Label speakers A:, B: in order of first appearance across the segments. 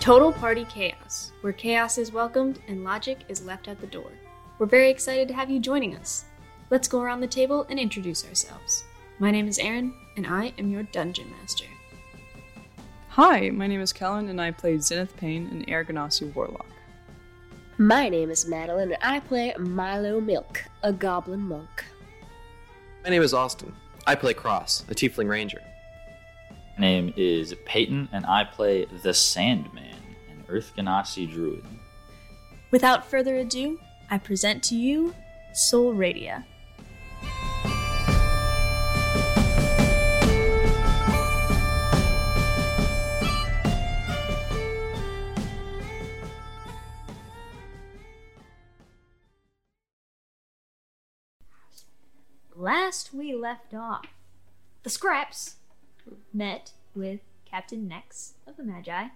A: Total Party Chaos, where chaos is welcomed and logic is left at the door. We're very excited to have you joining us. Let's go around the table and introduce ourselves. My name is Aaron, and I am your dungeon master.
B: Hi, my name is Kellen, and I play Zenith Payne, an Air Ganassi warlock.
C: My name is Madeline, and I play Milo Milk, a goblin monk.
D: My name is Austin. I play Cross, a Tiefling Ranger.
E: My name is Peyton, and I play the Sandman, an Earth Ganassi druid.
A: Without further ado, I present to you Soul Radia.
F: last we left off, the scraps met with Captain Nex of the Magi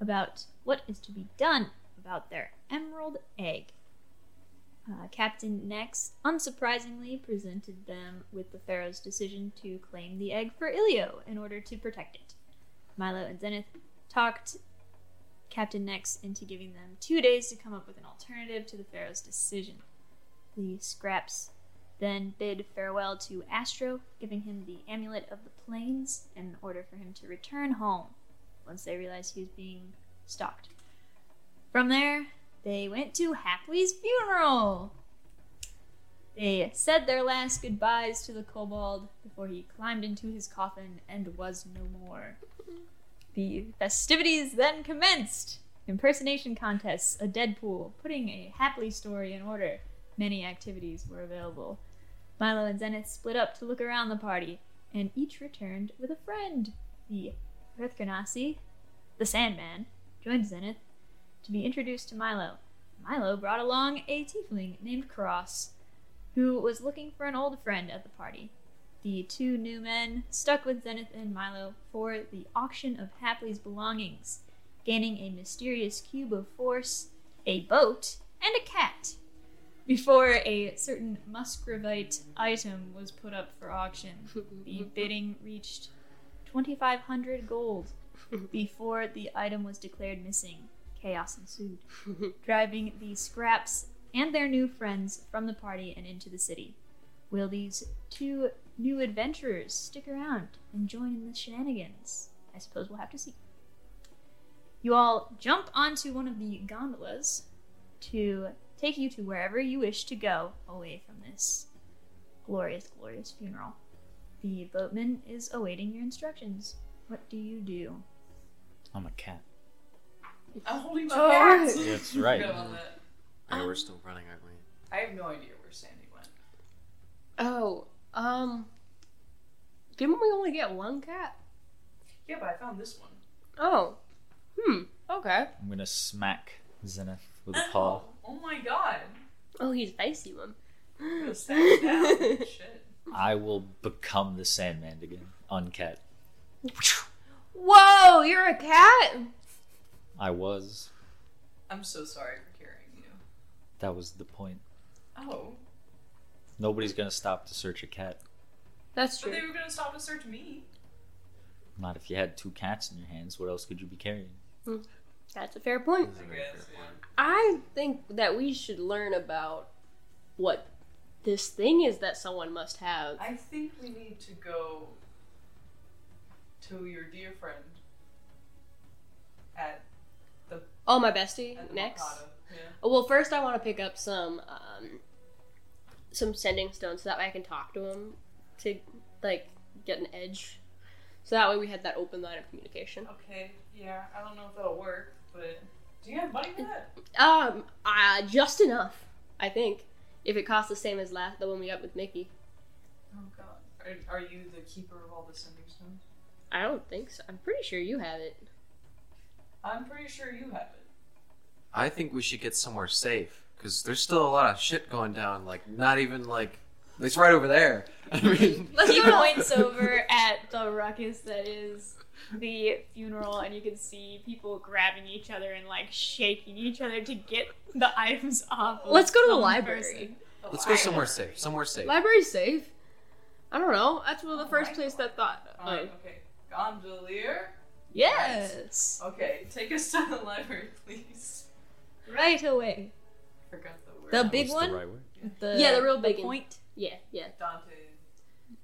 F: about what is to be done about their emerald egg. Uh, Captain Nex unsurprisingly presented them with the Pharaoh's decision to claim the egg for Ilio in order to protect it. Milo and Zenith talked Captain Nex into giving them two days to come up with an alternative to the Pharaoh's decision. The scraps then bid farewell to Astro, giving him the amulet of the plains in order for him to return home once they realized he was being stalked. From there, they went to Hapley's funeral. They said their last goodbyes to the kobold before he climbed into his coffin and was no more. The festivities then commenced impersonation contests, a Deadpool, putting a Hapley story in order. Many activities were available. Milo and Zenith split up to look around the party, and each returned with a friend. The Earthganasi, the Sandman, joined Zenith to be introduced to Milo. Milo brought along a tiefling named Cross, who was looking for an old friend at the party. The two new men stuck with Zenith and Milo for the auction of Hapley's belongings, gaining a mysterious cube of force, a boat, and a cat before a certain Muscovite item was put up for auction. The bidding reached 2,500 gold before the item was declared missing. Chaos ensued, driving the scraps and their new friends from the party and into the city. Will these two new adventurers stick around and join in the shenanigans? I suppose we'll have to see. You all jump onto one of the gondolas to take you to wherever you wish to go away from this glorious, glorious funeral. The boatman is awaiting your instructions. What do you do?
E: I'm a cat.
G: I'm holding the cat.
E: That's right.
G: Forgot about that.
D: Yeah, we're still running, aren't we?
G: I have no idea where Sandy went.
C: Oh, um. Didn't we only get one cat?
G: Yeah, but I found this one.
C: Oh. Hmm. Okay.
E: I'm gonna smack Zenith with a paw.
G: Oh my god.
C: Oh, he's icy one.
G: I'm gonna stab that. Shit.
E: I will become the Sandman again, uncat.
C: Whoa, you're a cat?
E: I was.
G: I'm so sorry for carrying you.
E: That was the point.
G: Oh,
E: Nobody's gonna stop to search a cat.
C: That's
G: but
C: true.
G: they were gonna stop to search me.
E: Not if you had two cats in your hands. What else could you be carrying?
C: That's a fair point.
D: This is
G: I
D: a
G: guess,
D: good
G: yeah.
D: one.
C: I think that we should learn about what this thing is that someone must have.
G: I think we need to go to your dear friend at
C: Oh, my bestie,
G: at the
C: next.
G: Mercado. Yeah.
C: Well, first I want to pick up some um, some sending stones so that way I can talk to him to like get an edge. So that way we had that open line of communication.
G: Okay. Yeah. I don't know if that'll work, but do you have money for that?
C: Um, uh, just enough, I think. If it costs the same as last the one we got with Mickey,
G: Oh god. Are, are you the keeper of all the sending stones?
C: I don't think so. I'm pretty sure you have it.
G: I'm pretty sure you have it.
D: I think we should get somewhere safe because there's still a lot of shit going down. Like, not even like it's right over there. I mean,
F: He points over at the ruckus that is the funeral, and you can see people grabbing each other and like shaking each other to get the items off. of
C: Let's go to the
F: some
C: library.
F: person.
G: The
D: Let's go
G: lion.
D: somewhere safe. Somewhere safe.
C: Library's safe. I don't know. That's one of the
G: Oh,
C: first
G: I
C: place
G: know.
B: Oh,
C: that thought.
G: Fine.
C: of.
G: Okay. Gondolier.
F: Yes!
G: Okay, take us to the library, please.
F: Right away.
G: Forgot the word.
F: The big
H: was
F: one?
H: The right word.
F: The,
C: Yeah, the real big one.
F: point.
C: Yeah, yeah,
G: Dante.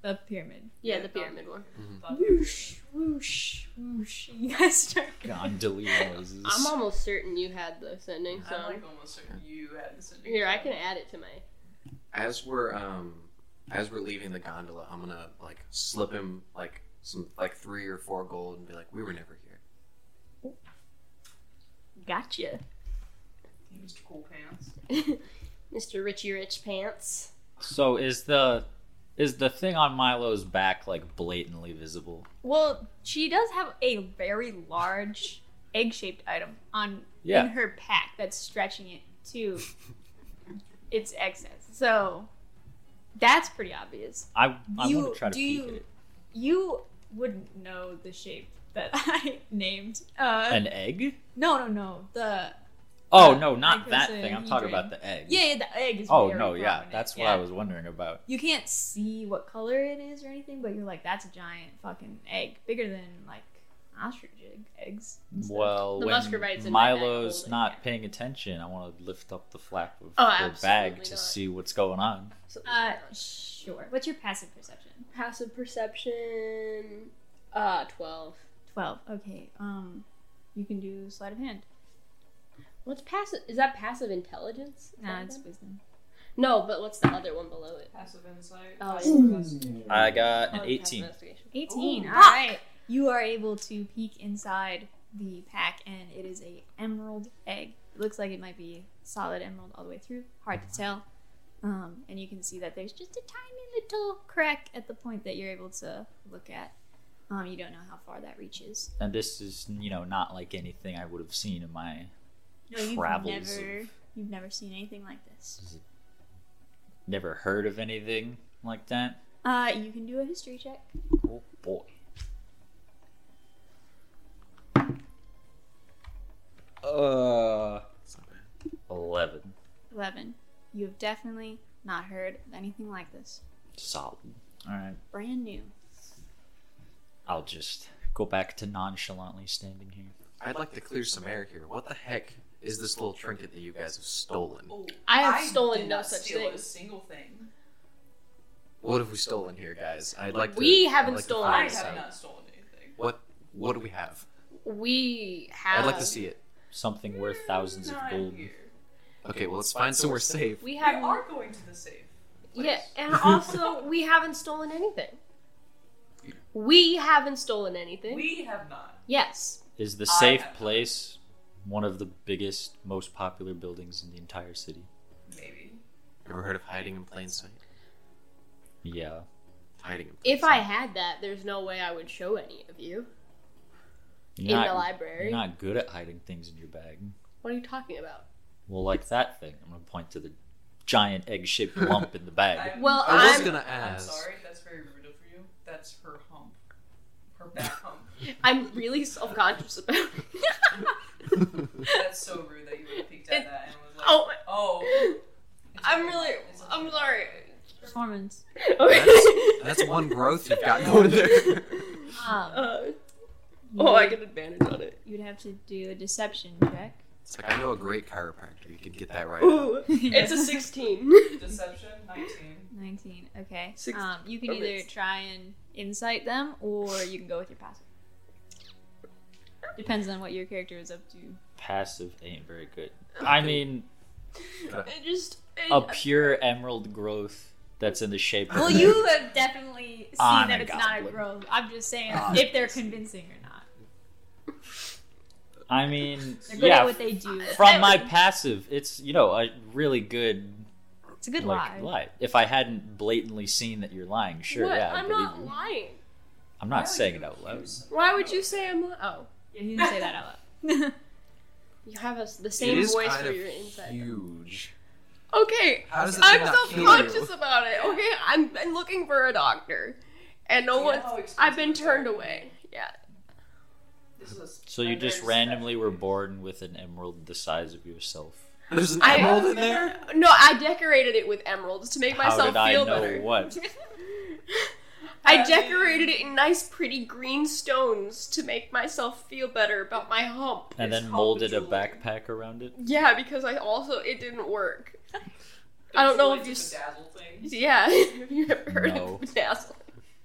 F: The pyramid.
C: yeah. The pyramid one.
G: Dante.
F: Whoosh, whoosh, whoosh. You guys start.
H: Gondolier noises.
C: I'm almost certain you had the sending. So
G: I'm like almost certain you had this. in your
C: here, I can
G: phone.
C: add it to my.
D: As we're um, as we're leaving the gondola, I'm gonna like slip him like some like three or four gold and be like, "We were never here."
F: Gotcha.
G: Mr. Cool Pants.
C: Mr. Richie Rich Pants.
E: So is the is the thing on Milo's back like blatantly visible?
F: Well, she does have a very large egg-shaped item on in
E: Yeah.
F: her pack that's stretching it to its excess. So that's pretty obvious.
E: I I
F: You-
E: want to try to
F: do
E: peek
F: you-
E: at it.
F: You wouldn't know the shape that I named. Uh,
E: An egg?
F: no, no, no. The
E: Oh
F: uh,
E: no, not
F: like
E: that
F: it's a
E: thing. I'm talking
F: hedron.
E: about the egg.
F: yeah, yeah, the egg is.
E: Oh
F: very
E: no, yeah.
F: prominent.
E: That's what
F: Yeah.
E: I was wondering about.
F: You can't see what color it is or anything, but you're like, that's a giant fucking egg, bigger than like ostrich egg- eggs. and stuff.
E: Well,
C: The Muscovites
E: when
C: in my bag
E: Milo's
C: holding
E: not
C: it.
E: paying attention, I want to lift up the flap of
C: Oh,
E: her bag
C: absolutely
E: to
C: not.
E: see what's going on.
C: Something
F: Uh,
C: like that.
F: sure. What's your passive perception?
C: Passive perception. Uh, twelve.
F: Twelve. Okay. Um, you can do sleight of hand.
C: What's passive? Is that passive intelligence? Is
F: Nah,
C: that
F: it's
C: one?
F: wisdom.
C: no, but what's the other one below it?
G: Passive insight.
C: Oh,
G: passive
C: yeah.
G: investigation.
E: I got an
C: Oh, passive
E: 18.
C: investigation.
F: Eighteen.
G: Ooh,
F: All right. You are able to peek inside the pack, and it is a emerald egg. It looks like it might be solid emerald all the way through. Hard to tell. Um, and you can see that there's just a tiny little crack at the point that you're able to look at. Um, you don't know how far that reaches.
E: And this is, you know, not like anything I would have seen in my
F: No, you've
E: Travels
F: never
E: of-
F: you've never seen anything like this.
E: never heard of anything like that.
F: Uh, you can do a history check.
E: Oh boy. Uh,
D: It's not bad.
E: 11.
F: 11. You have definitely not heard of anything like this.
E: Solid. Alright,
F: Brand new.
E: I'll just go back to nonchalantly standing here.
D: I'd like to clear some air here. What the heck is this little trinket that you guys have stolen?
G: Oh,
C: I have stolen
G: did
C: no
G: not
C: such
G: steal
C: thing.
G: a single thing.
D: What have we stolen here, guys? I'd like to.
C: We
D: I'd
C: haven't
D: like to
C: stolen
D: find
G: I
C: Nice.
D: this
G: have
D: out.
G: not stolen anything.
D: What? What do we have?
C: We have.
D: I'd like to see it.
E: Something worth
B: Mm,
E: thousands of
G: Not
E: gold.
G: Here.
D: Okay, well, let's find somewhere safe.
C: We
G: We
C: have.
G: are going to the safe. place.
C: Yeah, and also we haven't stolen anything. We haven't stolen anything.
G: We have not.
C: yes.
E: Is the
G: I
E: safe
G: have not.
E: place one of the biggest, most popular buildings in the entire city?
G: Maybe.
D: Ever heard of hiding in plain sight?
E: Yeah.
D: Hiding in plain
C: If I had that, there's no way I would show any of you
E: You're
C: in
E: not,
C: the
E: You're
C: library.
E: not good at hiding things in your bag.
C: What are you talking about?
E: Well, like that thing. I'm gonna point to the giant egg-shaped lump in the bag.
G: I'm-
C: Well,
D: I was
C: I'm-
D: gonna
G: I'm
D: ask.
G: sorry, that's very rude of you. That's her hump. Her back hump.
C: I'm really self conscious about it.
G: That's so rude that you would have peeked at that and was like,
C: oh,
G: oh. it's
C: I'm
G: okay.
C: really.
G: It's okay.
C: I'm sorry.
F: Performance.
C: Okay.
D: That's one growth you've got going there.
F: Um,
C: Uh,
F: you,
C: oh, I get advantage on it.
F: You'd have to do a deception check.
D: It's like I know a great chiropractor. You can get that right.
C: Ooh, it's a 16.
G: Deception, 19.
F: 19. Okay.
C: Six-
F: Um, you can
C: or
F: either
C: raised.
F: try and incite them or you can go with your passive. Depends on what your character is up to.
E: Passive ain't very good. I mean,
C: It just. It,
E: a pure emerald growth that's in the shape of
F: Well,
E: an
F: you have definitely seen
E: I'm
F: that
E: a
F: it's not a
E: goblin.
F: grove. I'm just saying if they're convincing or not.
E: egg. I mean,
F: They're good at
E: yeah.
F: what they do.
E: From my passive, it's you know a really good,
F: It's a good lie.
E: like, lie. If I hadn't blatantly seen that you're lying, sure,
C: what?
E: yeah, I
C: I'm
E: believe
C: not
E: you.
C: lying.
E: I'm
G: Why
E: not
G: would
E: saying
G: you
E: it out loud.
G: accuse someone
C: Why would
G: else?
C: you say I'm. li- Oh.
F: Yeah, he didn't say that out loud.
C: You have us the
D: it
C: same
D: is
C: voice
D: kind
C: for
D: of
C: your inside.
D: huge.
C: Okay,
D: How does it
C: I'm
D: not kill
C: self-conscious
D: you?
C: about it. Okay, I've been looking for a doctor, and no
G: You
C: one.
G: know how expensive
C: I've been
G: these are.
C: turned away. Yeah.
G: This is a-
E: So you
G: a very
E: just randomly were
G: deception.
E: born with an emerald the size of yourself.
D: There's an
C: I-
D: emerald in there.
C: No, I decorated it with emeralds to make
E: How
C: myself
E: did I
C: feel
E: know
C: better.
E: what?
C: I decorated it in nice, pretty green stones to make myself feel better about my hump.
E: and
B: It's
E: then
B: called
E: molded
B: the
E: a
B: jewelry.
E: backpack around it.
C: Yeah, because I also it didn't work. I don't know if you
B: It's
C: s-
B: a bedazzle thing.
C: Yeah, have you ever heard
E: No.
C: of bedazzle?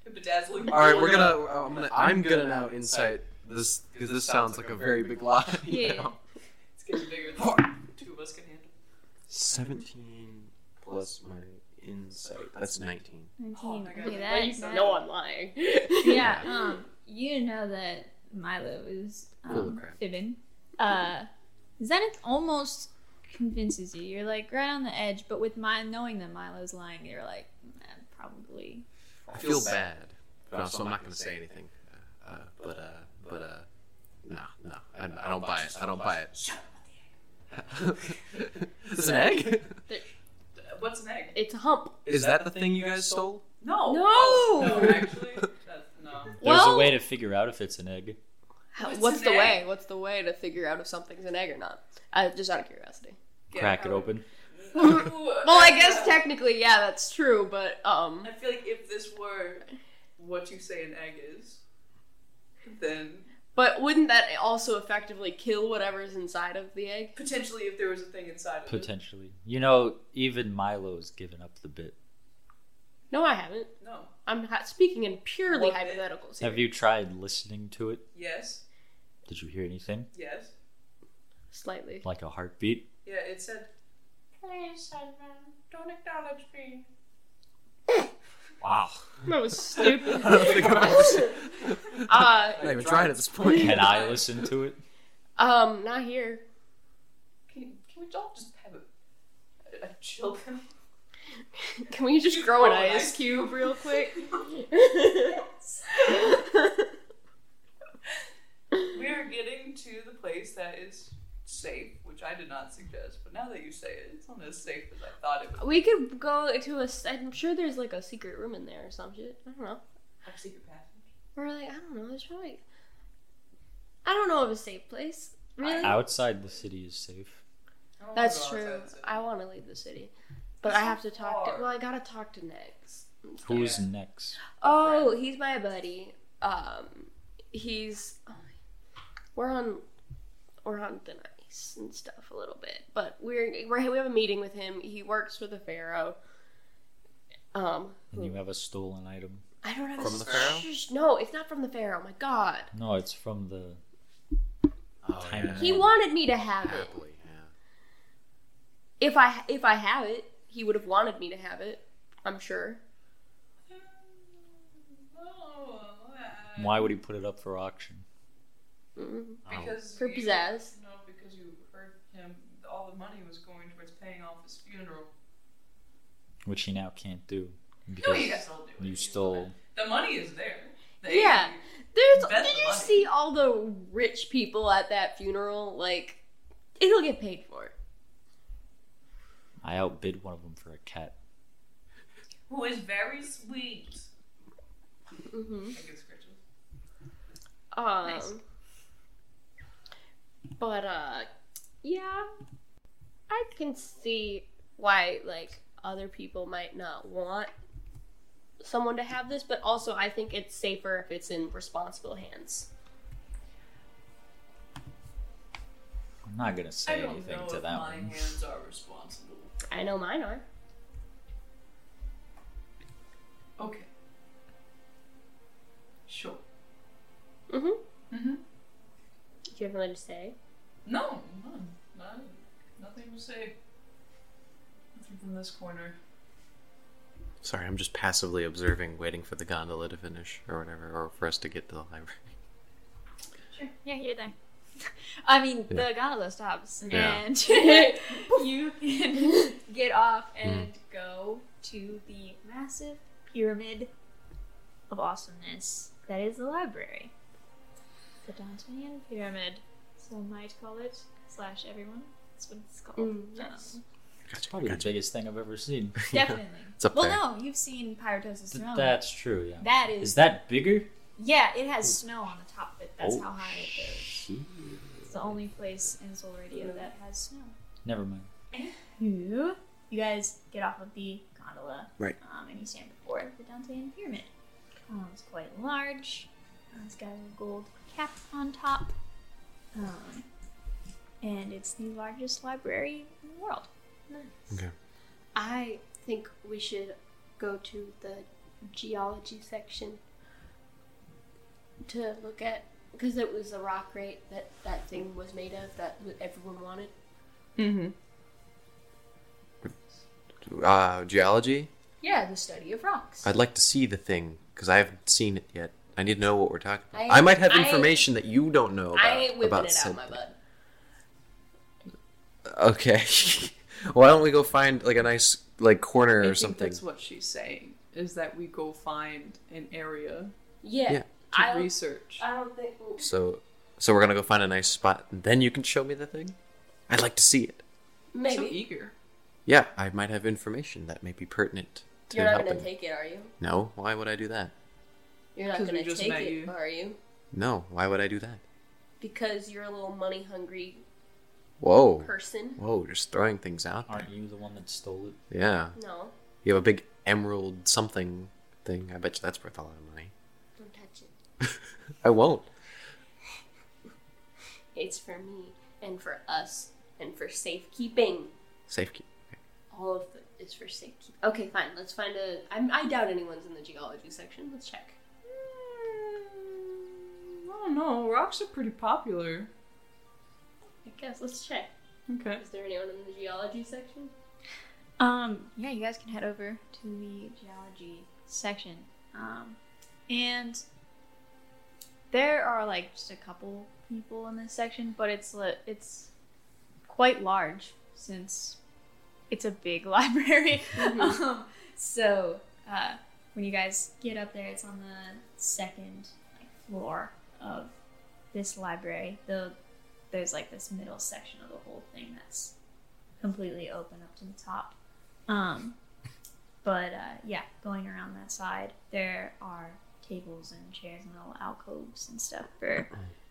B: A bedazzling.
D: All right, we're gonna. I'm gonna. I'm gonna now insight this because this sounds like a very big lie.
C: Yeah.
D: now.
B: It's getting bigger than two of us can handle.
D: Seventeen plus my insight. That's nineteen.
B: Oh my
F: Okay,
B: god.
F: that-
B: Like,
F: that-
C: No, I'm lying.
F: yeah, um, you know that Milo is
D: Full of
F: um,
D: crap.
F: fibbing. Uh, Zenith almost convinces you. You're like right on the edge, but with my knowing that Milo's lying, you're like "Eh, probably.
D: I feel bad, but also I'm not gonna say anything. Uh, but uh, but uh, no, no, I, I don't buy it. I don't buy it. Is this an egg?
B: What's an egg?
C: It's a hump.
D: Is that the thing you guys stole?
B: No.
G: Oh,
C: No.
B: No, actually, that's no.
E: There's
C: Well-
E: a way to figure out if it's an egg.
C: How-
B: What's
C: What's,
B: an
C: the
B: egg?
C: way? What's the way to figure out if something's an egg or not? Uh, just out of curiosity.
B: Get
E: Crack it
B: out.
E: open.
C: Well, I guess technically, yeah, that's true, but um,
B: I feel like if this were what you say an egg is, then
C: but wouldn't that also effectively kill whatever's inside of the egg?
B: potentially if there was a thing inside of it.
E: Potentially. You know, even Milo's given up the bit.
C: No, I haven't.
B: No.
C: I'm ha- speaking in purely
B: What bit?
C: hypotheticals. here.
E: Have you tried listening to it?
B: Yes.
E: Did you hear anything?
B: Yes.
C: Slightly.
E: Like a heartbeat?
B: Yeah, it said. Please, Sandman, don't acknowledge me.
E: Wow.
C: That was stupid.
D: I don't think I've ever
C: uh,
D: seen- I'm not even trying at this point.
E: Can I listen to it?
C: um, not here.
B: Can, you, can we all just have a, a, a chill pill?
C: Can we just grow an
B: grow an
C: ice
B: ice
C: cube real quick?
B: We are getting to the place that is safe, which I did not suggest, but now that you say it, it's not as safe as I thought it was.
C: we could go to a. s- I'm sure there's like a secret room in there or some shit. I don't know.
B: Our secret passage.
C: Or like I don't know. There's probably. I don't know of a safe place. Really.
E: Outside the city is safe.
B: I don't wanna
C: That's
B: go outside
C: true.
B: the city.
C: I want to leave the city, but
B: It's
C: I
B: so
C: have to talk to.
B: far.
C: Well, I gotta talk to Nex.
E: Who's
B: Yeah.
E: next?
C: Oh, he's my buddy. Um, he's. We're on. We're on thin ice and stuff a little bit, but we're, we're we have a meeting with him. He works for the Pharaoh. Um,
E: And you have a stolen item.
C: I don't have a
D: From the
C: s-
D: Pharaoh?
C: shush, No, it's not from the Pharaoh. My God,
E: No, it's from the.
D: Oh,
E: Tiny.
C: he wanted me to have it.
D: Happily, yeah.
C: If I if I have it, he would have wanted me to have it. I'm sure.
B: Oh, I-
E: Why would he put it up for auction?
C: Mm.
D: Oh.
B: Because
C: For
B: you-
C: pizzazz.
B: No, because you heard him. All the money was going towards paying off his funeral.
E: Which he now can't do.
B: No,
E: Because
B: you guys don't do it.
E: you stole.
B: The money is there. The
C: Yeah.
B: 80
C: There's
B: Bet
C: did
B: the
C: you
B: money.
C: see all the rich people at that funeral? Like it'll get paid for. it.
E: I outbid one of them for a cat.
B: Who is very sweet.
C: Mm-hmm.
B: I get scratches.
C: Um,
B: Nice.
C: But uh, yeah, I can see why like other people might not want someone to have this, but also I think it's safer if it's in responsible hands.
E: I'm not gonna
B: I
E: say
B: don't
E: anything
B: know
E: to
B: if
E: that
B: my
E: one.
B: hands are responsible.
C: I know mine are.
B: Okay. Sure.
C: Mm-hmm.
B: Mm-hmm.
C: Do you have anything to say?
B: No, none. None. Nothing to say. Nothing from this corner.
D: Sorry, I'm just passively observing, waiting for the gondola to finish or whatever, or for us to get to the library.
F: Yeah, you're there. I mean, the gondola stops,
D: Yeah.
F: and you can get off
D: Mm.
F: and go to the massive pyramid of awesomeness that is the library. The Dantonian Pyramid, some might call it, slash everyone. That's what it's called.
C: Mm, yes.
F: Um,
E: It's probably the biggest thing I've ever seen.
F: definitely.
D: It's up
F: well,
D: there.
F: no, you've seen Pyrotosis
E: Th-
F: Throne.
E: That's true, yeah.
F: that is,
E: Is that bigger?
F: yeah, it has snow on the top of it. That's
E: Oh,
F: how high it goes.
E: Gee.
F: It's the only place in Soul Radio that has snow.
E: Never mind.
F: You guys get off of the gondola.
D: Right.
F: Um, and you stand before the Dantean Pyramid. Uh, it's quite large. Uh, it's got a gold cap on top. Um, and it's the largest library in the world.
C: I think we should go to the geology section to look at because it was the rock right that that thing was made of that everyone wanted.
I: Mm-hmm.
D: Uh, geology?
C: Yeah, the study of rocks.
D: I'd like to see the thing because I haven't seen it yet. I need to know what we're talking about. I,
C: I-
D: might have
C: I-
D: information that you don't know about.
C: I ain't whipping
D: about
C: it out
D: said
C: my
D: thing.
C: butt.
D: Okay. Why don't we go find like a nice like
B: I
D: corner or
B: think
D: something?
B: that's what she's saying is that we go find an area
C: Yeah.
D: Yeah.
B: to
C: I don't,
B: research.
C: I don't think
D: So, so we're gonna go find a nice spot, and then you can show me the thing. I'd like to see it.
B: So
C: maybe
B: eager.
D: Yeah, I might have information that may be pertinent to
C: you're not
D: helping.
C: gonna take it, are you?
D: no, why would I do that?
C: You're not
B: 'Cause we
C: gonna
B: just
C: take
B: met
C: it,
B: you.
C: are you?
D: No, why would I do that?
C: Because you're a little money hungry
D: Whoa,
C: person.
D: whoa, you're just throwing things out there.
E: Aren't you the one that stole it?
D: Yeah,
C: No,
D: you have a big emerald something thing. I bet you that's worth a lot of money.
C: don't touch it.
D: I won't.
C: It's for me and for us and for safekeeping.
D: Safekeep.
C: All of it is for safekeeping. Okay, fine. Let's find a. I'm, I doubt anyone's in the geology section. Let's check.
B: Mm, I don't know. Rocks are pretty popular.
C: I guess let's check.
B: Okay.
C: Is there anyone in the geology section?
F: Um, yeah, you guys can head over to the geology section. Um, and there are like just a couple people in this section, but it's li- it's quite large since it's a big library. um, so uh, when you guys get up there, it's on the second like, floor of this library. Though there's like this middle section of the whole thing that's completely open up to the top. Um, but uh, yeah, going around that side, there are tables and chairs and little alcoves and stuff for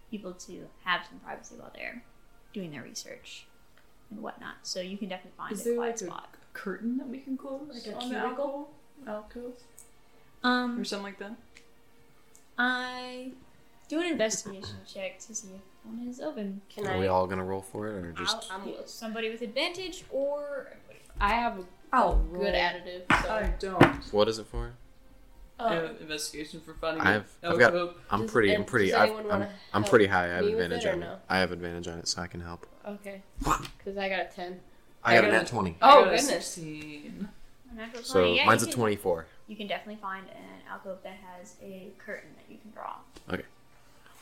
F: people to have some privacy while they're doing their research and whatnot. So you can definitely find
B: Is
F: a
B: there
F: quiet
B: like a
F: spot.
B: curtain that we can close?
C: Like a
B: on the
C: cuticle?
B: alcove- alcove
F: Um,
B: or something like that?
F: I do an investigation check to see if one is open.
C: Can
D: Are
C: I?
D: we all gonna roll for it, or just
F: I'll-
C: I'm loose.
F: somebody with advantage or
B: Oh. I have a
C: Oh,
B: roll.
C: good additive. So.
B: I don't.
C: uh,
D: what is it for?
B: I
C: Um,
B: have investigation for finding
D: I've-
B: an
D: I've got-
B: alcove.
D: I'm
C: Does-
D: pretty.
C: and
D: I'm pretty.
C: does
D: I've,
C: anyone
D: I'm,
C: wanna
D: I'm
C: help
D: pretty high. I have
C: me with
D: advantage
C: it or
D: on it.
C: no?
D: I have advantage on it, so I can help.
C: okay. Because I got Oh, a ten.
D: I
B: I
D: got a
B: got
D: net
B: a-
D: twenty.
B: I
C: Oh,
B: got a
C: goodness.
B: 16.
F: a natural
D: So
F: 20. Yeah,
D: mine's a
F: you can-
D: twenty-four.
F: You can definitely find an alcove that has a curtain that you can draw.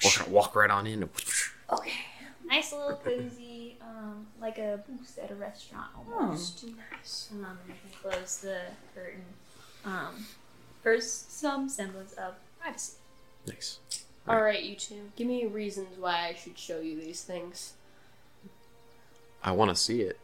D: Walk, walk right on in.
C: Okay.
F: Nice little cozy, um, like a booth at a restaurant
B: Oh,
F: almost.
C: Nice.
F: Um, you can close the curtain um, for some semblance of privacy.
D: Nice.
C: All right, you two. Give me reasons why I should show you these things.
D: I want to see it.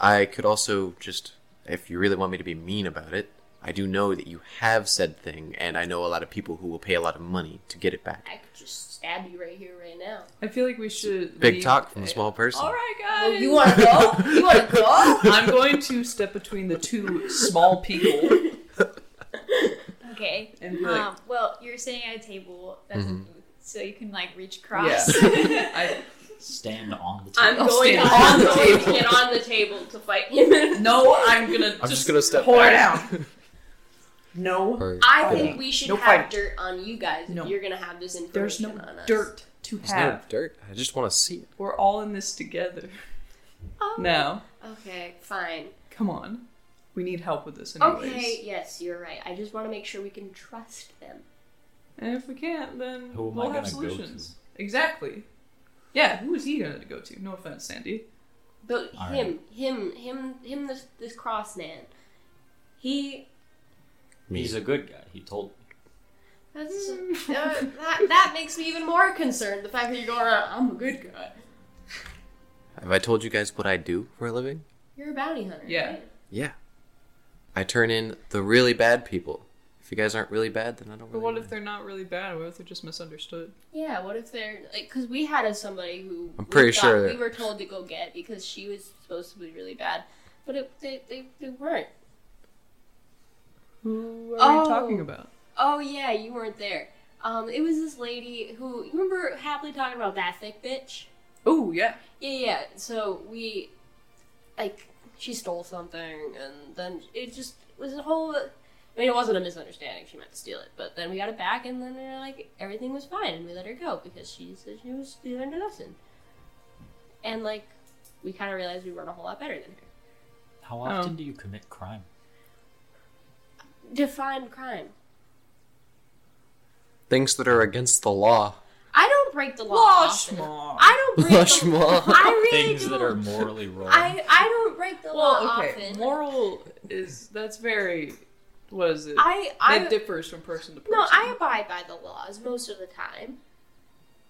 D: I could also just, if you really want me to be mean about it, I do know that you have said thing, and I know a lot of people who will pay a lot of money to get it back.
C: I could just stab you right here, right now.
B: I feel like we should.
D: Big
B: leave-
D: talk from a small person.
B: All right, guys.
C: Oh, you want to go? You want to go?
B: I'm going to step between the two small people
F: Okay.
B: and be like,
F: Um, well, you're sitting at a table that's a
D: Mhm.
F: booth, so you can like reach
B: yeah.
F: across.
B: I,
E: Stand on the
C: I'm
E: table.
C: going
B: stand
C: to on
B: on
C: the
B: the
C: table.
B: table.
C: Get on the table to fight him.
B: no, I'm gonna.
D: I'm just gonna step
B: pour it
D: back.
B: out. No,
D: Or-
C: I think we should
B: No
C: have
B: fight.
C: dirt on you guys if
B: No.
C: you're gonna have this information
B: there's no
C: on us.
B: dirt to
D: There's no
B: have.
D: dirt. I just want to see it.
B: We're all in this together. Now,
C: Okay, fine.
B: come on. We need help with this, anyways.
C: Okay, yes, you're right. I just want to make sure we can trust them.
B: And if we can't, then
E: Who am
B: we'll
E: I
B: have
E: gonna go
B: solutions. Exactly. Yeah, who is he gonna go to? No offense, Sandy.
C: But
E: All
C: him, him, him, him. This this cross man. He.
E: He's a good guy. He told me.
C: That's, uh,
D: Hmm.
C: that that makes me even more concerned. The fact that you're going around, I'm a good guy.
D: Have I told you guys what I do for a living?
C: You're a bounty hunter.
B: Yeah.
C: right?
D: Yeah. I turn in the really bad people. If you guys aren't really bad, then I don't
B: But
D: really.
B: what if they're not really bad? What if they're just misunderstood?
C: Yeah. What if they're like? Because we had a somebody who we
D: I'm pretty
C: thought
D: sure that-
C: we were told to go get because she was supposed to be really bad, but it, they, they they weren't.
B: Who are
C: Oh.
B: we talking about?
C: Oh yeah, you weren't there. Um, it was this lady who you remember happily talking about that thick bitch.
G: Oh yeah.
C: Yeah, yeah. So we, like, she stole something, and then it just was a whole. I mean, it wasn't a misunderstanding. She meant to steal it, but then we got it back, and then uh, like everything was fine, and we let her go because she said she was doing a lesson. And like, we kind of realized we weren't a whole lot better than her.
E: How
B: often
E: often
B: Oh.
E: do you commit crime?
C: Define crime.
D: Things that are against the law.
C: I don't break the law. often.
G: Lashmar.
C: I don't break the law.
D: Lashmar.
C: I really
E: Things that
C: don't.
E: are morally wrong.
C: I I don't break the
G: Well,
C: law
G: okay.
C: often.
G: Moral is that's very. What is it?
C: I I
G: that differs from person to person.
C: No, I abide by the laws most of the time.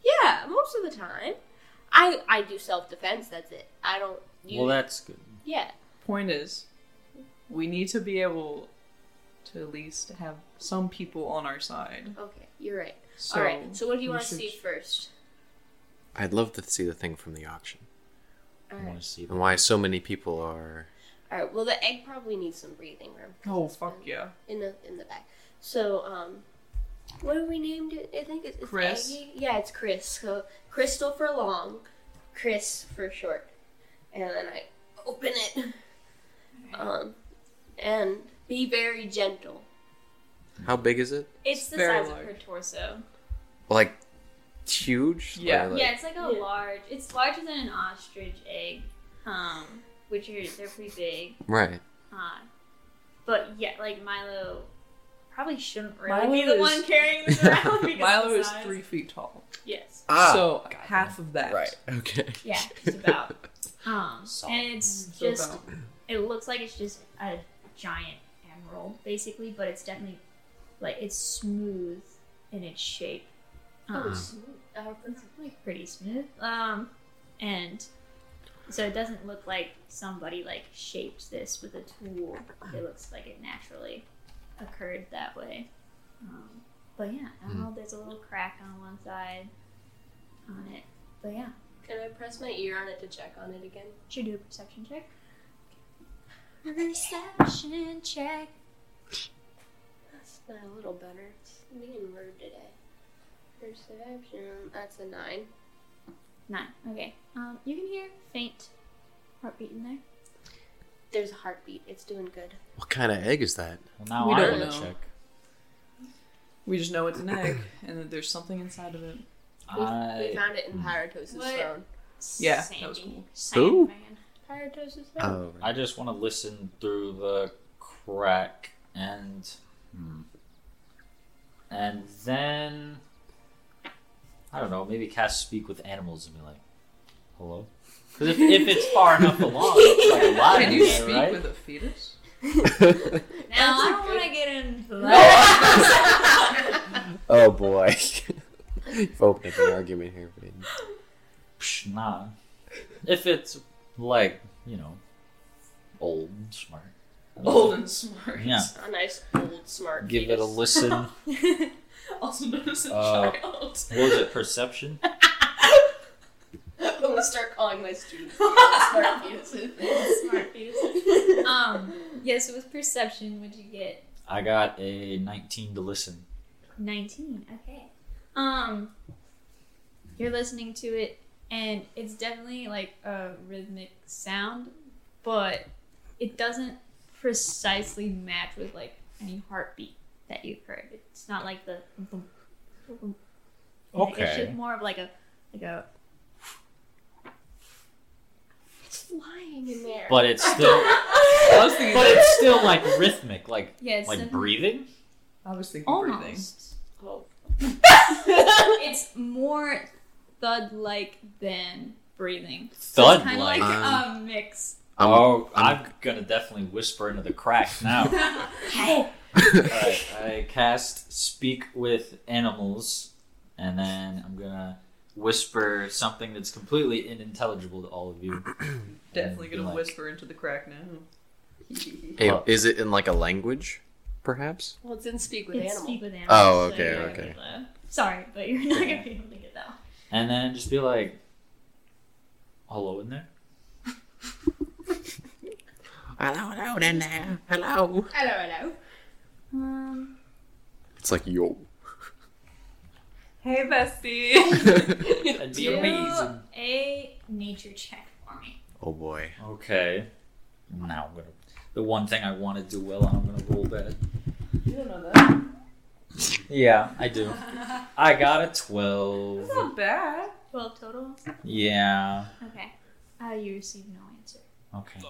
C: Yeah, most of the time. I I do self defense. That's it. I don't. You,
E: Well, that's good.
C: yeah.
B: Point is, we need to be able to at least have some people on our side.
C: Okay, you're right.
B: So,
C: All right. So what do you
B: we
C: want to
B: should-
C: see first?
D: I'd love to see the thing from the auction
C: All
E: I want
C: right.
E: to see
D: and
E: them.
D: why so many people are.
C: All right. Well, the egg probably needs some breathing room
B: Oh fuck yeah!
C: in the in the back. So um, what have we named it? I think it's, it's
G: Chris.
C: Aggie? Yeah, it's Chris. So Crystal for long, Chris for short, and then I open it. Um, and be very gentle.
D: How big is it?
A: It's the
G: Very
A: size of
G: large.
A: her torso.
D: Like, huge?
G: Yeah.
D: Or, like-
F: yeah, it's like a
C: Yeah.
F: large. It's larger than an ostrich egg, um, which are they're pretty big.
D: Right.
F: Uh, but yeah, like Milo probably shouldn't really
G: Milo
F: be the
G: is-
F: one carrying this around. Because
G: Milo
F: of the
G: is
F: size.
G: three feet tall.
F: Yes.
E: Ah,
B: so half of that.
D: Ah, Right. Okay.
F: Yeah, just about. Um, and it's
G: So
F: just
G: about-
F: it looks like it's just a giant emerald, basically, but it's definitely like it's smooth in its shape.
C: Oh,
F: Um,
C: smooth. Uh,
F: it's like pretty smooth. Um, and so it doesn't look like somebody like shaped this with a tool. It looks like it naturally occurred that way. Um, but yeah,
B: Hmm.
F: emerald. There's a little crack on one side on it. But yeah,
C: Can I press my ear on it to check on it again?
F: should do a perception check. Perception check.
C: That's not a little better. It's being rude today. Perception. That's a nine.
F: Nine. Okay. Um, you can hear faint heartbeat in there.
C: There's a heartbeat. It's doing good.
D: What kind of egg is that?
E: Well, now
B: We
E: I
B: don't
E: want to
B: know.
E: check.
B: We just know it's an egg, and that there's something inside of it.
C: We,
E: I
C: we found it in Pyrotos'
F: What?
C: phone.
B: Yeah, that was cool.
D: Who?
F: Sandman.
C: Pyrotos' phone.
D: Oh,
E: I just want to listen through the crack and hmm. and then I don't know, maybe cast speak with animals and be like, "Hello." Because if, if it's far enough along, it's like alive,
B: Can you
E: there,
B: speak
E: right?
B: with a fetus?
F: Now
C: That's a
F: I don't
C: good-
F: want to get into that.
D: oh boy. You've opened up an argument here, Brayden.
E: Psh, nah. If it's like you know, old and smart.
B: Old and smart.
E: Yeah.
C: A nice old smart.
E: Give it a
C: fetus.
E: listen.
B: Also known as a
E: Uh,
B: child.
E: What was it? Perception.
C: I'm gonna start calling my students smart fetuses.
F: Smart fetus. Um. Yes, it was perception. Would you get
E: I got a 19 to listen.
F: nineteen? Okay. Um. You're listening to it, and it's definitely like a rhythmic sound, but it doesn't precisely match with like any heartbeat that you've heard. It's not like the Like, it's just more of like a like a
C: It's flying in there.
E: But it's still,
G: I was thinking,
E: but it's still like rhythmic, like
F: yeah, it's
E: like
F: definitely-
E: breathing.
G: I was thinking breathing.
F: almost.
C: oh.
F: it's more thud like than breathing.
E: Thud
F: kind of
E: like.
F: like
D: Um,
C: Uh.
F: a mix.
D: I'm-
E: oh, I'm,
D: I'm-
E: gonna definitely whisper into the crack now. Alright, I cast speak with animals, and then I'm gonna whisper something that's completely unintelligible to all of you.
B: Definitely
E: And be
B: gonna
E: like,
B: whisper into the crack now.
D: Hey, is it in like a language, perhaps?
C: Well, it's in speak with
F: It's
C: animal.
F: speak with animals.
D: Oh,
F: so
D: okay,
F: you're not
D: okay.
F: gonna- sorry, but you're not
E: Yeah.
F: gonna be able to get that one.
E: And then just be like, "Hello in there."
D: Hello, hello, in there. Hello.
C: Hello, hello.
F: Um,
D: It It's like yo.
G: Hey, bestie.
E: That'd be
F: Do
E: amazing.
F: a nature check for me.
D: oh boy.
E: Okay. Now I'm gonna. The one thing I want to do well, and I'm gonna roll bad.
G: you don't know that.
E: Yeah, I do. I got a twelve.
G: That's not bad.
F: Twelve total.
E: Yeah.
F: Okay. Uh, you receive no answer.
E: Okay.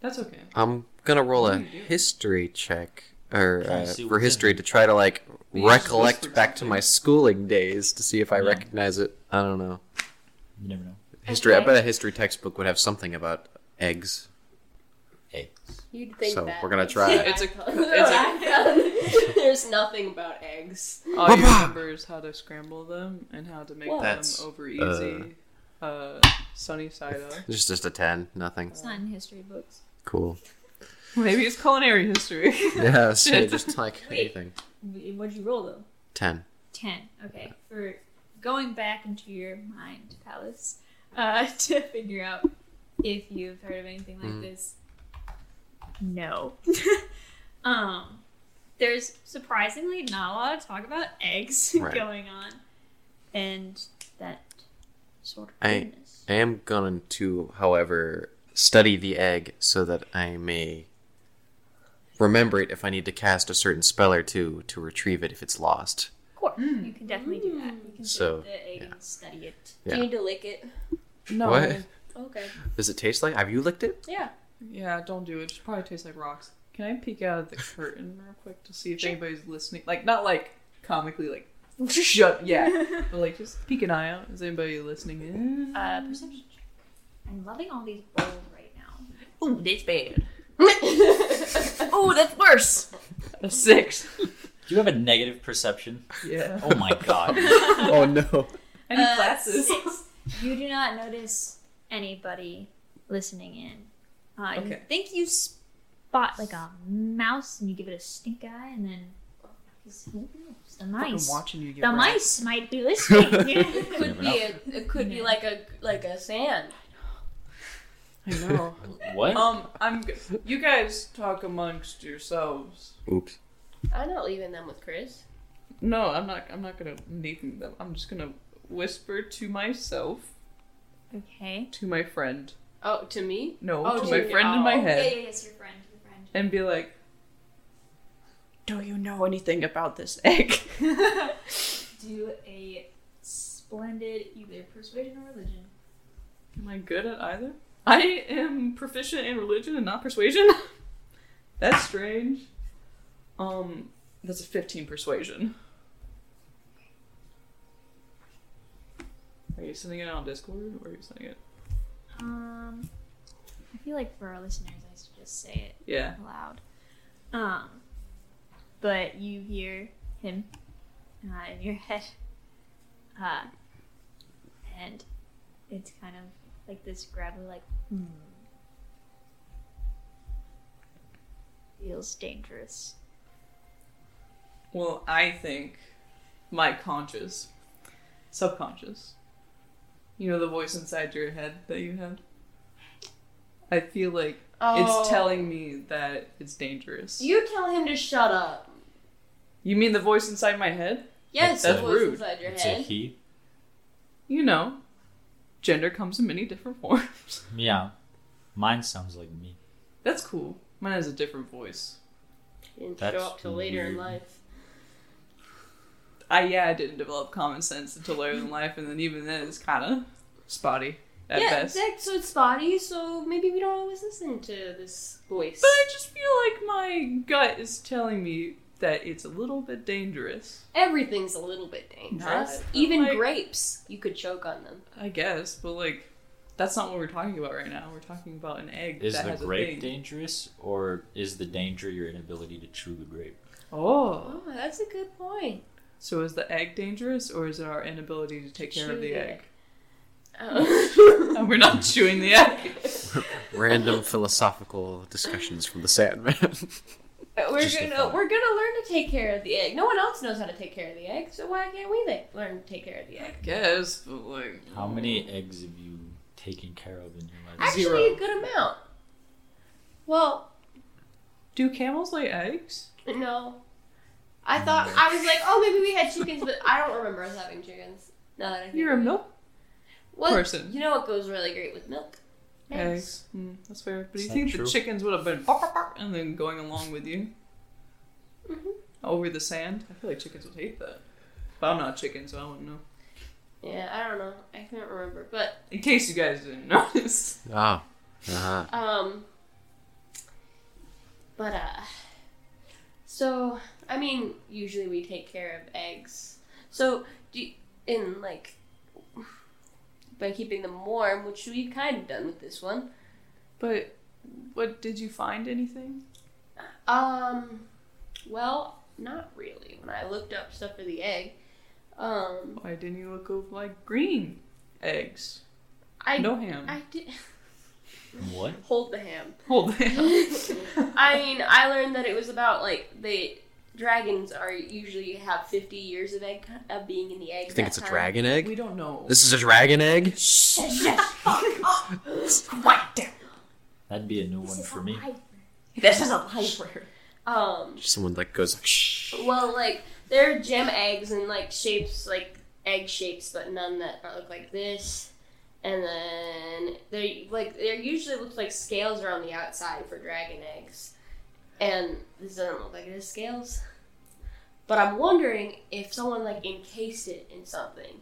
B: That's okay.
D: I'm gonna roll
B: What
D: a
B: do you do?
D: history check or
E: Can I
D: uh,
E: see
D: for
E: what's in
D: history to try to like
B: We use
D: recollect
B: this for
D: back to my schooling days to see if I
E: Yeah.
D: recognize it. I don't know.
E: You never know.
D: History. I
F: Okay.
D: bet a history textbook would have something about eggs.
E: Eggs.
C: You'd think
D: So,
C: that.
D: we're gonna try.
B: It's a-
C: a. There's nothing about eggs.
B: All you
D: Papa!
B: remember is how to scramble them and how to make
C: Whoa.
B: them
D: That's,
B: over easy. Uh, sunny side up.
D: Just just a ten. Nothing.
F: It's not in history books.
D: Cool.
B: Maybe it's culinary history.
D: Yeah. So
B: Shit.
D: just like
F: Wait.
D: anything.
F: Wh- What'd you roll though?
D: Ten.
F: Ten. Okay. For going back into your mind palace uh, to figure out if you've heard of anything like
D: Mhm.
F: this. No. um, there's surprisingly not a lot of talk about eggs
D: Right.
F: going on, and that sort of
D: I-
F: goodness.
D: I am going to, however, study the egg so that I may remember it if I need to cast a certain spell or two to retrieve it if it's lost.
F: Of course,
B: Mm.
F: you can definitely do that. You can
D: So,
F: so, the egg
D: yeah.
F: and study it.
D: Yeah.
C: Do you need to lick it?
B: no.
D: What?
C: Okay.
D: Does it taste like? Have you licked it?
C: Yeah.
B: Yeah, don't do it. It should probably tastes like rocks. Can I peek out of the curtain real quick to see if
F: Sure.
B: anybody's listening? Like, not like comically, like, shut, yeah. But like, just peek an eye out. Is anybody listening in?
F: Uh, perception check. I'm loving all these rolls right now.
B: Ooh, that's bad.
F: oh, that's worse.
B: A six.
E: Do you have a negative perception?
B: Yeah.
E: Oh my god.
D: oh no.
B: Any
F: Uh,
B: classes?
F: six. You do not notice anybody listening in. Uh, You
B: Okay.
F: think you spot like a mouse and you give it a stink eye, and then 'cause who knows? The
B: Fucking
F: mice.
B: watching you get
F: The
B: rocked.
F: mice might be listening.
C: It could
E: Never
C: be a, it could be like a like a sand.
B: I know.
E: What?
B: um, I'm. G- you guys talk amongst yourselves.
D: Oops.
C: I'm not leaving them with Chris.
B: No, I'm not. I'm not gonna need them. I'm just gonna whisper to myself,
F: okay.
B: to my friend.
C: Oh, to me?
B: No,
C: Oh,
B: to
C: to
B: my
C: you.
B: friend in my
C: Oh,
F: Yeah,
B: head,
F: yeah, yes, your friend, your friend.
B: and be like, "Do you know anything about this egg?"
F: Do a splendid either persuasion or religion.
B: Am I good at either? I am proficient in religion and not persuasion. that's strange. Um, that's a 15 persuasion. Are you sending it on Discord or are you sending it?
F: Um, I feel like for our listeners, I should just say it.
B: Yeah.
F: loud. Um, but you hear him uh, in your head, uh, and it's kind of like this gravelly, like hmm. Feels dangerous.
B: Well, I think my conscious, subconscious, you know, the voice inside your head that you have. I feel like it's telling me that it's dangerous. You,
C: Oh. You tell him to shut up.
B: mean the voice inside my head?
C: Yes,
E: That's
C: the voice
B: rude.
C: inside your
E: It's a
C: head.
E: he.
B: You know, gender comes in many different forms.
E: Yeah. Mine sounds like me.
B: That's cool. Mine has a different voice.
C: Didn't
E: That's
C: show up till later in
E: weird.
C: life.
B: I yeah, I didn't develop common sense until later in life, and then even then it's kind of spotty at
C: yeah,
B: best.
C: exact- so it's spotty. So maybe we don't always listen to this voice.
B: But I just feel like my gut is telling me that it's a little bit dangerous.
C: Everything's a little bit dangerous.
B: Not, but
C: Even
B: like-
C: grapes, you could choke on them.
B: I guess, but like, that's not what we're talking about right now. We're talking about an egg
E: Is
B: that
E: the
B: has a thing.
E: grape dangerous, or is the danger your inability to chew the grape?
B: oh,
C: Oh, that's a good point.
B: so is the egg dangerous, or is it our inability to take care
C: Chew
B: of the
C: the
B: egg?
C: Oh.
B: And we're not chewing the egg.
D: Random philosophical discussions from the Sandman.
C: we're
D: Just the
C: gonna
D: thought.
C: we're gonna learn to take care of the egg. No one else knows how to take care of the egg, so why can't we like, learn to take care of the egg?
B: guess, but like,
E: How many eggs have you taken care of in your life?
C: Actually,
B: Zero.
C: a good amount. Well,
B: do camels lay eggs?
C: no, I thought I was like, oh, maybe we had chickens, but I don't remember us having chickens. Now that I think
B: You're a
C: about it.
B: milk
C: Well,
B: person.
C: You know what goes really great with milk?
B: eggs. Mm, that's fair. But do
E: Is
B: you
E: that
B: think
E: true?
B: the chickens would have been bark, bark, bark, and then going along with you
C: Mhm.
B: over the sand? I feel like chickens would hate that. But I'm not a chicken, so I wouldn't know.
C: Yeah, I don't know. I can't remember, but
B: In case you guys didn't notice,
D: Ah. Uh-huh.
C: um, but uh, so I mean, usually we take care of eggs. So do you, in like by keeping them warm, which we've kind of done with this one.
B: but what did you find anything?
C: Um, well, not really. When I looked up stuff for the egg, um,
B: Why didn't you look over like green eggs?
C: I
B: no ham.
C: I did
E: What?
C: hold the ham.
B: Hold it.
C: I mean, I learned that it was about like the dragons are usually have fifty years of egg of being in the egg.
D: You
C: that
D: think it's a
C: time.
D: dragon egg?
B: we don't know.
D: This is a dragon egg?
E: That'd be a new one for me.
C: This is a hyper. Um.
D: Someone like goes shh.
C: Well, like there are gem eggs and like shapes like egg shapes, but none that look like this. And then they like they usually look like scales are on the outside for dragon eggs, and this doesn't look like it is scales. But I'm wondering if someone like encased it in something.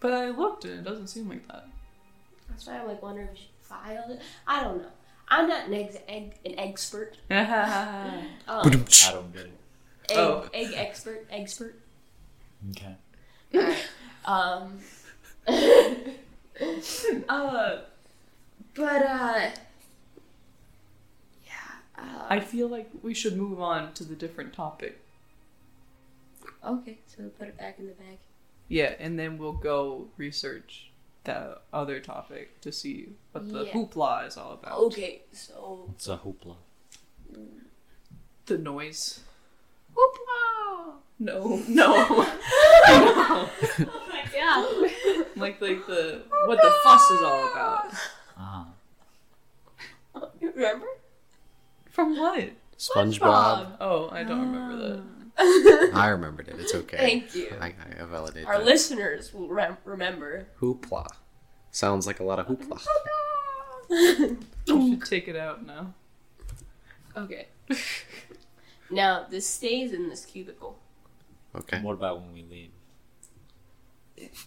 B: but I looked and it doesn't seem like that.
C: That's why I'm like wondering if you filed it. I don't know. I'm not an egg, egg an expert. Um,
E: I don't get it.
C: egg,
B: Oh.
C: egg expert, expert.
E: Okay.
C: Um, uh, but uh, yeah. Uh,
B: I feel like we should move on to the different topic.
C: okay, so put it back in the bag.
B: Yeah, and then we'll go research the other topic to see what the
C: Yeah.
B: hoopla is all about.
C: Okay, so
E: It's a hoopla.
B: The noise.
C: hoopla.
B: No, no.
C: Oh my god.
B: like like the what the fuss is all about.
E: Ah.
C: you remember?
B: From what?
D: SpongeBob.
B: Oh, I don't remember that.
D: I remembered it. It's okay.
C: Thank you.
D: I, I validate
C: Our
D: that.
C: listeners will rem- remember.
D: hoopla. Sounds like a lot of hoopla.
C: Ah.
B: You should take it out now.
C: Okay. now this stays in this cubicle.
D: Okay.
E: What about when we leave?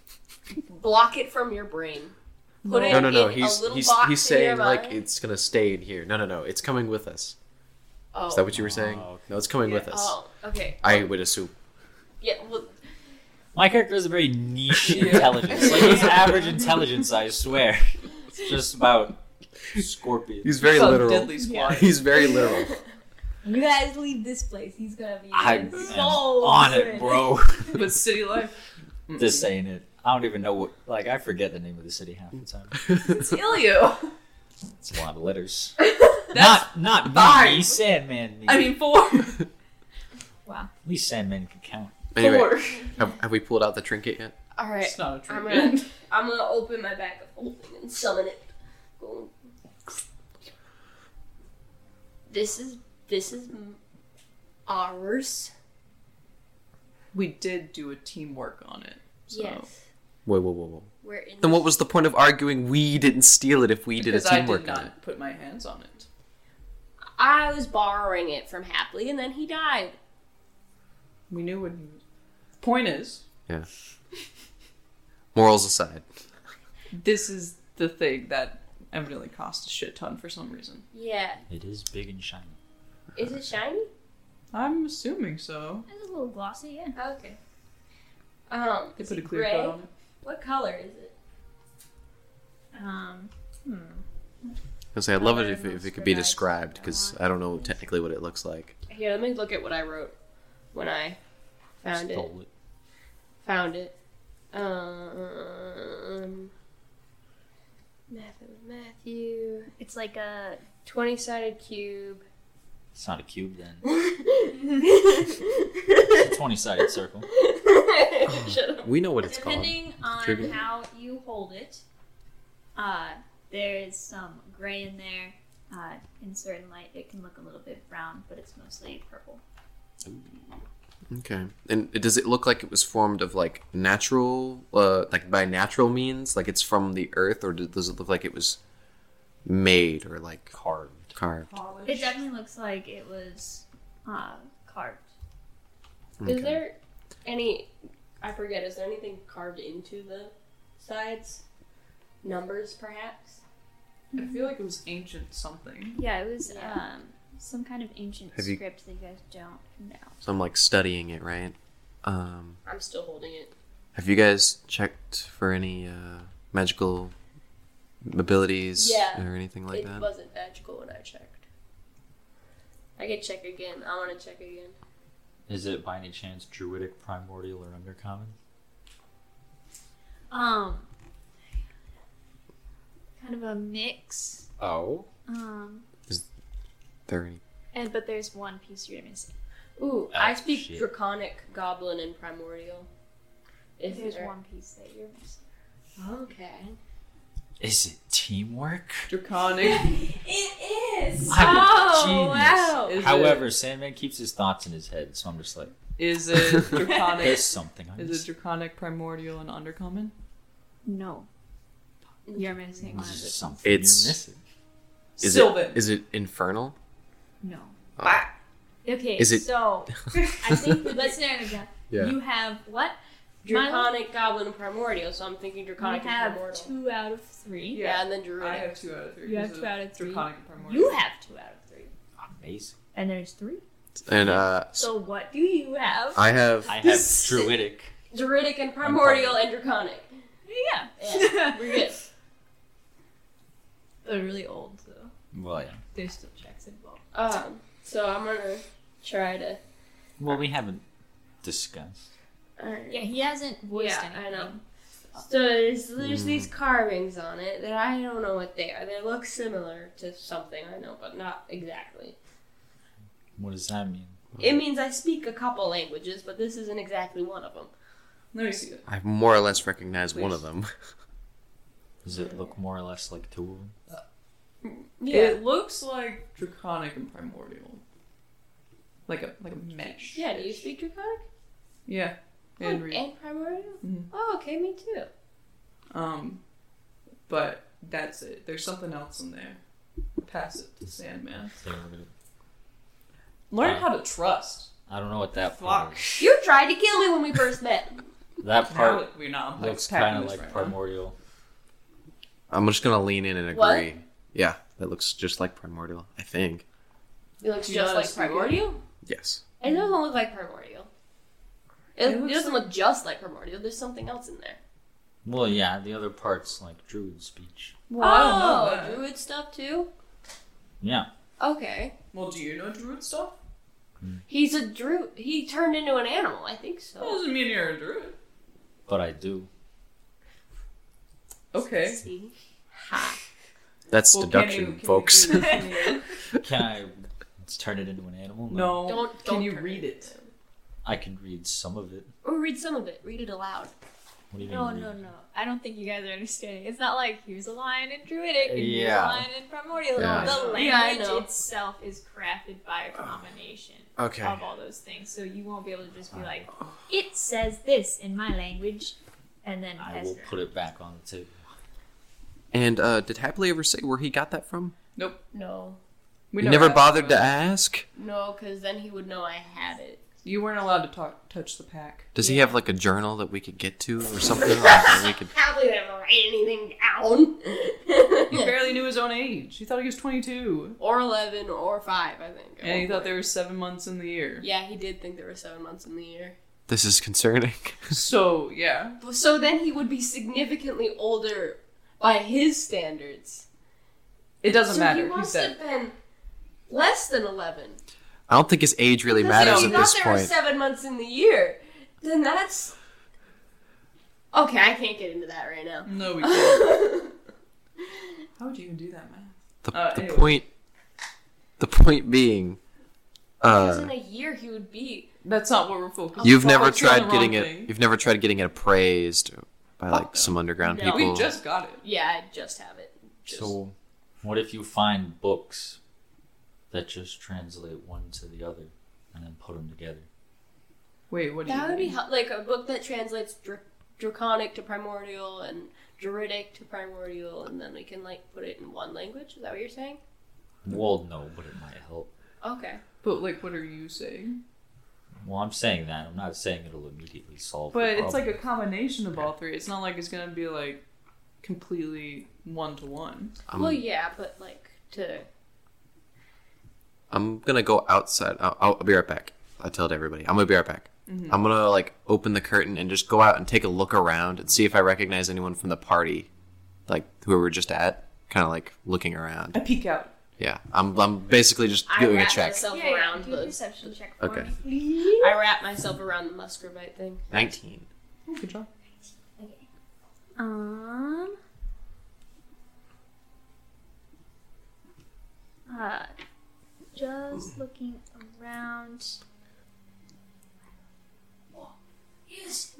C: Block it from your brain. Put it
D: No, no, no.
C: in a
D: He's
C: little
D: he's
C: box
D: he's
C: in your
D: saying like
C: mind.
D: it's gonna stay in here. No, no, no. It's coming with us.
C: Oh.
D: Is that what you were saying?
E: Oh, okay.
D: No, it's coming with us.
C: Oh, okay.
D: I would assume.
C: Yeah. Well,
E: My character is a very niche
B: Yeah.
E: intelligence. Like his average intelligence, I swear. It's just about scorpions.
D: He's very
B: Some
D: literal.
B: Deadly squad.
D: He's very literal.
F: You guys leave this place. He's gonna be
E: I am
F: so
E: on
F: good.
E: it, bro.
B: but city life.
E: just saying it. I don't even know what. Like I forget the name of the city half the time.
B: Ilio.
E: It's a lot of letters. not not me.
B: fine.
E: me, Sandman. Me.
B: I mean four.
E: at least Sandman can count.
D: anyway,
B: Four.
D: have, have we pulled out the trinket yet?
C: all right.
B: It's not a trick.
C: I'm gonna, I'm gonna open my bag of holding and summon it. Go. This is this is m- ours.
B: We did do a teamwork on it. So.
C: Yes.
D: Whoa, whoa, whoa, whoa.
C: We're in.
D: Then what was the point of arguing we didn't steal it if we did
B: Because
D: a
B: I did
D: teamwork on it?
B: not put my hands on it.
C: I was borrowing it from Hapley, and then he died.
B: We knew what he was. Point is,
D: Yeah. Morals aside.
B: this is the thing that evidently cost a shit ton for some reason.
C: Yeah.
E: It is big and shiny.
C: Is it shiny?
B: I'm assuming so.
F: It's a little glossy, yeah.
C: Okay. Um.
B: They
C: is
B: put a
C: it
B: clear
C: gray?
B: coat on it.
C: What color is it?
F: Um, hmm.
D: I say I'd love it
F: Colour
D: if,
F: and
D: if it could be
F: moisturizer.
D: described because I don't know technically what it looks like.
C: Here, let me look at what I wrote when I found it.
E: Stole it.
C: Found it. Um, Matthew, Matthew,
F: It's like a
C: twenty-sided cube.
E: It's not a cube then. It's a
C: Shut
E: twenty-sided circle.
C: up.
D: We know what it's called.
F: Depending on
D: Trivia.
F: how you hold it, uh, there is some gray in there. Uh, in certain light, it can look a little bit brown, but it's mostly purple.
D: Okay. And it- does it look like it was formed of like natural, uh, like by natural means, like it's from the earth, or do- does it look like it was made or like
E: Carved.
D: carved?
F: It definitely looks like it was uh, carved.
D: Okay.
C: Is there any? I forget. Is there anything carved into the sides? Numbers, perhaps.
B: I feel like it was ancient something.
F: Yeah, it was
C: Yeah.
F: um, some kind of ancient
D: Have you-
F: script that you guys don't know.
D: So I'm like studying it, right? Um,
C: I'm still holding it.
D: have you guys checked for any uh, magical abilities
C: Yeah.
D: or anything like
C: it
D: that?
C: wasn't magical when I checked. I could check again. I want to check again.
E: Is it by any chance druidic, primordial, or undercommon?
F: Um, kind of a mix.
E: Oh.
F: Um,
D: there any?
F: and but there's one piece you're missing.
C: Ooh, I
E: Oh,
C: speak
E: shit.
C: Draconic, Goblin, and Primordial. If
F: there's
C: there-
F: one piece that you're missing.
C: Okay.
E: Is it teamwork?
B: Draconic.
F: It is. Oh,
B: Oh,
E: I'm a
B: Is it-
E: However, Sandman keeps his thoughts in his head, so I'm just like,
B: is it draconic?
E: there's something. I'm
B: is it draconic, primordial, and undercommon?
F: No, you're missing one.
E: There's something you're
D: It's-
E: missing.
D: Is
B: Sylvan.
D: it is it infernal?
F: No.
D: Oh.
F: Okay.
D: Is it-
F: so? Ah.
D: Oh.
F: I think let's narrow it down. You have what?
C: Draconic, Goblin, and Primordial. So I'm thinking
F: I
C: Draconic and
F: have
C: Primordial.
F: two out of three.
C: Yeah, and then Druidic.
B: I have two out of three.
F: You have
B: because
F: two out of three.
B: Draconic and primordial.
F: You have two out of three.
E: Amazing.
F: And there's three.
D: And uh,
F: So what do you have?
D: I have
E: I have druidic.
C: Druidic and Primordial and Draconic.
F: yeah.
C: Yeah, we're good.
F: They're really old, so
E: Well, yeah.
F: there's still checks involved.
C: Um, so I'm gonna try to.
E: Well, we haven't discussed.
C: Alright.
F: Yeah, he hasn't voiced
C: Yeah, I
F: anything.
C: know. So there's, there's these carvings on it that I don't know what they are. They look similar to something I know, but not exactly.
E: What does that mean?
C: It means I speak a couple languages, but this isn't exactly one of them.
B: Let me see it.
D: I more or less recognize one
B: Please.
D: of them.
E: Does it look more or less like two of them?
C: Yeah.
B: It looks like draconic and primordial. Like a like a mesh.
C: Yeah, do you speak Draconic?
B: Yeah. And
C: Oh,
B: re-
C: and Primordial?
B: Mhm.
C: Oh, okay, me too.
B: um, but that's it. There's something else in there. Pass it to Sandman.
E: They were gonna-
B: Learn
E: Uh,
B: how to trust.
E: I don't know what that
B: Fuck.
E: part is.
C: You tried to kill me when we first met.
E: That
B: Now
E: part
B: it- we're not. I'm, like,
E: looks
B: packing
E: kind of
B: this
E: like
B: right now.
E: primordial.
D: I'm just gonna lean in and agree.
C: What?
D: Yeah, that looks just like primordial. I think.
C: It looks
B: You
C: just
B: know
C: like
B: it's weird.
C: Primordial?
D: Yes.
C: It doesn't look like Primordial. It,
B: It
C: it
B: looks
C: doesn't
B: like-
C: look just like Primordial. There's something else in there.
E: Well, yeah, the other part's like druid speech.
B: Well, I don't know
C: oh,
B: that.
C: druid stuff too?
E: Yeah.
C: Okay.
B: Well, do you know druid stuff?
C: He's a druid. He turned into an animal, I think
B: That
C: so.
B: doesn't mean you're a druid.
E: But I do.
B: Okay.
C: See?
D: That's
B: Well, can you-
D: deduction,
B: can you do
D: folks.
B: this? Can you-
E: Can I turn it into an animal?
B: no.
C: Don't-
B: can
C: don't
B: you
C: turn
B: read
C: it.
B: it?
E: I can read some of it.
C: Or read some of it. Read it aloud.
E: What do you
F: No,
E: mean?
F: no,
E: read?
F: no. I don't think you guys are understanding. It's not like here's a lion in Druidic and here's a
E: Yeah.
F: lion in Primordial.
D: Yeah.
F: The language
C: Yeah, I know.
F: itself is crafted by a combination
D: okay.
F: of all those things. So you won't be able to just be like, it says this in my language, and then
E: I will
F: pester.
E: put it back on the table.
D: And uh, did Hapley ever say where he got that from?
B: Nope.
C: No.
B: We
D: You never
B: asked
D: bothered to
B: about
D: ask.
C: No, because then he would know I had it.
B: it. You weren't allowed to talk, touch the pack.
D: Does he have like a journal that we could get to or something? Or that we could.
C: Probably didn't write anything down.
B: He barely knew his own age. He thought he was 22.
C: or 11 or 5, I think.
B: And he thought there were seven months in the year.
C: Yeah, he did think there were seven months in the year.
D: This is concerning.
B: So, yeah.
C: So then he would be significantly older by his standards.
B: It doesn't
C: so
B: matter. He
C: He must
B: said.
C: have been less than 11.
D: I don't think his age really
C: Because
D: matters
C: if
D: at
C: he
D: this
C: thought there were
D: point.
C: seven months in the year, then that's. Okay, I can't get into that right now.
B: No, we can't.
D: Uh,
B: How would you even do that, man?
D: The,
B: uh,
D: the
B: anyway.
D: point. The point being.
C: Because in
D: Uh,
C: a year he would be.
B: That's not what we're focused
D: you've
B: on.
D: never
B: Focus on the
D: tried
B: wrong
D: getting it.
B: thing.
D: You've never tried getting it appraised by like
B: Fuck no.
D: some underground
C: No.
D: people.
B: We just got it.
C: Yeah, I just have it. Just,
E: So, what if you find books that just translate one to the other and then put them together?
B: Wait, what do
C: That
B: you
C: would be
B: mean?
C: hel- like a book that translates dr- draconic to primordial and druidic to primordial, and then we can like put it in one language. Is that what you're saying?
E: Well, no, but it might help.
C: Okay.
B: but like, what are you saying?
E: Well, I'm saying that. I'm not saying it'll immediately solve.
B: But
E: the
B: it's like
E: problem.
B: a combination of all three. It's not like it's gonna be like completely one to one.
D: I'm,
C: well, yeah, but like to
D: I'm gonna go outside. I'll, I'll be right back. I tell it everybody. I'm gonna be right back. I'm gonna like open the curtain and just go out and take a look around and see if I recognize anyone from the party, like who we were just at. Kind of like looking around.
B: I peek out.
D: Yeah, I'm. I'm basically just
C: I
D: doing a
C: wrap
D: check.
C: myself
F: Yeah, yeah,
C: around
F: do a
C: the
F: perception check for
D: Okay,
F: me.
C: I wrap myself around the muscovite thing.
D: nineteen.
B: Oh, good job.
F: Um. Uh, just looking around. Yes.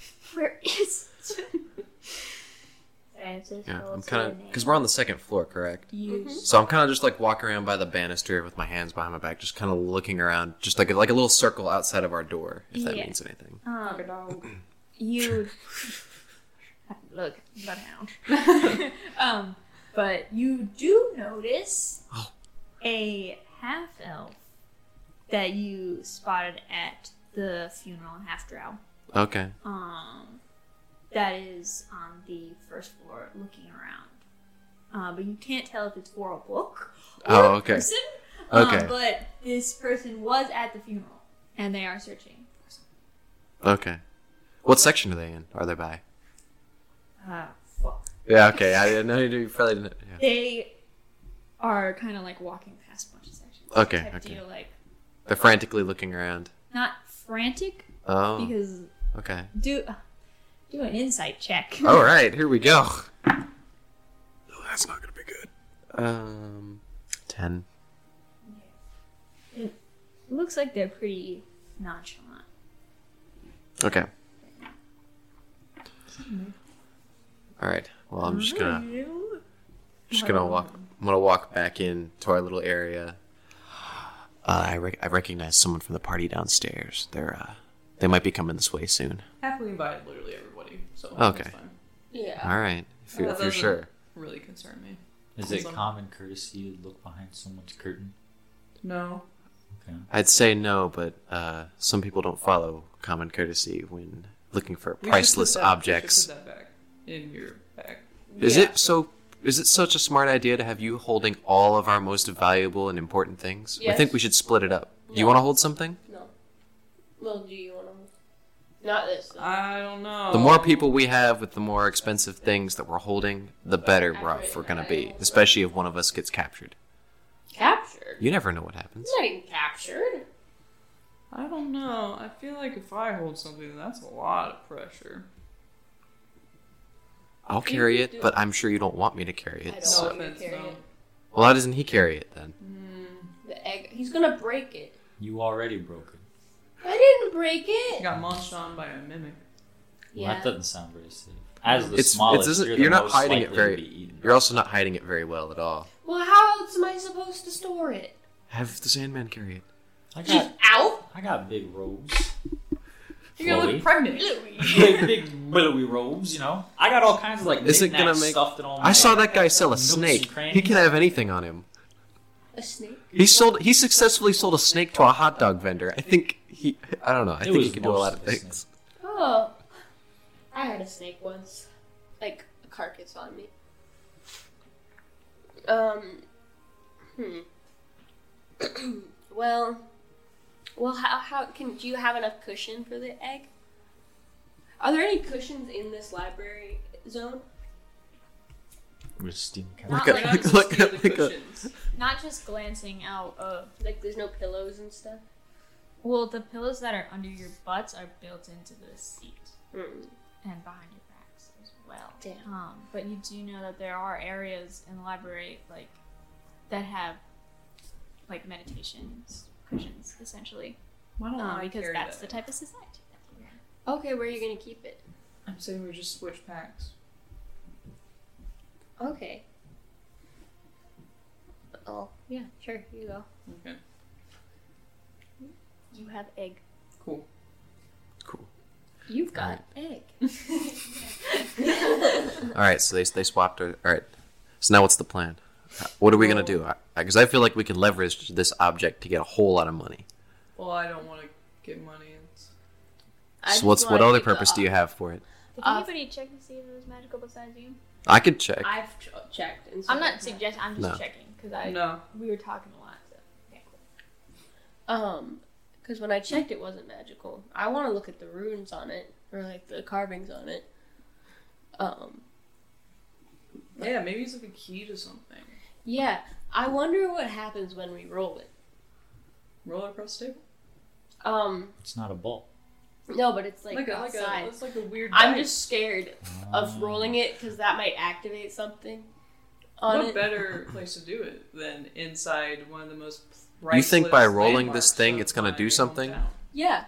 F: Where is? I have to
D: Yeah,
F: tell
D: I'm
F: us
D: kind
F: her
D: of
F: name. Mm-hmm.
D: because we're on the second floor, correct?
B: Yes.
D: So I'm kind of just like walking around by the banister with my hands behind my back, just kind of looking around, just like a, like a little circle outside of our door, if that
F: Yeah.
D: means anything.
F: Um, you look bloodhound. um, but you do notice
D: Oh.
F: a half elf that you spotted at the funeral in half drow.
D: Okay.
F: Um, that is on the first floor, looking around. Uh, but you can't tell if it's for a book or
D: Oh,
F: a
D: okay.
F: person.
D: Okay.
F: Um, but this person was at the funeral, and they are searching.
D: Okay. What section are they in? Are they by?
F: Uh, fuck.
D: Yeah. Okay. I didn't know you you probably didn't. Yeah.
F: they are kind of like walking past a bunch of sections.
D: Okay,
F: Type
D: okay.
F: Deal, like
D: They're frantically looking around.
F: not frantic
D: Oh.
F: because
D: Okay.
F: do do an insight check.
D: All right. Here we go. No, that's not gonna be good. Um, ten.
F: Looks like they're pretty nonchalant.
D: Okay. All right. Well, I'm just gonna just gonna walk. I'm gonna walk back in to our little area. Uh, I rec- I recognize someone from the party downstairs. They're uh, they might be coming this way soon.
B: Happily invited literally everybody. So
D: Okay.
B: that's fine.
C: Yeah.
D: All right. If you're,
B: That
D: if you're
B: doesn't
D: sure.
B: Really concern me.
E: Is it
B: Awesome.
E: common courtesy to look behind someone's curtain?
B: No.
E: Okay.
D: I'd say no, but uh, some people don't follow common courtesy when looking for
B: We should put
D: priceless
B: that- we should
D: objects.
B: put that back in your bag.
D: Is
C: Yeah.
D: it so? Is it such a smart idea to have you holding all of our most valuable and important things? I think
C: Yes.
D: we should split it up. Do you
C: No.
D: want to hold something?
C: No. Well, do you want to? Not this. Though.
B: I don't know.
D: The more people we have with the more expensive things that we're holding, the better
C: I
D: we're off
C: put
D: we're gonna
C: that
D: be.
C: in.
D: Especially if one of us gets captured.
C: captured.
D: You never know what happens.
C: It's not even captured.
B: I don't know. I feel like if I hold something, that's a lot of pressure.
D: I'll carry
C: could
D: it,
C: do-
D: but I'm sure you don't want me to carry
C: I
D: it.
C: don't
D: so-
B: No
C: want you to
B: offense,
C: carry
B: no.
C: it.
D: Well, how doesn't he carry it then?
C: The egg. He's gonna break it.
E: You already broke it.
C: I didn't break
B: I
C: it.
B: got munched on by a mimic.
E: Well,
C: Yeah.
E: that doesn't sound very safe. As the
D: It's- it
E: smallest,
D: doesn't-
E: you're,
D: you're
E: the
D: not
E: most
D: hiding it
E: likely
D: very-
E: To be eaten.
D: You're also not hiding it very well at all.
C: Well, how else am I supposed to store it?
D: Have the Sandman carry it.
E: I got,
C: Out.
E: I got big robes,
B: You're gonna
E: Chloe?
B: look pregnant.
E: big, big billowy robes. You know, I got all kinds of like
D: Is it gonna
E: knickknacks
D: make-
E: stuffed in all my.
D: I saw that guy sell a
E: Nooks and
D: snake.
E: crannies.
D: He can have anything on him.
C: A snake.
D: He sold. He successfully sold a snake to a hot dog vendor. I think he. I don't know. I
E: It
D: think he
E: was
D: can do a lot of
E: mostly a
D: things.
C: Oh. I had a snake once. Like a carcass on me. Um hmm. well well how how can do you have enough cushion for the egg? Are there any cushions in this library zone?
E: With steam
F: Not
D: Look at-
F: like-
B: I'm just
D: look
B: steal
D: at-
B: the
D: look at-
B: cushions.
F: Not just glancing out of.
C: Like there's no pillows and stuff?
F: Well, the pillows that are under your butts are built into the seat
C: Mm.
F: and behind your backs as well.
C: Damn.
F: Um, but you do know that there are areas in the library like that have like meditations cushions essentially
B: Why don't
F: um,
B: I
F: because
B: carry
F: that's the
B: that?
F: type of society that we're in.
C: Okay, where are you gonna keep it?
B: I'm saying we just switch packs.
C: Okay. Oh, yeah, sure, you go.
B: Okay.
C: You have egg.
B: Cool.
C: got egg.
D: All right, so they, they swapped her. All right, so now what's the plan? Uh, What are we gonna do? Because I feel like we can leverage this object to get a whole lot of money.
B: Well, I don't want to get money. It's...
C: I
D: So
C: just
D: what's what
C: wanna
D: other
C: pick the
D: purpose do you have for it?
F: Did
C: Uh,
F: anybody check to see if it was magical besides you?
D: I could check.
C: I've ch- checked. And
F: I'm not
C: so-
F: suggesting. I'm just
D: No.
F: checking because I
B: No.
F: we were talking a lot. So. Yeah, cool.
C: Um, because when I checked, it wasn't magical. I want to look at the runes on it or like the carvings on it. Um,
B: Yeah, maybe it's like a key to something.
C: yeah. I wonder what happens when we roll it.
B: Roll it across the table.
C: Um,
E: It's not a ball.
C: no, but it's like,
B: a, like
C: outside.
B: a, it's like a weird.
C: I'm
B: dice.
C: just scared
D: Mm.
C: of rolling it because that might activate something on
B: What
C: it.
B: better place to do it than inside one of the most
D: You think by
B: priceless
D: rolling this
B: landmarks
D: thing
B: of
D: it's gonna
B: my
D: do something?
B: hometown?
C: Yeah.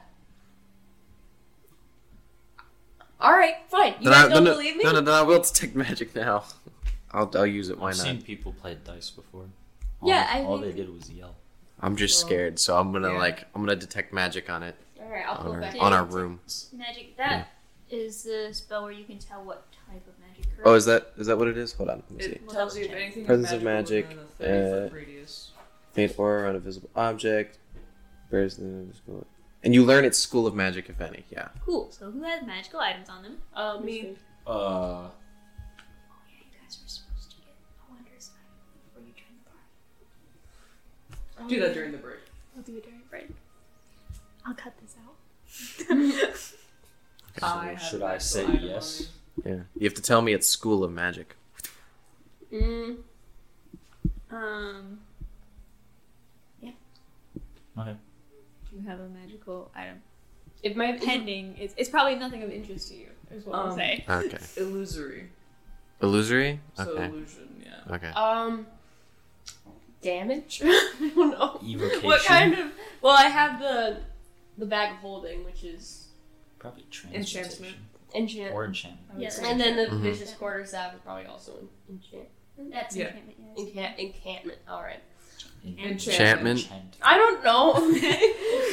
C: All right, fine. You
D: Then
C: guys
D: I-
C: don't
D: then-
C: believe me?
D: No, no, no. I will detect magic now. I'll, I'll use it. Why
E: I've
D: not?
E: seen people play dice before. All,
C: Yeah, I
E: all
C: think-
E: they did was yell.
D: I'm just
C: Well,
D: scared, so I'm gonna
B: yeah.
D: like I'm gonna detect magic on it
C: All right, I'll
D: on
C: pull
D: our,
C: back.
D: on our room.
F: Magic. That is the spell where you can tell what type of magic.
D: Oh, is that is that what it is? Hold on, let me see.
B: It tells you if anything is
D: Presence of
B: magical
D: magic,
B: within the 30 foot
D: uh,
B: radius.
D: Faint aura on a visible object. Where's the school? And you learn its school of magic, if any. Yeah.
F: Cool. So who has magical items on them?
C: Um,
B: Me.
F: Oh
E: Uh,
F: yeah, you guys were supposed to get a wondrous item before you joined the party.
B: Do that during the break.
F: We'll do it during break. I'll cut this out.
E: so
B: I have
E: should
B: a
E: I
B: magical
E: say
B: item on
E: yes?
B: me.
D: Yeah. You have to tell me its school of magic.
C: Mm,
F: um,
E: Okay.
F: you have a magical item.
C: it might
F: Pending, it's, it's probably nothing of interest to you. Is what I'll
B: Um,
F: say.
D: Okay.
B: Illusory.
D: Illusory.
B: So
D: Okay.
B: illusion, yeah.
D: Okay.
C: Um, damage. I don't know.
E: Evocation.
C: What kind of? Well, I have the the bag of holding, which is
E: Probably transmutation.
B: Enchantment.
C: enchant,
E: Or enchantment.
B: I would
F: Yeah,
B: say
C: and then the
D: Mhm.
C: vicious quarter staff is probably also an enchant.
F: That's
B: Yeah.
F: enchantment. Yeah.
C: Enchant, encampment. All right.
D: Enchantment.
E: Enchant.
C: I don't know.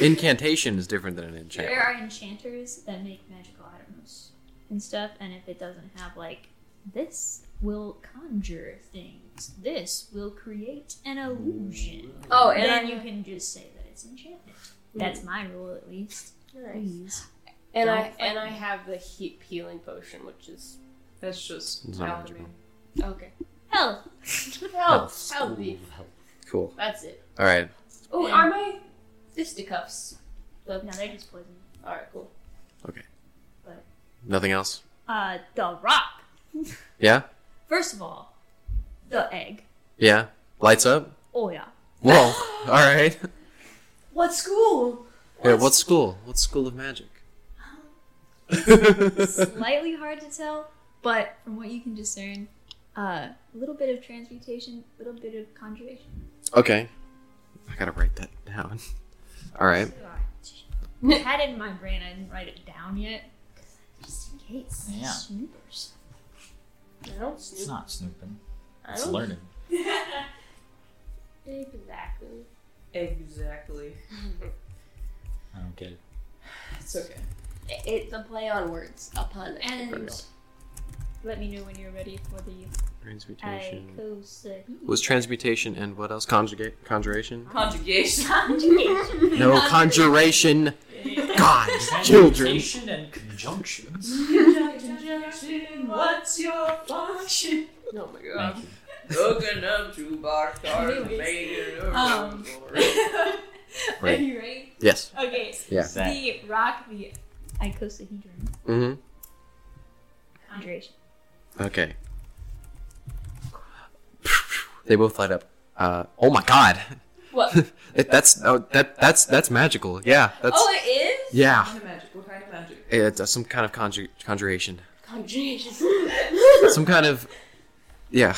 D: Incantation is different than an enchantment.
F: There are enchanters that make magical items and stuff, and if it doesn't have like this will conjure things, this will create an illusion.
C: oh, and
F: then
C: I,
F: you can just say that it's enchanted. That's my rule, at least. Please.
C: and I
F: Don't fight
C: and I
F: me.
C: have the heat healing potion, which is
B: That's just
D: It's not
B: alchemy.
D: magical.
C: okay.
F: Health.
C: Health, healthy.
E: Ooh, help.
D: Cool.
C: That's it.
D: All right.
C: Oh,
F: Yeah.
C: are my fisticuffs? The-
F: No, they're just poison.
C: All right, cool.
D: Nothing else.
F: Uh, the rock.
D: Yeah.
F: First of all, the egg.
D: Yeah. Lights up.
F: Oh yeah.
D: Whoa. All right.
C: What school?
D: Yeah. What school? What school of magic?
F: slightly hard to tell, but from what you can discern, uh, a little bit of transmutation, a little bit of conjuration.
D: okay. I gotta write that down. All right.
F: I had it in my brain. I didn't write it down yet, just in case.
E: Yeah.
F: Snoopers.
C: I don't
E: It's
C: snoop.
E: not snooping.
C: I
E: It's
C: don't
E: learning.
C: Exactly.
B: Exactly.
E: I don't get it.
B: It's okay.
C: It's a play on words, a pun.
F: And let me know when you're ready for the
D: Transmutation.
F: icosahedron.
D: Was transmutation and what else? Conjugate, conjuration?
B: Conjugation.
F: Conjugation.
D: No, conjuration. God, children.
E: Transmutation and conjunctions.
B: What's your function?
C: oh my
E: Thank you.
B: Looking up to Barkar and making a
F: Um.
B: room.
F: Are
D: Right.
F: you ready?
D: Yes.
F: Okay.
D: Yeah.
F: The rock, the icosahedron,
D: Mm-hmm.
F: conjuration.
D: Okay. They both light up. Uh, oh my God.
C: What?
D: It- that's oh, that that's that's magical. Yeah. That's
C: Oh, it is?
D: yeah.
B: Kind of magic. What kind of magic?
D: It's uh, some kind of conjur- conjuration.
C: Conjugation.
D: Some kind of yeah.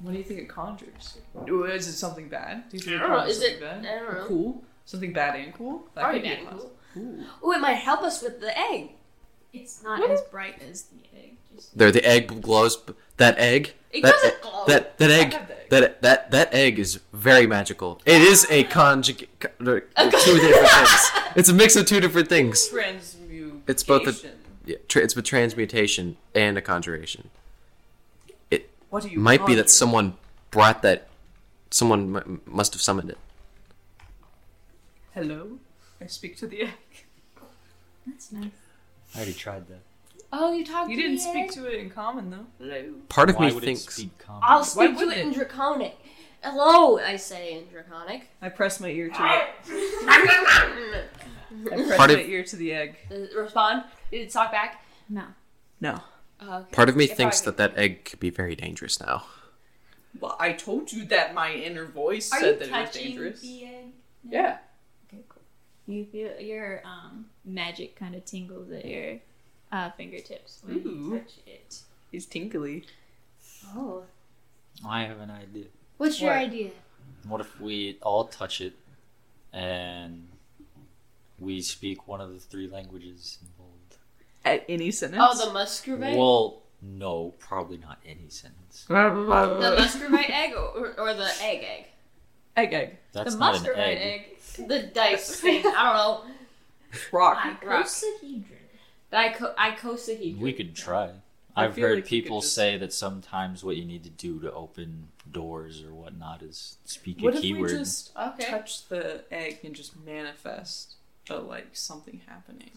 B: What do you think it conjures? Ooh, Is it something bad? Do you think
C: I don't know,
B: conjures
C: is it-
B: something
C: I don't know.
B: Cool. Something bad and cool. That
C: Probably
B: could be
C: bad
B: a
C: and
B: class.
C: cool.
B: Ooh.
C: Oh, it might help us with the egg.
F: It's not
C: What
F: as bright as the egg. Just
D: There, the egg glows. That egg.
C: It
D: that, e,
C: doesn't glow.
D: That that egg.
B: have the egg.
D: That that that egg is very magical. It is a conjugate. Two different things. It's a mix of two different things.
B: Transmute.
D: It's both a
B: Transmutation.
D: yeah, tra- it's a transmutation and a conjuration. It
B: What do you
D: might be
B: conjure?
D: that someone brought that. Someone m- must have summoned it.
B: Hello, I speak to the egg.
F: That's nice.
E: I already tried that.
C: Oh, you talked.
B: You didn't speak to it in common though. Hello.
D: Part of
E: Why
D: me
E: would
D: thinks
E: it speak common?
C: I'll
B: Why
C: speak to
B: would
C: it
B: it?
C: in Draconic. Hello, I say in Draconic.
B: I press my ear to it. I press
D: Part
B: my
D: of-
B: ear to the egg.
C: Does it respond? Did it talk back?
F: No.
B: No.
C: Uh, okay.
D: part of me
C: It
D: thinks
C: probably-
D: that that egg could be very dangerous now.
B: Well, I told you that my inner voice
C: Are
B: said
C: you
B: that it was
C: touching
B: dangerous.
F: The egg?
B: Yeah.
F: Okay, cool. You feel your um, magic kind of tingles at your uh, fingertips when
B: Ooh.
F: you touch it.
B: He's tinkly.
C: Oh,
E: I have an idea.
C: what's your
B: What?
C: idea?
E: What if we all touch it and we speak one of the three languages involved?
B: At any sentence.
C: Oh, the muscovite.
E: Well, no, probably not any sentence.
C: The muscovite egg or, or the egg egg?
B: egg egg.
E: That's
F: the
E: not an
F: mustard
E: egg.
C: The dice thing. I don't know.
B: Rock.
F: Icosahedron.
C: Dico- icosahedron.
E: We could try.
B: I
E: I've
B: feel
E: heard
B: like we could
E: people
B: just-
E: say that sometimes what you need to do to open doors or whatnot is speak
B: What
E: a
B: if
E: keyword.
B: we just uh,
C: Okay.
B: touch the egg and just manifest a, like something happening?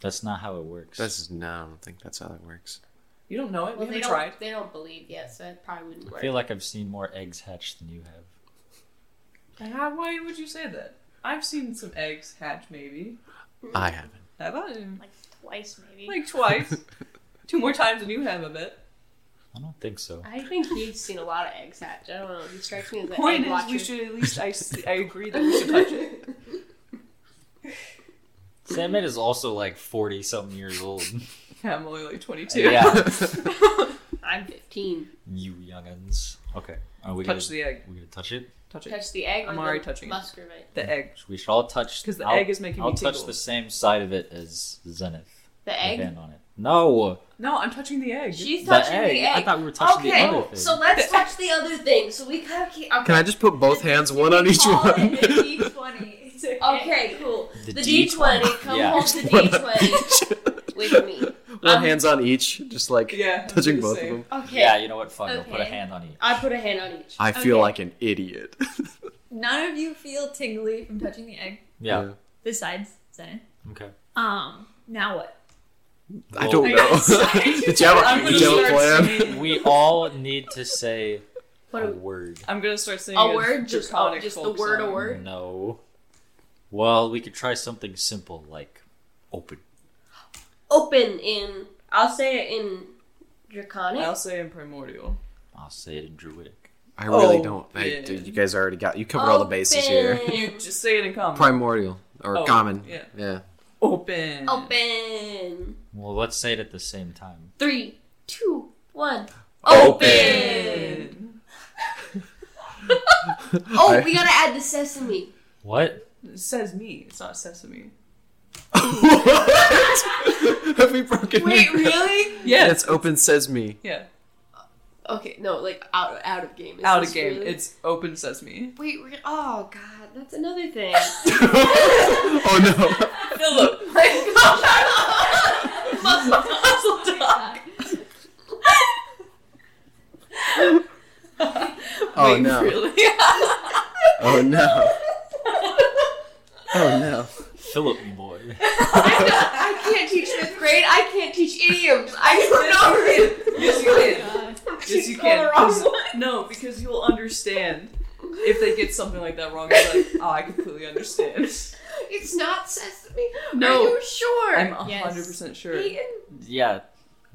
E: That's not how it works.
D: That's no, I don't think that's how that works.
B: You don't know it.
C: Well,
B: we haven't
C: they don't.
B: tried.
C: They don't believe yet, so it probably wouldn't
E: I
C: work.
E: feel like I've seen more eggs hatched than you have.
B: Ah, why would you say that? I've seen some eggs hatch, maybe.
D: I haven't.
B: Have I?
F: Like twice, maybe.
B: Like twice. Two more times than you have, I bet.
E: I don't think so.
C: I think he's seen a lot of eggs hatch. I don't know. He strikes me as an
B: Point
C: egg
B: is,
C: watcher.
B: we should at least. I, s- I agree that we should touch it.
E: Salmon is also like forty something years old.
B: Yeah, I'm only like 22.
E: yeah,
C: I'm 15.
E: you youngins. Okay, are we
B: Touch
E: gonna
B: the egg.
E: we gonna touch it?
B: Touch it.
C: Touch the egg.
B: I'm
C: or
B: already
C: the
B: touching it.
C: Muscovite.
B: The egg.
E: We should all touch
B: Because the
E: I'll-
B: egg is making
E: I'll
B: me
E: touch
B: tingle.
E: the same side of it as Zenith.
C: The
E: The
C: egg.
E: hand on it. No,
B: No, I'm touching the egg.
C: She's
E: the
C: touching
E: egg.
C: the egg.
E: I thought we were touching
C: okay,
E: the other thing.
C: so let's touch the other thing. So we kind of keep. Okay.
D: Can I just put both hands, one on each
F: Call it
D: one?
F: a D20. It's okay.
C: Okay, cool.
E: The
C: The, D20.
E: D20.
C: Come
E: Yeah.
C: home to D20 with me.
D: One
C: Um,
D: hands on each, just like
B: Um, Yeah, I'll do
D: touching
B: the
D: both
B: same.
D: of them.
C: Okay.
E: yeah, you know what? Fuck, we'll put a
F: Okay.
E: hand on each.
C: I put a hand on each.
D: I feel
F: Okay.
D: like an idiot.
F: None of you feel tingly from touching the egg,
E: Yeah.
F: besides Zenith.
E: Okay.
F: Um, now what?
D: I don't
E: Well,
D: know. did you have
B: I'm
D: a,
B: gonna
D: did you have a
B: start
D: plan?
B: singing.
E: We all need to say
C: What
E: a
C: a-
E: word.
B: I'm gonna start singing
C: a word, just, oh,
B: draconic
C: just the
B: folk
C: word a
B: song.
C: word.
E: No. Well, we could try something simple like open.
C: Open in. I'll say it in Draconic.
B: I'll say in primordial.
E: I'll say it in Druidic.
D: I really
B: Oh,
D: don't. I,
B: yeah.
D: dude, you guys already got. You covered
C: Oh,
D: all the bases here.
C: Open.
B: You just say it in common.
D: Primordial or
B: Oh,
D: common.
B: yeah.
D: yeah.
B: Open.
C: Open.
E: Well, let's say it at the same time.
C: Three, two, one.
D: Open.
C: Oh, we gotta add the sesame.
E: What?
B: It says me. It's not sesame.
D: What? Have we broken?
C: Wait,
D: new-
C: really?
B: Yeah.
D: That's open says me.
B: yeah.
C: Okay, no, like out out of game. Is
B: Out
C: this
B: of game.
C: really-
B: It's open sesame.
C: wait. Re- oh god, that's another thing.
D: oh no.
B: Philip.
C: Muscle- muscle dog.
D: Oh
B: Wait,
D: no.
B: Really?
D: Oh no. Oh no.
E: Philip, me boy.
C: I'm not- I can't teach fifth grade. I can't teach idioms. I don't know.
B: yes,
F: Oh
B: you can. Yes, you can.
C: the wrong
B: 'Cause- No, because you'll understand if they get something like that wrong. You're like, oh, I completely understand.
C: It's not sesame.
B: No.
C: Are you sure?
B: I'm a
F: Yes.
B: hundred percent sure.
C: Peyton?
E: Yeah,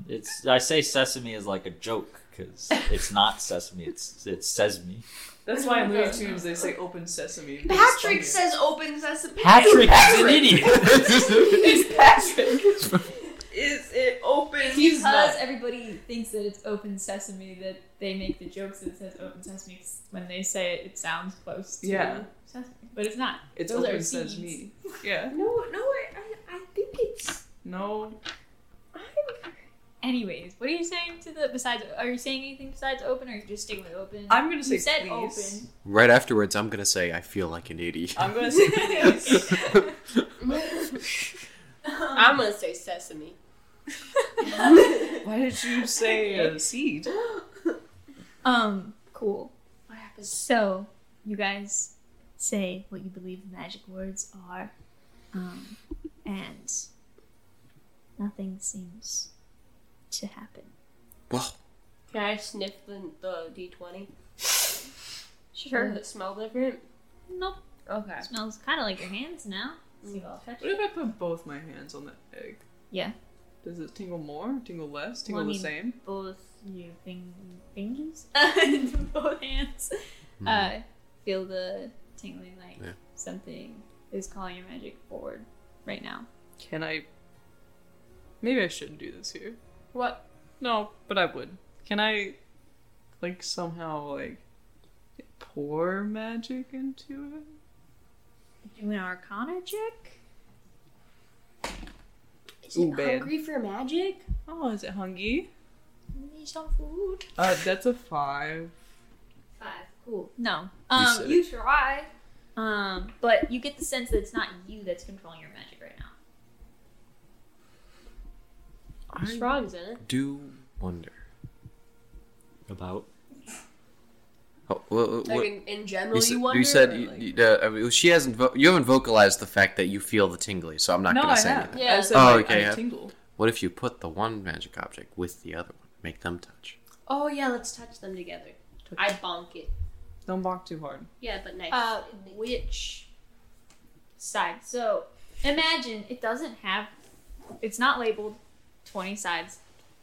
E: it's. I say sesame is like a joke because it's not sesame. It's it says me.
B: That's why in Looney Tunes they say open sesame. because it's funnier.
C: Patrick says open sesame.
E: Patrick is an idiot.
B: It's Patrick.
C: Is it open?
B: He's
F: Because
B: not.
F: everybody thinks that it's open sesame that they make the jokes that it says open sesame 'cause when they say it, it sounds close to
B: Yeah.
F: sesame, but it's not.
B: It's
F: Those are
B: open says
F: seeds.
B: me. Yeah.
C: No, no, I, I, I think it's.
B: No.
C: I'm,
F: Anyways, what are you saying to the besides? Are you saying anything besides open, or are you just sticking with open?
B: I'm gonna say
F: you said
B: please.
F: open.
D: Right afterwards, I'm gonna Uh, say I feel like an idiot.
B: I'm gonna say please.
C: I'm gonna say sesame.
B: Why did you say a seed?
F: Um, cool.
C: What happens?
F: So, you guys say what you believe the magic words are, um, and nothing seems to happen.
D: Well,
C: Can I sniff the, the D20?
F: Sure.
C: Does it smell different?
F: Nope.
C: Okay.
F: Smells kind of like your hands now. See if I'll touch
B: What
F: it.
B: if I put both my hands on that egg?
F: Yeah.
B: Does it tingle more? Tingle less? Tingle
F: Well, I
B: the
F: mean-
B: same?
F: Both your fing- fingers, both hands, uh, feel the tingling like
D: Hmm. Yeah.
F: something is calling your magic forward right now.
B: Can I? Maybe I shouldn't do this here.
C: What?
B: No, but I would. Can I, like, somehow, like, pour magic into it?
F: Do an Arcana check.
C: Is
B: Ooh,
C: it
B: bad.
C: hungry for magic?
B: Oh, is it hungry?
F: Need some food.
B: Uh, that's a five.
F: Five. Cool. No.
D: You
F: Um,
D: said
F: you, try. Um, but you get the sense that it's not you that's controlling your magic right now.
D: I
C: Frogs in it.
D: do wonder.
E: About
D: Oh, well, well,
C: Like
D: what-
C: in, in general,
D: you,
C: you,
D: said,
C: wonder.
D: you said
C: or,
D: you-
C: like-
D: you- uh, I mean, she hasn't. Vo- you haven't vocalized the fact that you feel the tingly, so I'm not
B: no,
D: going
B: I
D: to say
B: have.
D: anything.
C: Yeah.
B: I said
D: Oh,
B: my
D: okay,
B: eyes
D: yeah.
B: tingle.
D: What if you put the one magic object with the other one, make them touch?
C: oh yeah, let's touch them together. I bonk it.
B: Don't bark too hard.
C: Yeah, but nice.
F: Uh, which side? So imagine it doesn't have, it's not labeled 20 sides,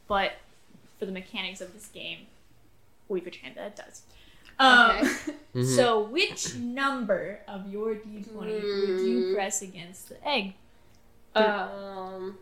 F: but for the mechanics of this game, we pretend that it does. Um,
D: Mhm.
F: So which number of your d20 would you press against the egg?
C: um,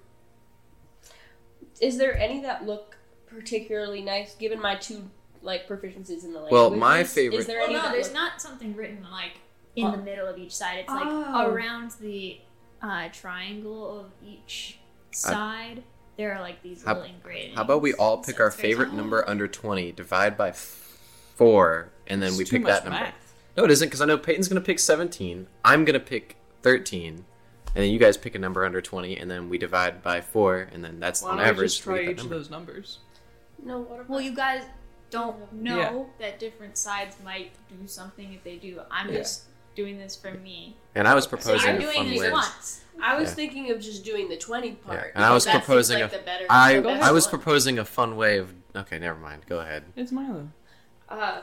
C: is there any that look particularly nice, given my two like proficiencies in the language?
D: Well, my favorite-
C: Is there
F: Well,
C: any?
F: no,
C: that
F: there's
C: look-
F: not something written like in
B: Oh.
F: the middle of each side. It's like
B: Oh.
F: around the uh, triangle of each side. there are like these
D: How-
F: little engravings.
D: How about we all pick
F: So
D: our
F: it's very
D: favorite
F: small.
D: number under 20, divide by f- 4, and then
B: It's
D: we
B: too
D: pick
B: much
D: that number.
B: math.
D: No, it isn't, because I know Peyton's going to pick 17, I'm going to pick 13, and then you guys pick a number under 20, and then we divide by 4, and then that's
B: Why
D: on
B: don't we
D: average.
B: just
D: we
B: try
D: get that
B: each of
D: number.
B: those numbers?
C: No. What about?
F: Well, you guys don't know
B: Yeah.
F: that different sides might do something if they do. I'm
B: Yeah.
F: just doing this for me.
D: And I was
F: So
D: proposing
F: I'm
D: a
F: doing
D: fun
F: this
D: way.
F: once.
C: I was
D: Yeah.
C: thinking of just doing the twenty part.
D: and I
C: because
D: was
C: that seems
D: proposing
C: like
D: a-
C: the better,
D: I,
C: the best
D: I was
C: one.
D: proposing a fun way of. Okay, never mind. Go ahead.
B: It's Milo.
C: Uh,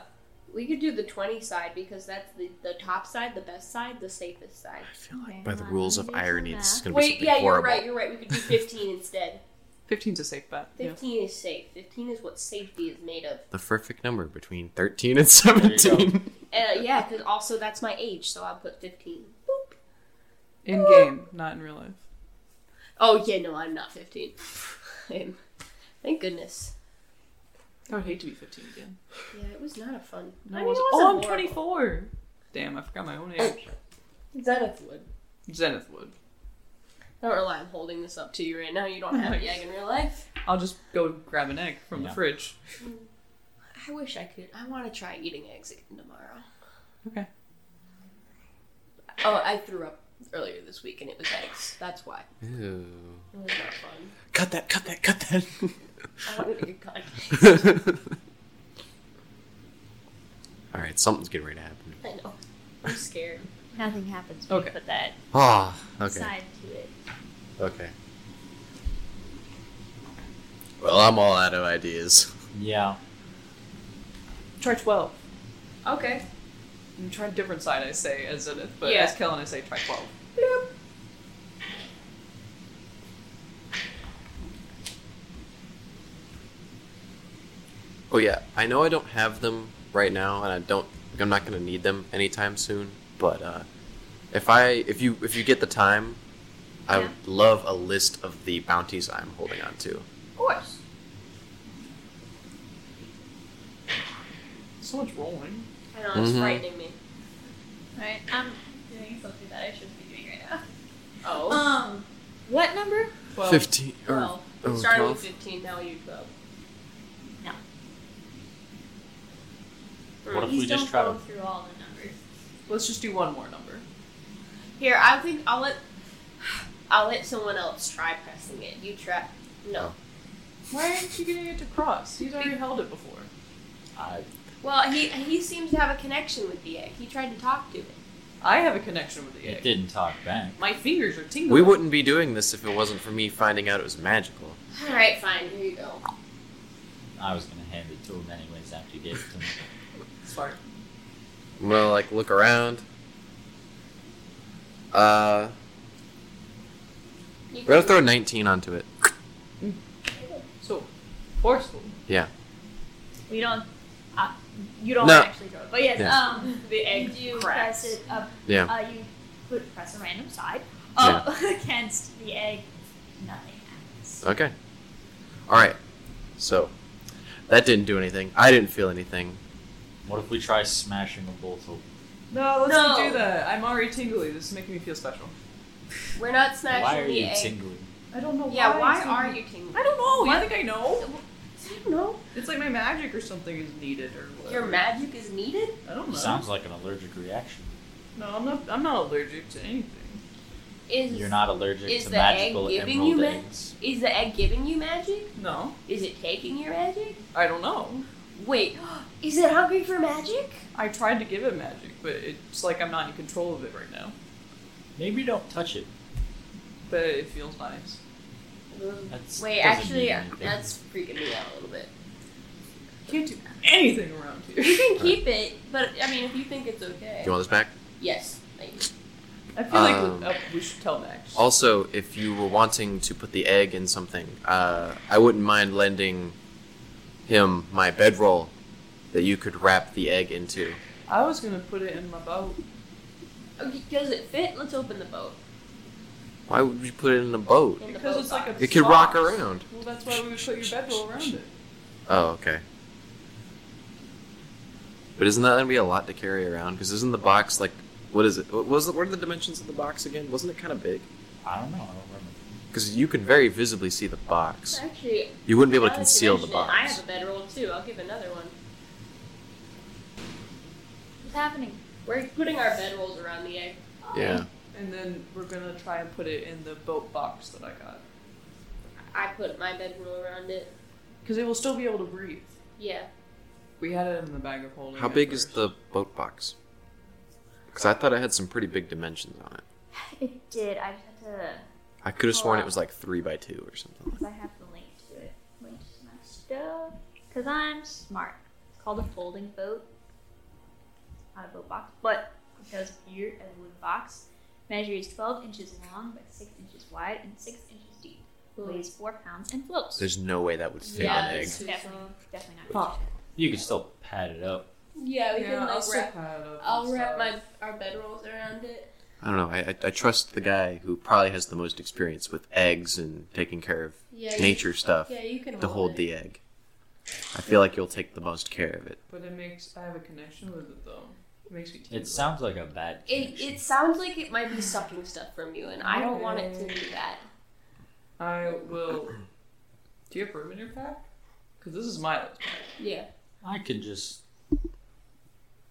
C: we could do the 20 side because that's the, the top side, the best side, the safest side.
D: I feel
F: Okay,
D: like by the
F: well,
D: rules
F: I'm
D: of
F: gonna do
D: irony,
F: some
D: this is going to be
C: Wait,
D: something
C: yeah, you're
D: horrible.
C: right, you're right. We could do 15 instead.
B: 15's a safe bet. Yeah.
C: 15 is safe. 15 is what safety is made of.
D: The perfect number between 13 and
E: you go.
D: 17.
C: Uh, yeah, because also that's my age, so I'll put 15.
B: In game, not in real life.
C: Oh, yeah, no, I'm not 15. I'm, thank goodness.
B: I would hate to be 15 again.
C: Yeah, it was not a fun.
B: No,
C: I
B: it
C: mean, it
B: wasn't. oh,
C: wasn't
B: I'm
C: horrible.
B: 24. Damn, I forgot my own age.
C: Zenith would.
B: Zenith would.
C: I don't know why I'm holding this up to you right now. You don't have the egg in real life.
B: I'll just go grab an egg from
E: Yeah.
B: the fridge.
C: I wish I could. I want to try eating eggs again tomorrow.
B: Okay.
C: Oh, I threw up earlier this week and it was eggs. That's why.
D: Ew.
C: It was not fun.
D: Cut that, cut that, cut that.
C: I wanted to get caught.
D: All right, something's getting ready to happen.
C: I know. I'm scared.
F: Nothing happens. when you
B: Okay.
F: Put that
D: Ah, okay,
F: side to it.
D: okay. Well, I'm all out of ideas.
E: yeah.
B: Try 12.
C: Okay.
B: You try a different side, I say, as Zenith, but
C: Yeah.
B: as Kellen, I say try 12.
D: Oh yeah, I know I don't have them right now, and I don't. I'm not gonna need them anytime soon. But uh, if I, if you, if you get the time, I
F: Yeah.
D: would love a list of the bounties I'm holding on to.
C: Of course.
B: So much rolling.
C: I know, it's
D: Mhm.
C: frightening me.
F: Right. I'm doing something that I shouldn't be doing right now.
C: Oh.
F: Um, what number?
B: 12.
D: Fifteen. Or,
C: well, we
D: oh,
C: started
D: 12?
C: with 15, now you go.
F: No.
E: What if
F: Please
E: we just
F: don't
E: try
F: go
E: to?
F: through all the numbers.
B: Let's just do one more number.
C: Here, I think I'll let. I'll let someone else try pressing it. You try.
E: Oh.
C: No.
B: Why aren't you getting it to cross? He's already held it before.
E: I,
C: Well, he he seems to have a connection with the egg. He tried to talk to it.
B: I have a connection with the
E: it
B: egg.
E: didn't talk back.
B: My fingers are tingling.
D: We wouldn't be doing this if it wasn't for me finding out it was magical.
C: All right, fine. Here you go.
E: I was gonna hand it to him anyways after you gave it to me.
B: Smart.
D: I'm gonna like look around. Uh,
C: You
D: we're gonna
C: can-
D: throw 19 onto it.
B: So forceful.
F: We don't. Uh, you don't
D: No.
F: actually throw it, but yes.
D: Yeah.
F: Um,
G: The
F: you
G: egg
F: do
G: cracks.
F: press it up.
D: Yeah.
F: Uh, you put press a random side up against the egg. Nothing happens.
D: Okay. All right. So that didn't do anything. I didn't feel anything.
E: What if we try smashing them both open?
B: No, let's
C: No.
B: not do that. I'm already tingly. This is making me feel special.
C: We're not smashing
E: Why are
C: the
E: you
C: egg.
E: tingling?
B: I don't know
C: yeah,
B: why.
C: why
B: it's-
C: are you tingling?
B: I don't know. You think I know?
C: I don't know.
B: It's like my magic or something is needed or whatever.
C: Your magic is needed.
B: I don't know.
E: Sounds like an allergic reaction.
B: No, I'm not. I'm not allergic to anything.
C: Is
E: You're not allergic
C: is
E: to
C: the egg
E: magical
C: giving
E: emerald
C: you ma-
E: eggs.
C: Is the egg giving you magic?
B: No,
C: Is it taking your magic?
B: I don't know.
C: Wait, is it hungry for magic?
B: I tried to give it magic, but it's like I'm not in control of it right now.
E: Maybe don't touch it.
B: But it feels nice.
C: Um,
E: That's-
C: Wait,
E: doesn't
C: actually,
E: mean anything.
C: that's freaking me out a little bit.
B: Can't do anything around
C: You
B: here.
C: can keep it, but I mean, if you think it's okay.
D: Do you want this back?
C: Yes. Thank you.
B: I feel like
D: Um,
B: uh, we should tell Max.
D: Also, if you were wanting to put the egg in something, uh, I wouldn't mind lending him my bedroll that you could wrap the egg into.
B: I was gonna put it in my boat.
C: Okay, does it fit? Let's open the boat.
D: Why would you put it in a boat?
C: In the
B: Because
C: boat
B: it's like a.
C: box.
D: It could rock
B: box.
D: around.
B: Well, that's why we would put your bedroll around it.
D: Oh, okay. But isn't that gonna be a lot to carry around? Because isn't the box like what is it? What was the, what are the dimensions of the box again? Wasn't it kind of big?
E: I don't know. I don't remember.
D: Because you can very visibly see the box.
C: Actually,
D: You wouldn't be able
C: now
D: to
C: that you
D: conceal the
C: mention it, I have
D: box.
C: a bedroll too. I'll give another one.
F: What's happening?
C: We're putting our bedrolls around the egg.
D: Yeah.
B: And then we're gonna try and put it in the boat box that I got.
C: I put my bedroll around it.
B: Because it will still be able to breathe.
C: Yeah.
B: We had it in the bag of holding.
D: How
B: at
D: big is
B: first.
D: the boat box? Because I thought it had some pretty big dimensions on it.
F: It did. I just had to.
D: I could
C: Oh,
D: have sworn it
F: Wow.
D: was like three by two or something.
F: Cause I have the link to it. Link to my stuff. Cause I'm smart. It's called a folding boat. Not a boat box, but it does appear as a wooden box. Measure is 12 inches long by 6 inches wide and 6 inches deep. Weighs 4 pounds and floats.
D: There's no way that would fit
C: Yeah,
D: on an egg.
C: it's-
F: Definitely, definitely not.
B: Pop.
E: You can still pat it up.
C: Yeah, we
B: Yeah,
C: can
B: I'll
C: like
B: still
C: wrap.
B: pile it up
C: I'll
B: and
C: wrap
B: stuff.
C: my our bedrolls around it.
D: I don't know. I, I, I trust the guy who probably has the most experience with eggs and taking care of
C: Yeah.
D: nature stuff
C: You, yeah, you can
D: to
C: hold,
D: hold
C: it.
D: the egg. I feel like you'll take the most care of it.
B: But it makes. I have a connection with it though. It makes me. tingle.
E: It sounds like a bad
C: It,
E: connection.
C: it sounds like it might be sucking stuff from you, and I don't want it to do that.
B: I will. Do you have room in your pack? Because this is my.
C: Yeah.
E: I can just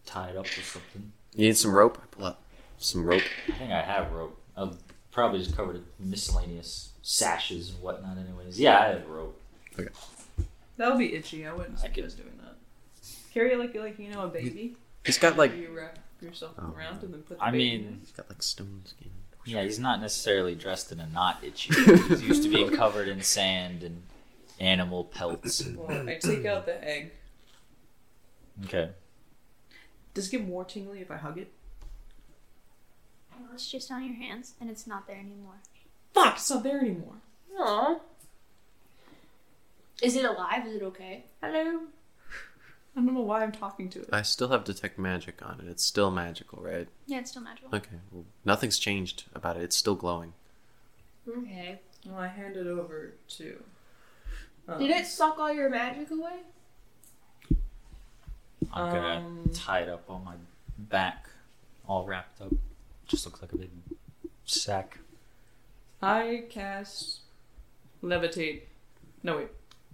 E: tie it up with something.
D: You need some rope? I pull out some rope.
E: I think I have rope. I'll probably just covered in miscellaneous sashes and whatnot. Anyways, yeah, I have rope.
B: That would be itchy. I wouldn't
E: I
B: suggest doing that. Carry it like like you know a baby.
D: He's got like
B: you wrap yourself
D: Oh.
B: around and then put. The
E: I
B: baby
E: mean,
D: he's got like stone skin.
E: yeah, he's not necessarily dressed in a knot itchy. He's used to being covered in sand and animal pelts.
B: in. Well, I take out the egg.
E: Okay.
B: Does it get more tingly if I hug it?
F: Well, it's just on your hands, and it's not there anymore.
B: Fuck! It's not there anymore.
C: Aww. Is it alive? Is it okay? Hello.
B: I don't know why I'm talking to it.
D: I still have detect magic on it. It's still magical, right?
F: Yeah, it's still magical.
D: Okay. Well, nothing's changed about it. It's still glowing.
C: Okay.
B: Well, I hand it over to. um,
C: Did it suck all your magic away?
E: I'm gonna
B: Um,
E: tie it up on my back, all wrapped up. Just looks like a big sack.
B: I cast levitate. No wait.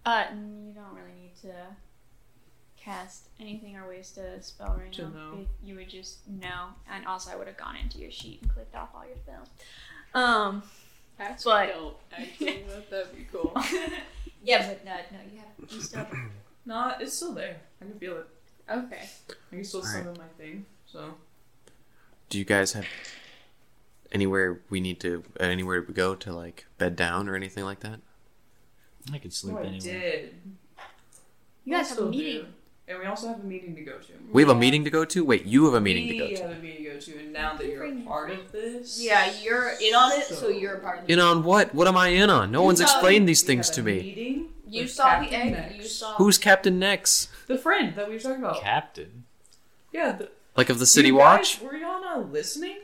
F: Uh, you don't really need to cast anything or waste a spell right
B: To
F: now.
B: know.
F: If You would just know, and also I would have gone into your sheet and clicked off all your spells. Um,
B: Actually,
F: But-
B: don't. Actually, let that be cool.
F: Yeah, but uh, no, no, you have you still.
B: no, it's still there. I can feel it.
C: Okay.
B: I can still
D: All right.
B: summon my thing. So
D: Do you guys have anywhere we need to anywhere we go to like bed down or anything like that?
E: I could sleep
B: Oh, I
E: anyway.
B: did.
F: You guys
B: We
F: have a
B: still do.
F: meeting.
B: and we also have a meeting to go to.
D: We have a meeting to go to. Wait, you have a meeting to
B: we
D: go to.
B: have a meeting to go to, and now that you're a part of this,
C: Yeah, you're in on it, so you're a part of the
D: In on what? What am I in on? No
C: You
D: one's
C: saw-
D: explained these
B: We
D: things
B: have
D: to
B: a
D: me.
B: Meeting
C: You
B: with
C: saw the
B: Captain
C: egg.
B: Max.
C: You saw.
D: Who's Captain Nex?
B: the friend that we were talking
C: Oh.
B: about.
E: Captain.
B: yeah, the
D: Like of the City
B: you
D: Watch?
B: Guys, were y'all not listening?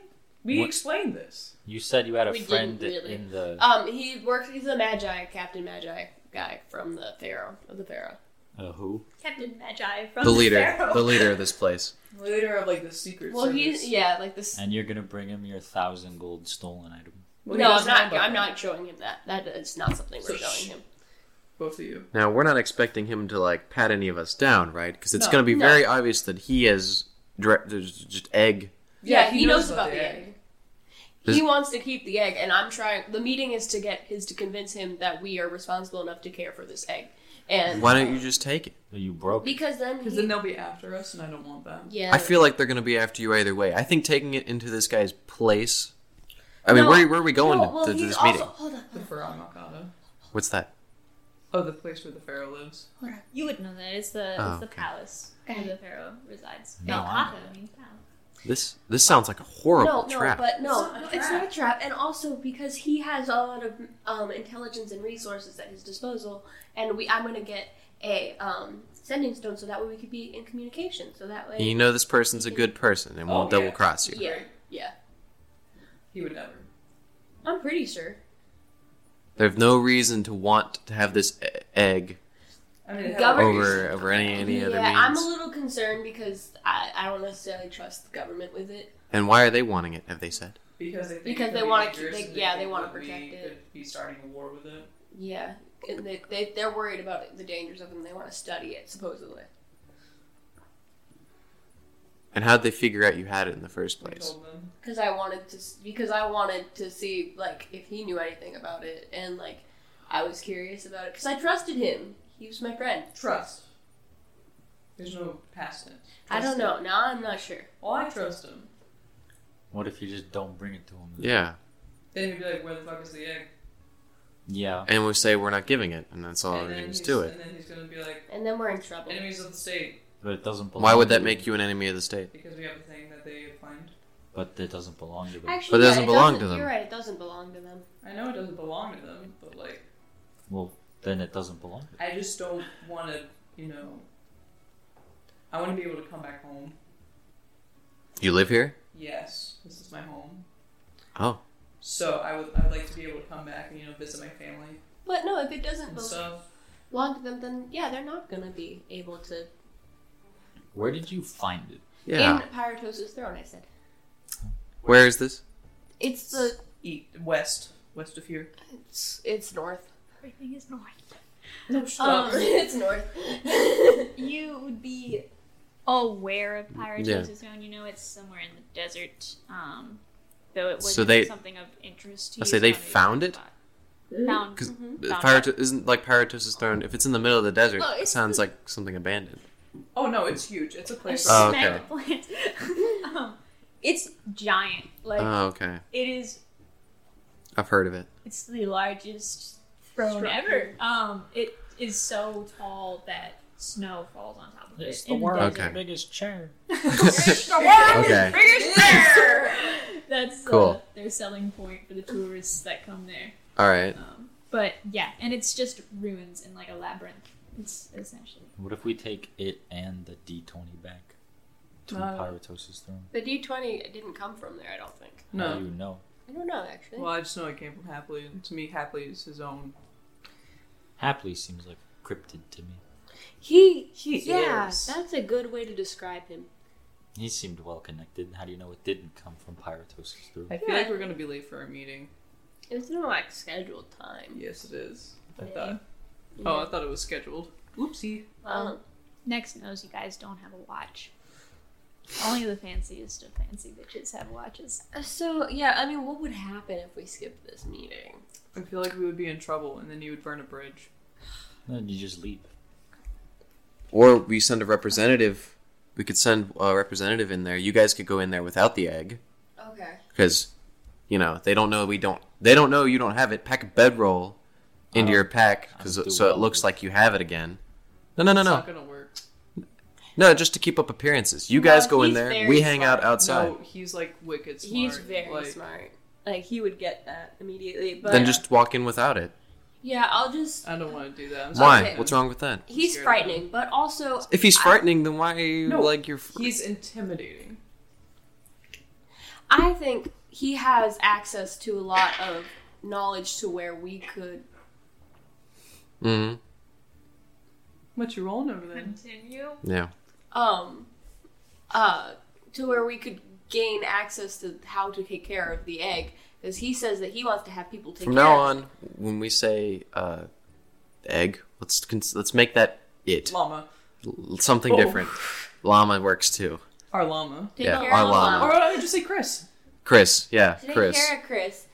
B: We
E: What?
B: explained this.
E: You said you had a
C: We
E: friend
C: didn't really.
E: in the.
C: Um, he works. He's a magi, Captain Magi guy from the Pharaoh of the Pharaoh.
E: Uh, who?
F: Captain Magi from
D: The leader,
F: Pharaoh.
D: the leader of this place.
B: Leader of like the secret.
C: Well, he's yeah, like this.
E: And you're gonna bring him your thousand gold stolen item.
C: no, I'm not. I'm not showing him that. That is not something we're
B: So sh-
C: showing him.
B: Both of you.
D: Now we're not expecting him to like pat any of us down, right? Because it's
B: No,
D: going to be
C: no.
D: very obvious that he has direct, there's just egg.
C: Yeah, he, knows, about the egg.
D: Does-
C: He wants to keep the egg, and I'm trying. The meeting is to get is to convince him that we are responsible enough to care for this egg, and
D: Why don't you just take it?
E: Well, You broke. it.
C: Because then,
B: Because
C: he,
B: then they'll be after us, and I don't want that.
C: yeah,
D: I feel like they're going to be after you either way. I think taking it into this guy's place. I mean,
C: No,
D: where, where are we going
C: No, well,
D: to, to
C: he's
D: this
C: also-
D: meeting?
F: Hold on,
B: The
F: hold on,
B: Pharaoh Makata.
D: What's that?
B: Oh, the place where the Pharaoh lives.
F: hold on. You would know that it's the
D: Oh,
F: it's the
D: okay.
F: palace where the pharaoh resides.
E: No, I know.
F: Malkata means palace.
D: This this sounds like a horrible
C: no,
D: trap.
C: No, but no,
B: It's not a
C: no, it's not a trap. And also because he has a lot of um, intelligence and resources at his disposal, and we, I'm gonna get a um, sending stone so that way we could be in communication. So that way,
D: You know this person's a good person and
B: Oh,
D: won't
B: yeah.
D: double cross you.
C: yeah, yeah,
B: He would never.
C: I'm pretty sure.
D: There's no reason to want to have this e- egg
B: I mean, it
C: Governor-
B: had a
D: over over any any
C: yeah,
D: other
C: I'm
D: means.
C: a little concerned because I, I don't necessarily trust the government with it.
D: And why are they wanting it? Have they said?
B: because they think
C: Because
B: it
C: they
B: could be
C: wanna keep-
B: dangerous
C: they-
B: and
C: yeah,
B: think
C: they wanna
B: that we
C: protect it.
B: could Be starting a war with it.
C: Yeah, and they, they they're worried about the dangers of them. They want to study it supposedly.
D: And how'd they figure out you had it in the first
B: We
D: place?
B: told them.
C: because I wanted to because I wanted to see like if he knew anything about it and like I was curious about it because I trusted him. He was my friend.
B: Trust. There's no past it.
C: I
B: Trust
C: don't know.
B: him.
C: Now I'm not sure.
B: Well, I trust him.
E: What if you just don't bring it to him?
D: Yeah.
B: Then he'd be like, "Where the fuck is the egg?"
E: Yeah.
D: And we say we're not giving it, and that's all
B: and
D: there
B: then
D: is
B: he's,
D: to it.
B: And then he's gonna be like,
C: And then we're in trouble.
B: "Enemies of the state,"
E: But it doesn't belong.
D: Why would that
E: to
D: make you an enemy of the state?
B: because we have a thing that they find.
E: But it doesn't belong to them.
C: Actually,
D: But it doesn't
C: yeah,
D: belong to them.
C: You're right. It doesn't belong to them.
B: I know it doesn't belong to them, but like,
E: Well, then it doesn't belong. To them.
B: I just don't want to, you know. I want to be able to come back home.
D: You live here?
B: Yes, this is my home.
D: Oh.
B: So I would, I would like to be able to come back and you know visit my family
C: But no, if it doesn't
B: and
C: bel-
B: stuff.
C: belong to them, then yeah, they're not gonna be able to.
E: Where did you find it?
D: Yeah.
C: In Pyrotos' throne, I said
D: Where is this?
C: it's the
B: Eat west, west of here.
C: it's, it's north.
F: Everything is north.
B: No
C: Um, it's north. yeah,
F: You would be aware of Pyrotosis
D: Yeah.
F: Zone. You know it's somewhere in the desert. Um, though it was
D: So they-
F: something of interest to
D: I
F: you.
D: say they
F: so I don't
D: found
F: know
D: it?
F: if you Found.
D: Because
C: Mm-hmm.
F: Found
D: isn't like Pyrotos' throne. If it's in the middle of the desert,
C: Oh,
D: it
C: it's
D: sounds
C: the-
D: like something abandoned.
B: Oh no, it's huge. It's a place.
D: Oh,
F: smack
D: okay.
F: the plant. um, it's giant. Like
D: Oh, okay.
F: it is.
D: I've heard of it.
F: It's the largest throne ever.
B: Structure.
F: Um, it is so tall that snow falls on top of
E: It's
F: it.
E: the
F: in
E: world's
D: Okay.
E: biggest chair.
F: It's the world's
D: Okay.
F: biggest bear. That's uh,
D: Cool.
F: their selling point for the tourists that come there.
D: All right.
F: Um, but yeah, and it's just ruins and like a labyrinth. It's essentially
E: What if we take it and the D twenty back to
B: Uh,
E: Pyrotos' throne?
C: the D twenty didn't come from there. I don't think.
E: How
B: No.
E: do you know?
C: I don't know actually.
B: Well, I just know it came from Hapley. To me, Hapley is his own.
E: Happily seems like a cryptid to me.
C: He,
B: He
C: yeah,
B: is.
C: that's a good way to describe him.
E: He seemed well connected. How do you know it didn't come from Pyrotos' throne?
B: I feel like we're gonna be late for our meeting.
C: It's not like scheduled time.
B: Yes, it is. I
F: Yay.
B: thought. Oh, I thought it was scheduled. Oopsie.
C: Um,
F: next knows you guys don't have a watch. Only the fanciest of fancy bitches have watches.
C: Uh, so yeah, I mean, what would happen if we skipped this meeting?
B: I feel like we would be in trouble, and then you would burn a bridge.
E: Then you just leave.
D: Or we send a representative. We could send a representative in there. You guys could go in there without the egg
C: Okay.
D: because, you know, they don't know we don't. They don't know you don't have it. Pack a bedroll into
E: Oh,
D: your pack
E: I'm
D: 'cause-
E: too
D: so it
E: well.
D: looks like you have it again. No, no, no,
B: It's
D: no,
B: not gonna work.
D: no. Just to keep up appearances. You guys go in
C: he's
D: there.
C: very
D: We hang out
C: smart.
D: outside.
B: No, he's like wicked smart.
C: He's very
B: like,
C: smart. Like he would get that immediately. But
D: then just walk in without it.
C: yeah, I'll just.
B: I don't want to do that. I'm
D: Why?
B: sorry.
D: What's wrong with that?
C: He's
B: Uh, scared of
C: frightening, but also
D: If he's
C: I-
D: frightening, then why are you
B: No,
D: like you're? fr-
B: He's intimidating.
C: I think he has access to a lot of knowledge to where we could.
E: Mm-hmm.
D: Mhm.
B: What you rolling over there?
F: Continue.
D: Yeah.
C: um uh to where we could gain access to how to take care of the egg because he says that he wants to have people take
D: From
C: care
D: now
C: of it.
D: on, when we say uh, egg, let's cons- let's make that it
B: Llama.
D: L- something
B: Oh.
D: different. Llama works too.
B: Our llama.
C: take
D: yeah,
C: care
D: our
C: of
D: llama.
B: Or I would just say Chris.
D: Chris, yeah,
C: take
D: Chris.
C: care of Chris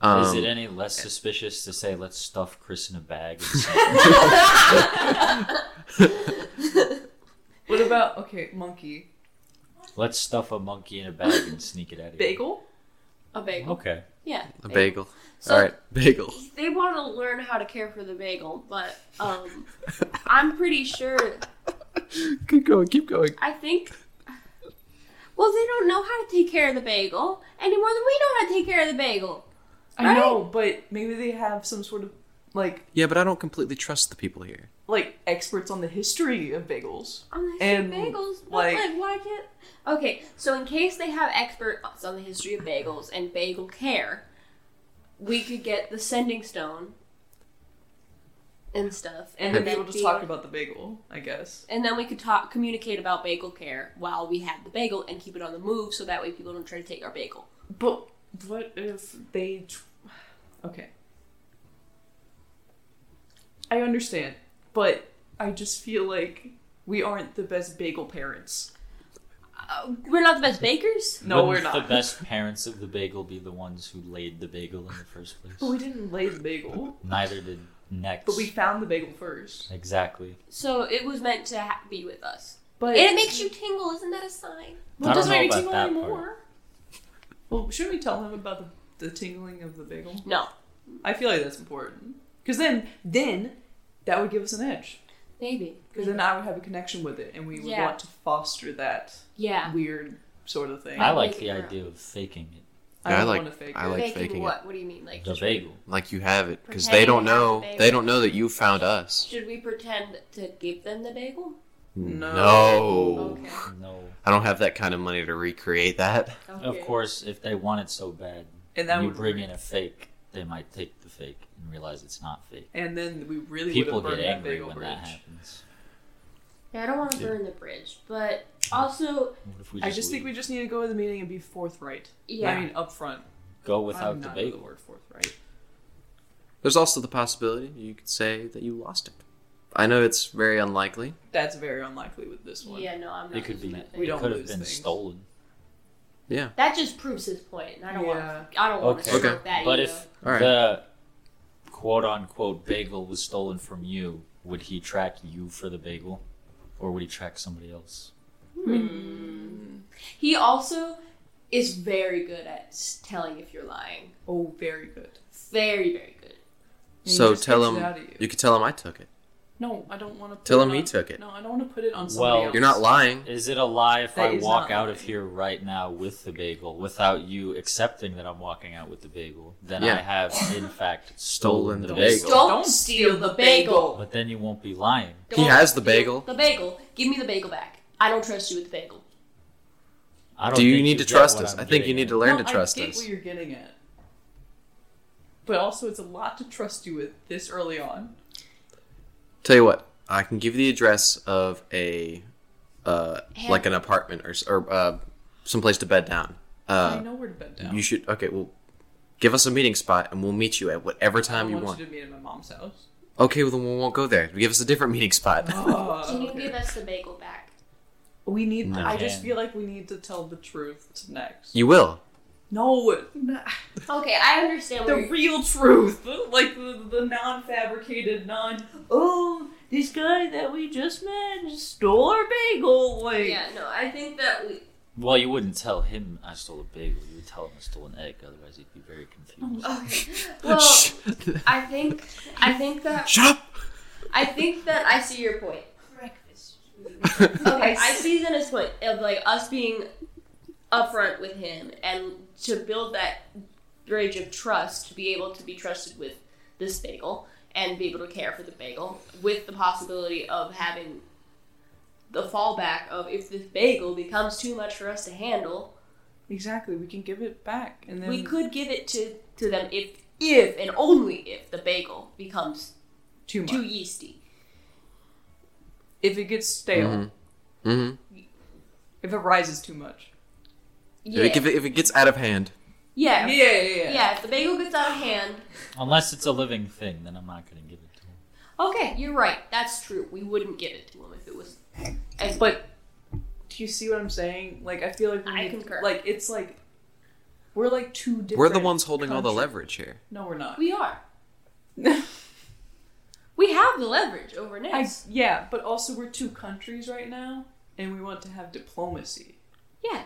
D: Um,
E: Is it any less suspicious to say let's stuff Chris in a bag?
B: What about okay, monkey
E: let's stuff a monkey in a bag and sneak it out of here.
B: bagel?
C: a bagel
E: Okay.
C: yeah
D: a bagel?
C: so
D: All right, bagel.
C: they want to learn how to care for the bagel but um I'm pretty sure
D: keep going, keep going.
C: I think well they don't know how to take care of the bagel any more than we know how to take care of the bagel
B: I know, but maybe they have some sort of like
D: Yeah, but I don't completely trust the people here.
B: like experts on the history of bagels.
C: on the history
B: And,
C: of bagels. But
B: like-
C: like, why can't? Okay, so in case they have experts on the history of bagels and bagel care, we could get the sending stone and stuff,
B: And then
C: then
B: we will just
C: be-
B: talk about the bagel, I guess.
C: And then we could talk, communicate about bagel care while we have the bagel, and keep it on the move, so that way people don't try to take our bagel.
B: But what if they? Tr- okay. I understand, but I just feel like we aren't the best bagel parents.
C: Uh, we're not the best bakers.
B: No,
E: Wouldn't
B: we're not.
E: The best parents of the bagel be the ones who laid the bagel in the first
B: But we
E: place.
B: didn't lay the bagel.
E: Neither did Nex.
B: But we found the bagel first.
E: Exactly.
C: So it was meant to ha- be with us,
B: But
C: and it makes you tingle. Isn't that a sign?
E: I don't
B: doesn't
E: know
B: make me
E: about
B: tingle
E: that
B: anymore. Well, should we tell him about the, the tingling of the bagel?
C: No,
B: I feel like that's important because then then that would give us an edge
C: maybe.
B: because then I would have a connection with it and we would
C: Yeah.
B: want to foster that
C: yeah.
B: weird sort of thing.
E: I
C: I'd
E: like
C: make
E: the
C: it grow.
E: idea of faking it.
B: I
D: Yeah, I
B: don't
D: like-
B: want to fake
D: I
B: it.
D: like
C: Faking,
D: faking it.
C: what? What do you mean? Like
E: The
C: just-
E: bagel.
D: Like you have it because
C: Pretend
D: they
C: you
D: don't
C: have
D: know.
C: the bagel.
D: They don't know that you found us.
C: Should we pretend to give them the bagel?
B: No.
D: No.
C: Okay.
E: No.
D: I don't have that kind of money to recreate that.
E: Of course, if they want it so bad,
B: And that
E: you
B: would
E: bring in a fake, they might take the fake and realize it's not fake.
B: and then we really
E: People
B: would have
E: get
B: burned that
E: angry
B: bagel
E: when
B: bridge.
E: that happens.
C: Yeah, I don't want to burn the bridge, but also,
E: What if we
B: I
E: just,
B: just think we
E: leave?
B: just need to go to the meeting and be forthright.
C: yeah.
B: I mean upfront.
E: go
B: I'm
E: without the
B: not
E: bagel?
B: The word forthright.
D: There's also the possibility you could say that you lost it. I know it's very unlikely.
B: That's very unlikely with this one.
C: yeah, no, I'm not.
E: It could
C: using
E: be.
C: that
B: We
E: it
B: don't
C: thing.
E: could have
B: lose
E: been
B: things.
E: stolen.
C: That just proves his point, and I don't
B: Yeah.
C: want. to. I don't want
E: Okay.
C: to support
D: Okay.
C: that.
E: But
C: either.
E: if
D: All right.
E: the quote unquote bagel was stolen from you, would he track you for the bagel? Or would he track somebody else?
C: he also is very good at s- telling if you're lying,
B: Oh, very good.
C: very very good.
B: And he
D: so
B: just
D: tell
B: takes it
D: him.
B: out of
D: You.
B: you.
D: could tell him I took it.
B: No, I don't want to.
D: Tell him he took it.
B: No, I don't want to put it on
E: Well,
B: somebody else.
D: You're not lying.
E: Is it a lie if
B: That
E: I
B: is
E: walk
B: not
E: out of
B: lying.
E: here right now with the bagel without you accepting that I'm walking out with the bagel? Then
D: Yeah.
E: I have, in fact,
D: Stolen
E: stolen the
D: the
E: bagel.
D: bagel.
C: Don't,
B: Don't
C: steal the bagel.
E: But then you won't be lying.
D: He
C: Don't
D: has the
C: steal
D: bagel.
C: The bagel. Give me the bagel back. I don't trust you with the bagel.
E: I don't
D: Do you
E: think
D: need to
E: get
D: trust
E: what
D: us?
E: I'm
D: I think you
E: getting
D: need
E: at.
D: to learn
B: No,
D: to trust
B: I get
D: us.
B: what you're getting at. But also, it's a lot to trust you with this early on.
D: Tell you what, I can give you the address of a, uh,
C: Hey.
D: like an apartment or s- or uh, someplace to bed down.
B: I
D: Uh,
B: know where to bed down.
D: you should. Okay, well, give us a meeting spot and we'll meet you at whatever
B: I
D: time you
B: want,
D: want.
B: you to meet at my mom's house.
D: Okay, well then we won't go there. Give us a different meeting spot.
B: Oh,
C: Can you
B: okay.
C: give us the bagel back?
B: We need.
E: No.
B: I just
E: Okay.
B: feel like we need to tell the truth next.
D: you will.
B: No,
C: Okay, I understand.
B: the
C: Where you're-
B: real truth, like the, the non-fabricated, non. Oh, this guy that we just met stole our bagel. Like,
C: yeah, no, I think that we.
E: Well, you wouldn't tell him I stole a bagel. You would tell him I stole an egg. Otherwise, he'd be very confused.
B: Oh.
C: Okay. Well, I think I think that
D: Shut up!
C: I think that I see your point.
G: Breakfast.
C: Okay, I see Zena's point of like us being upfront with him and to build that bridge of trust to be able to be trusted with this bagel and be able to care for the bagel with the possibility of having the fallback of if this bagel becomes too much for us to handle,
B: exactly. We can give it back, and then
C: we could give it to, to them if if and only if the bagel becomes
B: too much.
C: too yeasty.
B: if it gets stale,
D: Mm-hmm.
B: if it rises too much.
C: Yeah.
D: If, it, if it gets out of hand,
C: yeah.
B: Yeah,
C: yeah.
B: yeah, yeah.
C: if the bagel gets out of hand,
E: Unless it's a living thing, then I'm not going to give it to him.
C: Okay, you're right. That's true. We wouldn't give it to him if it was. And,
B: But do you see what I'm saying? Like, I feel like we
C: I
B: need-
C: concur.
B: Like, it's like we're like two different.
D: we're the ones holding all the
B: countries.
D: leverage here.
B: No, we're not.
C: we are. We have the leverage over
B: I,
C: Nix.
B: yeah, but also we're two countries right now, and we want to have diplomacy.
C: Yeah,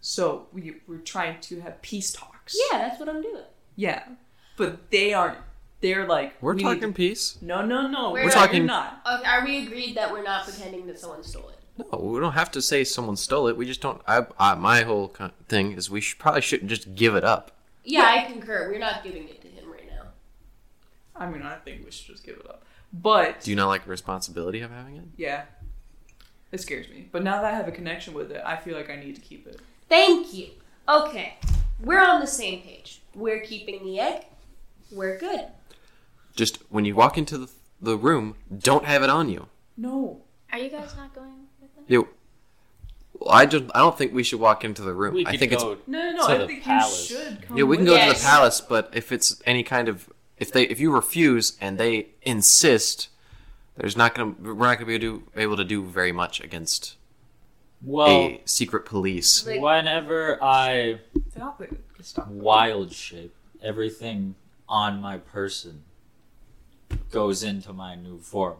B: So we, we're trying to have peace talks.
C: yeah, that's what I'm doing.
B: Yeah. But they aren't. They're like.
D: We're
B: we need
D: talking peace.
B: to- no, no, no.
C: We're
B: We're,
D: talking-
B: talking. Not.
C: Okay, are we agreed that we're not pretending that someone stole it?
D: No, we don't have to say someone stole it. We just don't. I, I my whole con- thing is we should, probably shouldn't just give it up.
C: Yeah, I concur. We're not giving it to him right now.
B: I mean, I think we should just give it up. But.
D: Do you not like the responsibility of having it?
B: yeah. It scares me. But now that I have a connection with it, I feel like I need to keep it.
C: Thank you. Okay, we're on the same page. We're keeping the egg. We're good.
D: Just when you walk into the, the room, don't have it on you.
B: No.
A: Are you guys not going with them?
D: You. Well, I just I don't think we should walk into the room.
E: We
D: I
E: could
D: think it's
E: go
B: No, no, no.
E: To
B: I
E: the
B: think
E: palace.
B: you should come
D: yeah. We can
B: with
D: go to
C: Yes.
D: the palace, but if it's any kind of if they if you refuse and they insist, there's not gonna we're not gonna be do, able to do very much against
E: Well,
D: a secret police.
C: Like-
E: whenever I
B: Stop it. Stop it.
E: wild shape, everything on my person goes into my new form.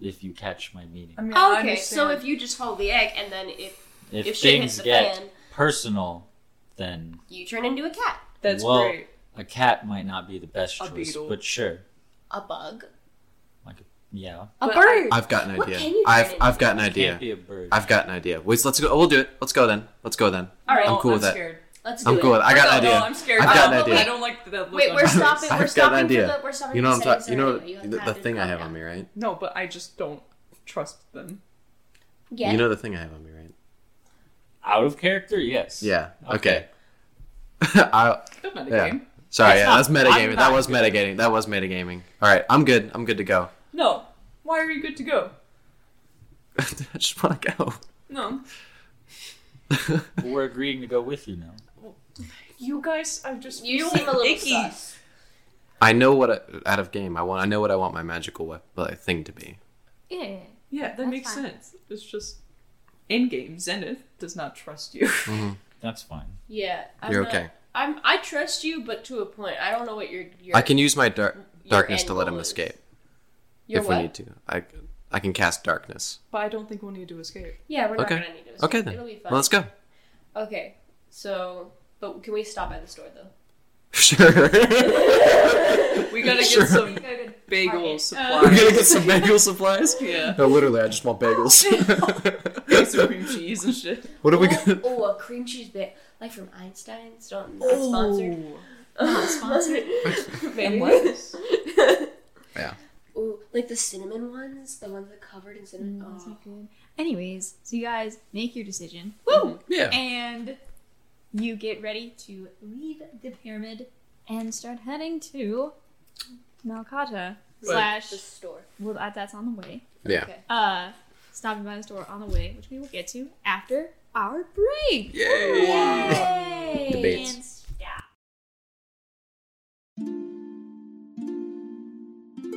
E: If you catch my meaning.
B: I
C: Um,
B: mean, I
C: Okay, so
B: understand.
C: if you just hold the egg and then if
E: If,
C: if shit hits
E: things
C: the
E: get
C: fan,
E: personal, then
C: you turn into a cat,
B: That's
E: Well-
B: great.
E: a cat might not be the best
B: A
E: choice.
B: beetle.
E: But sure.
C: a bug,
E: Yeah.
C: a
B: But I-
C: bird.
D: I've got an
C: What
D: idea.
C: can you
D: I've
C: turn
D: I've got an
E: Can't
D: idea.
E: be a bird.
D: I've got an idea. Wait, let's go. Oh, we'll do it. Let's go then. Let's go then.
C: All right,
D: I'm
B: I'm
D: cool with that.
B: scared.
C: let's do
D: I'm
C: it.
D: cool. with- I got
B: no,
D: an idea.
B: No, I'm scared.
D: I've got
B: I
D: an
B: don't-
D: idea.
B: I don't like that look.
C: Wait,
B: on
C: we're
B: your face.
C: stopping. We're
D: I've got an
C: stopping
D: idea.
C: for the. We're stopping
D: You know what
C: for
D: I'm
C: seconds
D: talking. You know
C: anyway.
D: you
C: have
D: know the
C: time to
D: thing I
C: calm
D: have
C: down.
D: on me, right?
B: No, but I just don't trust them.
C: Yeah.
D: You know the thing I have on me, right?
E: Out of character, yes.
D: Yeah.
E: Okay.
D: Okay. I,
B: That's not a
D: Yeah.
B: game.
D: sorry,
E: That's
D: yeah,
E: not-
D: that's
E: I'm
D: metagaming. That
E: not
D: was
E: good.
D: metagaming. That was metagaming. All right, I'm good. I'm good to go.
B: No. Why are you good to go?
D: I just want to go.
B: No.
E: We're agreeing to go with you now.
B: You guys are just
C: You
B: really
C: seem a little
B: icky.
C: sus.
D: I know what I, out of game. I want. I know what I want my magical wep- like, thing to be.
F: Yeah.
B: Yeah, that
F: That's
B: makes
F: fine.
B: sense. It's just in game Zenith does not trust you.
E: That's fine.
C: Yeah. I'm
D: You're
C: not-
D: okay.
C: I'm. I trust you, but to a point. I don't know what your your.
D: I can use my dar-
C: your
D: darkness
C: end
D: to let
C: goal
D: him
C: is.
D: escape
C: Your
D: if
C: what?
D: we need to. I I can cast darkness.
B: but I don't think we'll need to escape.
C: Yeah, we're not
D: Okay.
C: gonna need to.
D: Okay then.
C: It'll be fun.
D: Well, let's go.
C: Okay. So, but can we stop at the store though?
D: Sure.
B: We gotta get
D: Sure.
B: some bagel supplies.
D: get some bagel supplies.
B: yeah.
D: No, literally, I just want bagels.
B: Get some cream cheese and shit.
D: what are we
C: oh,
D: gonna?
C: oh, a cream cheese bit like from Einstein's. Don't not
D: Oh.
C: sponsored. Not
A: sponsored.
B: And
C: Maybe.
B: what?
D: Yeah.
C: Ooh, like the cinnamon ones, the ones that covered in cinnamon.
F: Mm, that's
C: Oh.
F: not good. Anyways, so you guys make your decision.
D: Yeah.
F: And you get ready to leave the pyramid and start heading to Malkata. Slash,
C: The store.
F: well, that, that's on the way.
D: Yeah.
C: Okay.
F: Uh, stopping by the store on the way, which we will get to after our break.
D: Yay.
F: Yay!
D: Debates.
F: And stop.
D: If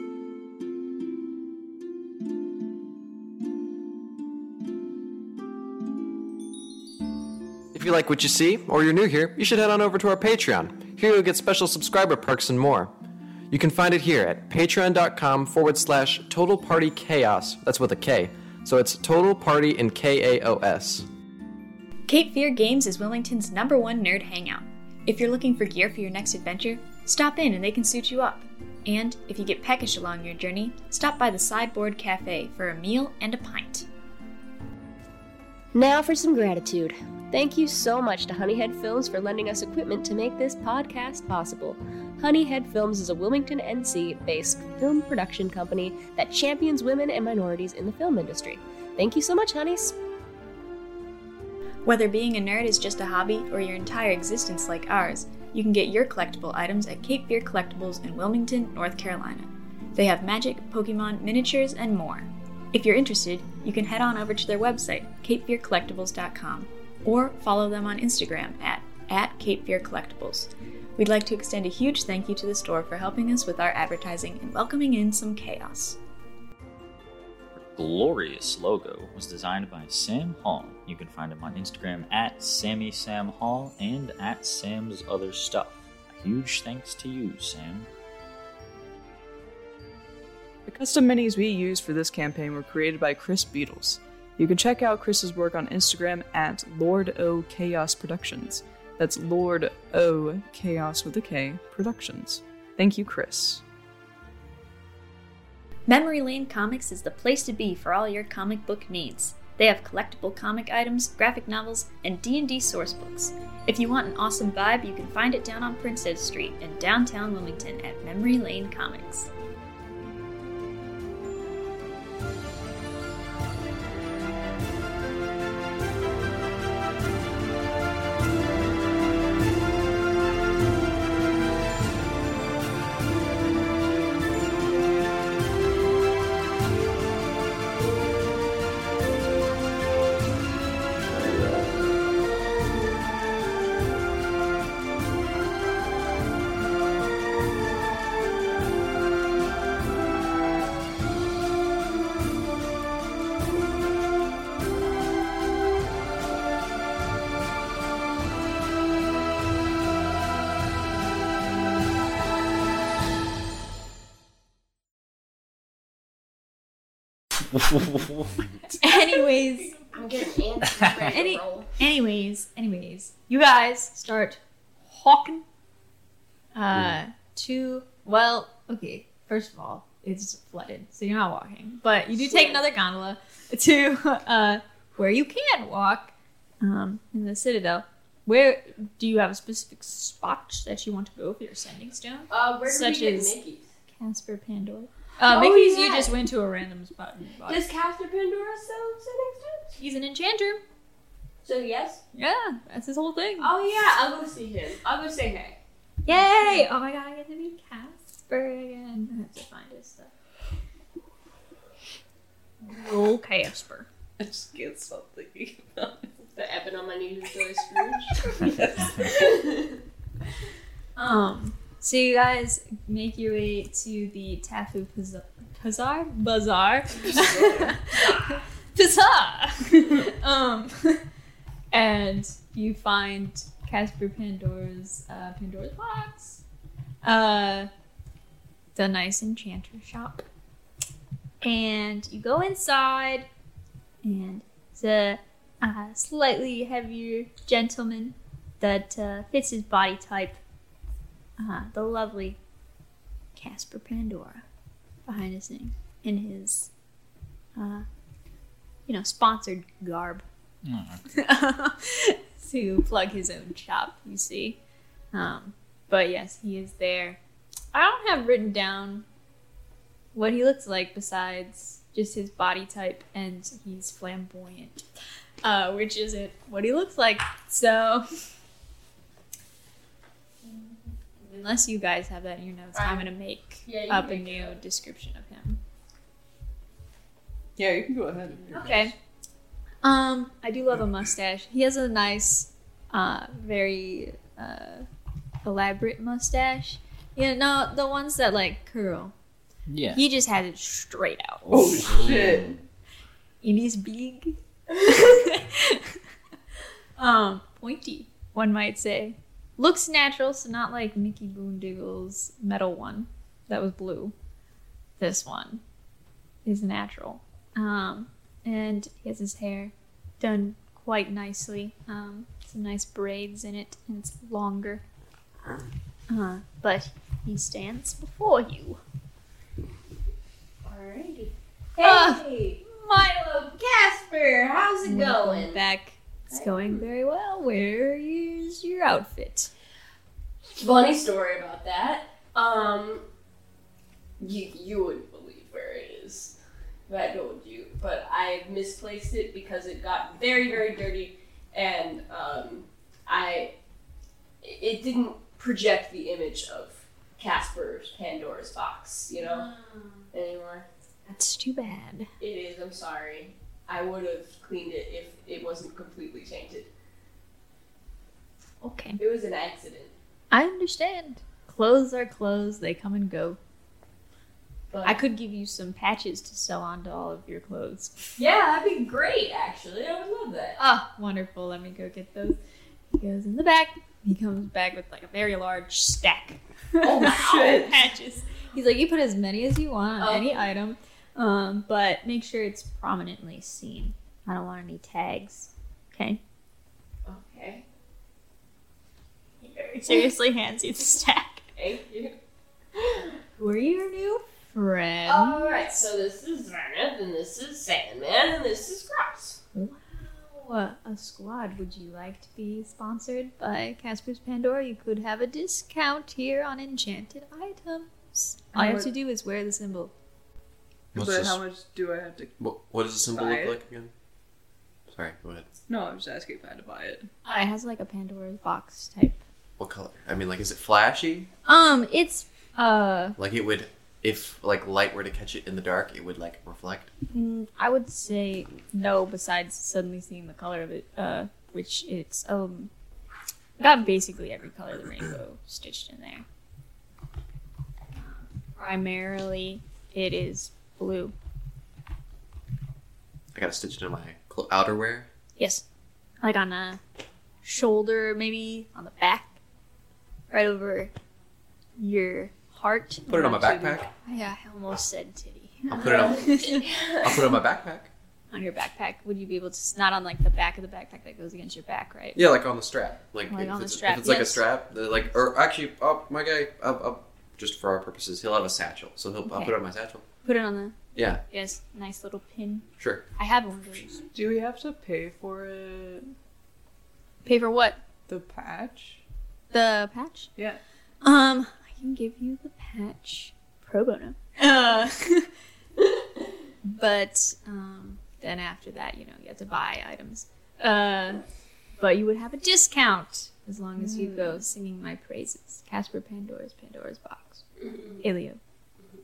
D: If you like what you see, or you're new here, you should head on over to our Patreon. Here you'll get special subscriber perks and more. You can find it here at patreon.com forward slash total party chaos. That's with a K. So it's total party and K A O S.
A: Cape Fear Games is Wilmington's number one nerd hangout. If you're looking for gear for your next adventure, stop in and they can suit you up. And if you get peckish along your journey, stop by the Sideboard Cafe for a meal and a pint.
C: Now for some gratitude. Thank you so much to Honeyhead Films for lending us equipment to make this podcast possible. Honeyhead Films is a Wilmington, NC based film production company that champions women and minorities in the film industry. Thank you so much, honeys.
A: Whether being a nerd is just a hobby or your entire existence like ours, you can get your collectible items at Cape Fear Collectibles in Wilmington, North Carolina. They have magic, Pokemon, miniatures, and more. If you're interested, you can head on over to their website, capefearcollectibles.com, or follow them on Instagram at, at Cape Fear Collectibles. We'd like to extend a huge thank you to the store for helping us with our advertising and welcoming in some chaos.
E: glorious logo was designed by Sam Hall. You can find him on Instagram at Sammy Sam Hall and at Sam's Other Stuff. A huge thanks to you, Sam.
G: The custom minis we used for this campaign were created by Chris Beatles. You can check out Chris's work on Instagram at Lord O Chaos Productions. That's Lord O Chaos with a K Productions. Thank you, Chris.
A: Memory Lane Comics is the place to be for all your comic book needs. They have collectible comic items, graphic novels, and D&D source books. If you want an awesome vibe, you can find it down on Princess Street in downtown Wilmington at Memory Lane Comics.
F: Anyways,
C: I'm getting
F: any, anyways, anyways, you guys start hawking. Uh, to well, okay. First of all, it's flooded, so you're not walking, but you do take another gondola to uh where you can walk, um, in the citadel. Where do you have a specific spot that you want to go for your sending stone?
C: Uh, where
F: did Such we get as-
C: Mickey?
F: Casper Pandora. Uh,
C: Oh,
F: Mickey's, you
C: yeah.
F: just went to a random spot. And bought it.
C: Castor Pandora sell sending stones?
F: He's an enchanter.
C: So yes.
F: Yeah, that's his whole thing.
C: Oh yeah, I'll go see him. I'll go say hey.
F: Yay! Oh my god, I get to be Casper again. I have to find his stuff. Oh, Casper.
B: I just can't stop thinking about it.
C: The ebbing on my knees is really Scrooge.
F: Um, so you guys make your way to the Tafu Paz- Pazar? Bazaar? Pazar! um, and you find Casper Pandora's uh, Pandora's box, uh, the nice enchanter shop, and you go inside, and the uh, slightly heavier gentleman that uh, fits his body type uh, the lovely Casper Pandora behind us in, in his, uh, you know, sponsored garb. to plug his own shop, you see. Um, but yes, he is there. I don't have written down what he looks like besides just his body type and he's flamboyant, uh, which isn't what he looks like. So. Unless you guys have that in your notes, I'm
C: Right.
F: gonna make
C: Yeah, you
F: up a
C: make it
F: new
C: up.
F: description of him.
B: Yeah, you can go ahead.
F: Okay. Um, I do love a mustache. He has a nice, uh, very uh, elaborate mustache. You know, the ones that like curl.
E: Yeah.
F: He just has it straight out.
B: Oh shit!
F: It is big. um, pointy, one might say. Looks natural, so not like Mickey Boondiggle's metal one that was blue. This one is natural. Um, and he has his hair done quite nicely. Um, some nice braids in it, and it's longer. Uh, but he stands before you.
C: Alrighty. Uh,
F: Hey,
C: Milo, Casper, how's it
F: Welcome back. It's going very well. Where is your outfit?
C: Funny story about that. Um, you, you wouldn't believe where it is if I told you, but I misplaced it because it got very, very dirty, and um, I it didn't project the image of Casper's Pandora's box, you know, anymore.
F: That's too bad.
C: It is. I'm sorry. I would have cleaned it if it wasn't completely tainted.
F: Okay.
C: It was an accident,
F: I understand. Clothes are clothes, they come and go.
C: but
F: I could give you some patches to sew onto all of your clothes.
C: Yeah, that'd be great, actually. I would love that.
F: Ah, wonderful. Let me go get those. He goes in the back. He comes back with like a very large stack
C: Oh,
F: of
C: wow.
F: patches. He's like, you put as many as you want on
C: Oh.
F: any item, um, but make sure it's prominently seen. I don't want any tags. Okay.
C: Okay.
F: Seriously, hands you the stack.
C: Thank you.
F: We're your new friend.
C: Alright, so this is Vernon, and this is Sandman, and this is Cross.
F: Um, Wow, a squad. Would you like to be sponsored by Casper's Pandora? You could have a discount here on enchanted items. All you have to do is wear the symbol.
D: What's
B: but
D: this-
B: how much do I have to?
D: What, what does the symbol
B: Buy it.
D: look like again? Sorry, go ahead.
B: No, I'm just asking if I had to buy it.
F: It has like a Pandora's box type.
D: What color? I mean, like, is it flashy?
F: Um, it's uh,
D: Like, it would, if like light were to catch it in the dark, it would like reflect.
F: mm, I would say no. Besides suddenly seeing the color of it, uh, which it's um, got basically every color of the rainbow stitched in there. Primarily, it is blue.
D: I gotta stitch it in my cl- outerwear.
F: Yes. Like on a shoulder, maybe on the back, right over your heart.
D: Put it on my
F: Not titty.
D: backpack.
F: Yeah, I almost said titty.
D: I'll put it on. I'll put it on my backpack.
F: on your backpack, would you be able to? It's not on like the back of the backpack that goes against your back, right?
D: Yeah, like on the strap. Like,
F: Like
D: if,
F: on the
D: it's,
F: strap,
D: if it's like a
F: yes.
D: strap, uh, like or actually, oh, my guy, uh, uh, just for our purposes, he'll have a satchel, so he'll I'll
F: Okay.
D: put it on my satchel.
F: Put it on the
D: Yeah,
F: yes, nice little pin.
D: sure.
F: I have one of those.
B: Do we have to pay for it?
F: Pay for what?
B: The patch?
F: The patch.
B: Yeah.
F: Um, I can give you the patch pro bono. Uh, but um, then after that, you know, you have to buy items. Uh, but you would have a discount as long as you go singing my praises. Casper Pandora's Pandora's Box. Ilio.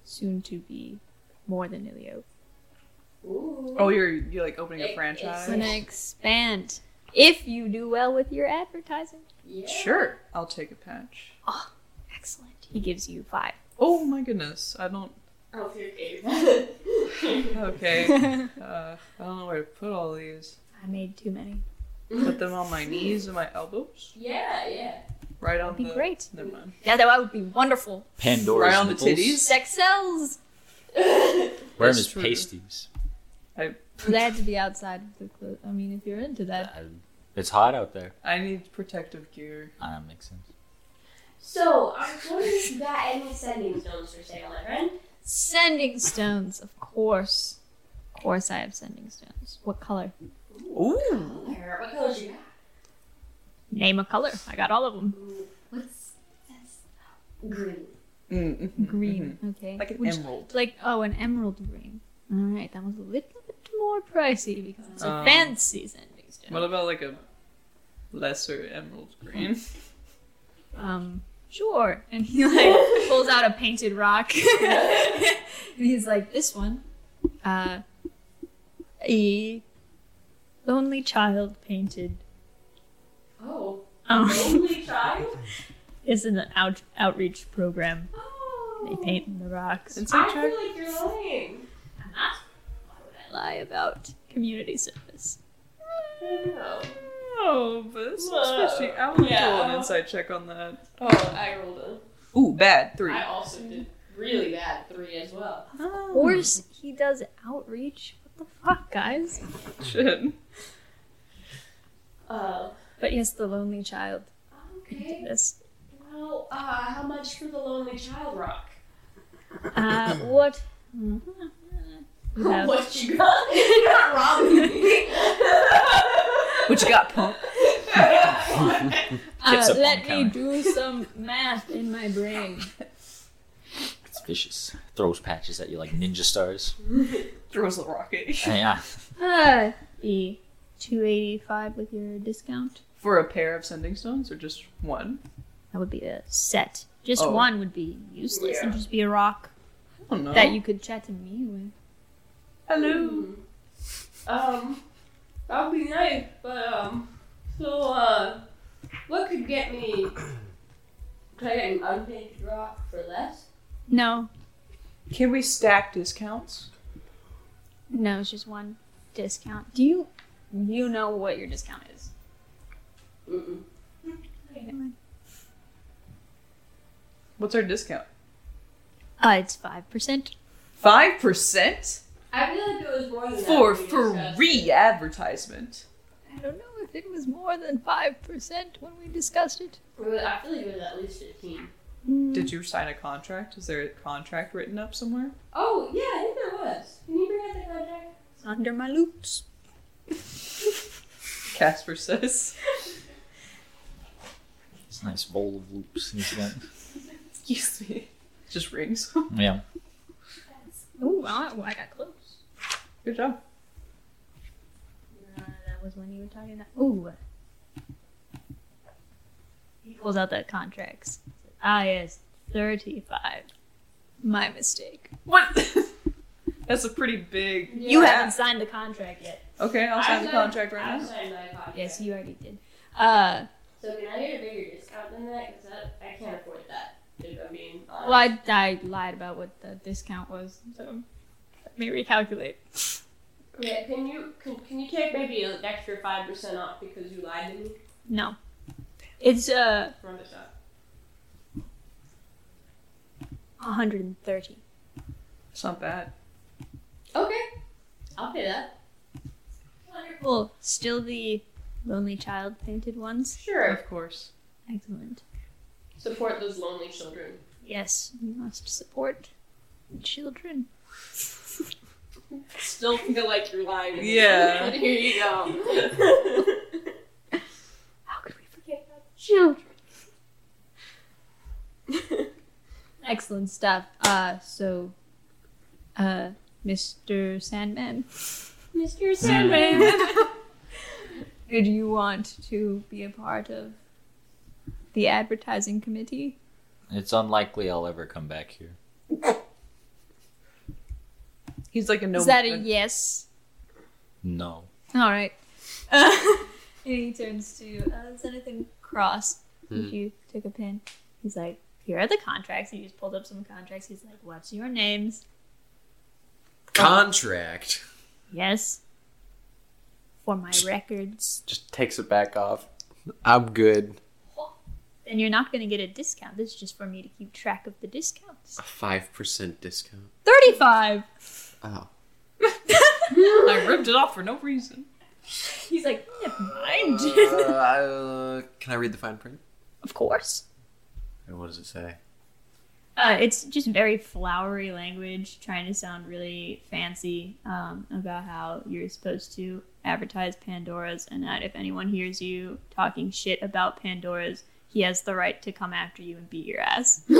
F: Soon to be more than Ilio.
C: Ooh.
B: Oh, you're you're like opening a franchise.
C: When
F: Gonna expand. If you do well with your advertising.
C: yeah.
B: Sure, I'll take a patch.
F: Excellent. He gives you five.
B: Oh my goodness, I don't.
C: Oh, if you're gay.
B: Okay, uh, I don't know where to put all these.
F: I made too many.
B: Put them on my knees and my elbows.
C: yeah, yeah.
B: Right on
F: That'd be
B: the.
F: great.
B: Never mind.
F: Yeah, that would be wonderful.
E: Pandora's
B: right on the
E: nipples.
B: titties.
F: Sex sells.
E: Wear them
B: That's
E: as
B: true.
E: pasties.
F: Glad to be outside of the clothes. I mean, if you're into that.
E: I- it's hot out there.
B: I need protective gear.
E: Ah, that makes sense.
C: So, I was wondering if you got any sending stones for sale, my friend.
F: Sending stones, of course. Of course, I have sending stones. What color?
B: Ooh.
C: Where? Oh, What colors you got?
F: Name a color. I got all of them.
C: What's this? Green.
B: Mm-hmm.
F: Green. Okay.
B: Like an
F: Would you-
B: emerald.
F: like oh, an emerald green. All right, that was a little bit more pricey because it's a
B: Um,
F: fancy sending stone.
B: What about like a lesser emerald green?
F: um, sure. And he like pulls out a painted rock. and he's like, this one, uh, a lonely child painted.
C: Oh.
F: Um,
C: Only child?
F: it's an out- outreach program.
C: Oh.
F: They paint the rocks.
B: And so
C: I
B: check.
C: feel like you're lying.
F: I lie about community service.
C: I don't
B: No,
C: know.
B: Oh, but this
J: Whoa.
B: looks fishy. I want to
C: Yeah.
B: roll an inside check on that.
C: Oh, I rolled a.
B: Ooh, bad. Three.
C: I also did really bad three as well.
B: Oh,
F: course, he does outreach. What the fuck, guys?
B: shit.
C: Uh,
F: But yes, the lonely child did
C: okay.
F: this.
C: Well, uh, how much for the Lonely Child Rock?
F: Uh, what? hmm? Without-
C: What you got? You're not robbing me.
B: What you got, punk?
E: Gets
F: Uh,
E: up
F: let
E: on
F: me
E: counter.
F: do some math in my brain.
E: It's vicious. Throws patches at you like ninja stars.
B: Throws the rocket.
E: yeah.
F: Uh, e two eighty five with your discount.
B: For a pair of sending stones or just one?
F: That would be a set. Just
B: Oh.
F: one would be useless and
C: Yeah.
F: just be a rock
B: I don't know.
F: that you could chat to me with.
B: Hello.
C: Um, that would be nice, but um, so uh, what could get me? Could I get an unpainted rock for less?
F: No,
B: Can we stack discounts?
F: no, it's just one discount. Do you you know what your discount is?
C: Mm-mm.
F: Uh,
B: What's our discount?
F: Uh, it's five percent.
B: Five percent
C: I feel like it was more than that
B: for
C: when we discussed
B: free advertisement.
F: I don't know if it was more than five percent when we discussed it.
C: it. It was- I feel like it was at least fifteen.
F: Mm.
B: Did you sign a contract? Is there a contract written up somewhere?
C: Oh yeah, I think there was. Can you bring out the contract?
F: Under my loops.
B: Casper says.
E: It's a nice bowl of loops. he's got.
B: Excuse me. Just rings.
E: Yeah.
F: Ooh, I, I got close.
B: Good job.
F: Uh, that was when you were talking about. Ooh. He pulls out the contracts. Ah, yes, 35. My mistake.
B: What? That's a pretty big.
F: You
C: Yeah.
F: haven't signed the contract yet.
B: Okay, I'll sign the
C: signed-
B: contract right
C: I
B: now.
C: signed my contract.
F: Yes, you already did. Uh,
C: So can I get a bigger discount than that? Because I can't afford that. If uh, I'm being honest.
F: well, I, I lied about what the discount was, so let me recalculate.
C: Yeah, can you can, can you take maybe an extra five percent off because you lied to me?
F: No. It's uh
C: Run it up.
F: 130.
B: It's not bad.
C: Okay, I'll pay that.
F: Wonderful. Still the Lonely Child painted ones.
C: Sure.
B: Of course.
F: Excellent.
C: Support those lonely children.
F: Yes, we must support children.
C: Still feel like you're lying. to me.
B: Yeah.
C: Here you go.
F: How could we forget about children? Excellent stuff. Uh, so, uh, Mr. Sandman,
C: Mr.
F: did you want to be a part of the advertising committee?
E: It's unlikely I'll ever come back here.
B: He's like a no.
F: Is that a yes?
E: No.
F: All right. Uh, and he turns to uh, Jonathan Cross. If you took a pen, he's like, "Here are the contracts." He just pulled up some contracts. He's like, "What's your names?"
D: Contract.
F: Yes. For my records.
D: Just takes it back off. I'm good.
F: And you're not going to get a discount. This is just for me to keep track of the discounts.
D: A five percent discount.
F: 35!
D: Oh.
B: I ripped it off for no reason.
F: He's like, never mind.
D: uh, can I read the fine print?
F: of course.
D: And what does it say?
F: Uh, it's just very flowery language, trying to sound really fancy um, about how you're supposed to advertise Pandora's and that if anyone hears you talking shit about Pandora's, he has the right to come after you and beat your ass.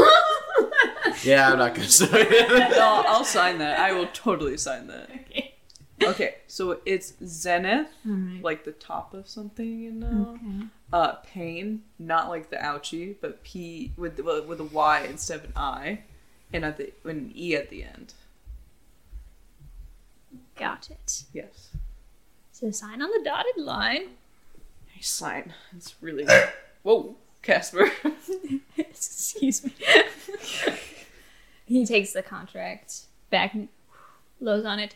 D: Yeah, I'm not gonna say it.
B: No, I'll sign that. I will totally sign that.
F: Okay.
B: Okay, so it's Zenith,
F: All right.
B: like the top of something, you know. Uh, pain, not like the ouchie, but P with well, with a Y instead of an I, and at the and an E at the end.
F: Got it.
B: Yes.
F: So sign on the dotted line.
B: Nice sign. It's really. Whoa, Casper.
F: Excuse me. he takes the contract back, and blows on it.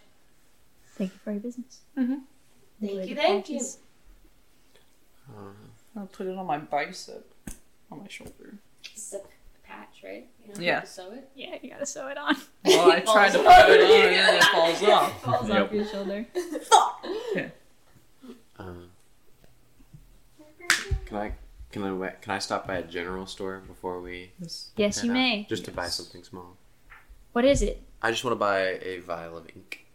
F: Thank you for your business.
B: Mhm.
F: Thank
C: you, thank you.
B: I'll put it on my bicep, on my shoulder.
H: It's a patch, right? You know,
B: Yeah.
H: You sew it.
F: Yeah, you gotta sew it on.
B: Well, I tried to put it on and it falls off.
F: Falls
E: Yep.
F: off your shoulder.
D: Uh, can I can I wa- can I stop by a general store before we?
F: Yes,
D: head
F: you
D: out?
F: may.
D: uh, Just to buy something small.
F: What is it?
D: I just want to buy a vial of ink.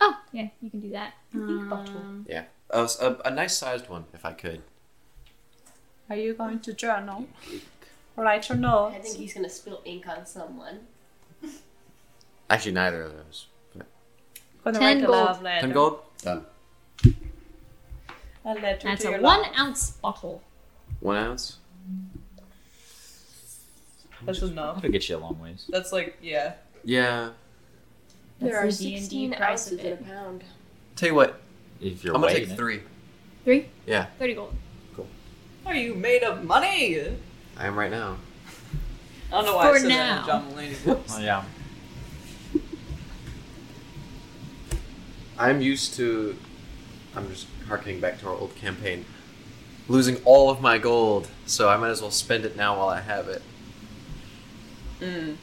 F: Oh, yeah, you can do that.
D: Yeah, a, s- a- a nice sized one if I could.
B: Are you going to journal? Write your notes.
H: I think he's gonna spill ink on someone.
D: Actually, neither of those. But
B: Gonna
F: Ten
B: write a
F: gold.
B: love letter.
D: ten gold. Done.
B: A letter
F: That's
B: to
F: a
B: your
F: one
B: love.
F: ounce bottle.
D: One ounce.
B: That's enough.
E: That'll get you a long ways.
B: That's like yeah.
D: Yeah.
F: That's
C: there are
F: the D&D
C: 16
F: price of
C: ounces in a
F: it.
C: pound.
D: Tell you what,
E: If you're
D: I'm gonna
E: weighing
D: take
E: it.
D: three.
F: Three?
D: Yeah,
F: 30 gold.
B: Are you made of money? I
D: I am right now.
B: don't know why
F: For
B: I said
F: now.
B: that in John Mulaney's
E: Oh,
B: voice.
E: yeah.
D: I'm used to. I'm just harkening back to our old campaign, losing all of my gold, so I might as well spend it now while I have it.
B: Mm.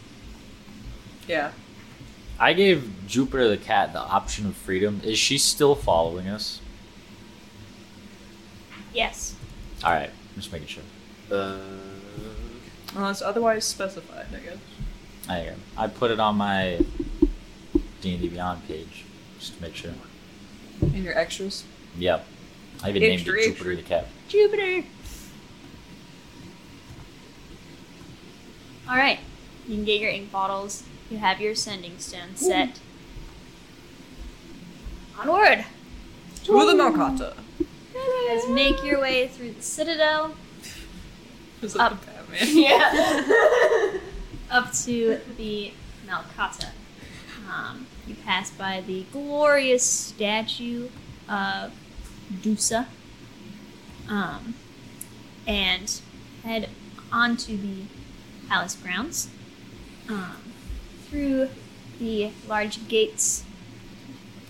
B: Yeah.
E: I gave Jupiter the cat the option of freedom. Is she still following us?
F: Yes.
E: All right, just making sure.
D: Uh,
B: Unless otherwise specified, I guess.
E: I am. I put it on my D and D Beyond page just to make sure.
B: In your extras.
E: Yep. I even
B: Extra,
E: named it
B: extra.
E: Jupiter the cat.
F: Jupiter! Alright, you can get your ink bottles. You have your sending stone set. Onward!
B: To the Malkata.
F: Guys, make your way through the citadel
B: Is that
F: Up.
B: the Batman?
H: Yeah.
F: up to the Malkata. Um, you pass by the glorious statue of Dusa, um, and head onto the palace grounds um, through the large gates,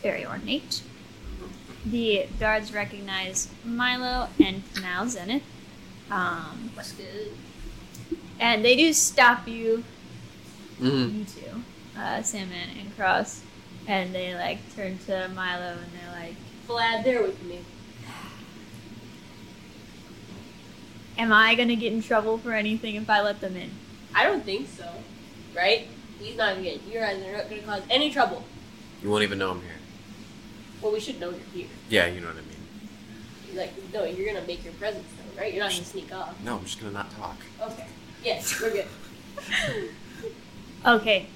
F: very ornate. The guards recognize Milo and now Zenith. Um,
H: What's good?
F: and they do stop you
D: mm,
F: you two, uh, Salmon and Cross, and they like turn to Milo and they're like,
H: Vlad, there with me.
F: "Am I gonna get in trouble for anything if I let them in?"
H: I don't think so. Right? He's not gonna get you guys are not gonna cause any trouble.
D: you won't even know I'm here.
H: Well, we should know you're here.
D: Yeah, you know what I mean.
H: Like, no, you're gonna make your presence known, right? You're not gonna sneak up.
D: No, I'm just gonna not talk.
H: Okay. Yes, we're good.
F: Okay,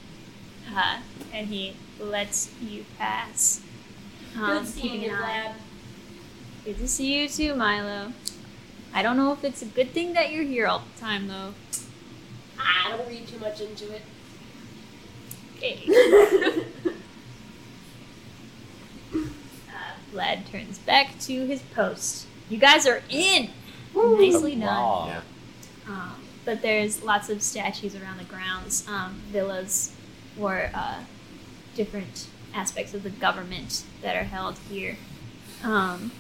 F: uh, and he lets you pass. Um,
H: good seeing
F: keeping
H: you,
F: an eye-
H: Vlad.
F: Good to see you too, Milo. I don't know if it's a good thing that you're here all the time though.
H: Ah, I don't read too much into it.
F: Okay. uh, Vlad turns back to his post. You guys are in. Nicely done.
E: Wow.
D: Yeah.
F: Um, but there's lots of statues around the grounds, um, villas, or uh, different aspects of the government that are held here. Um,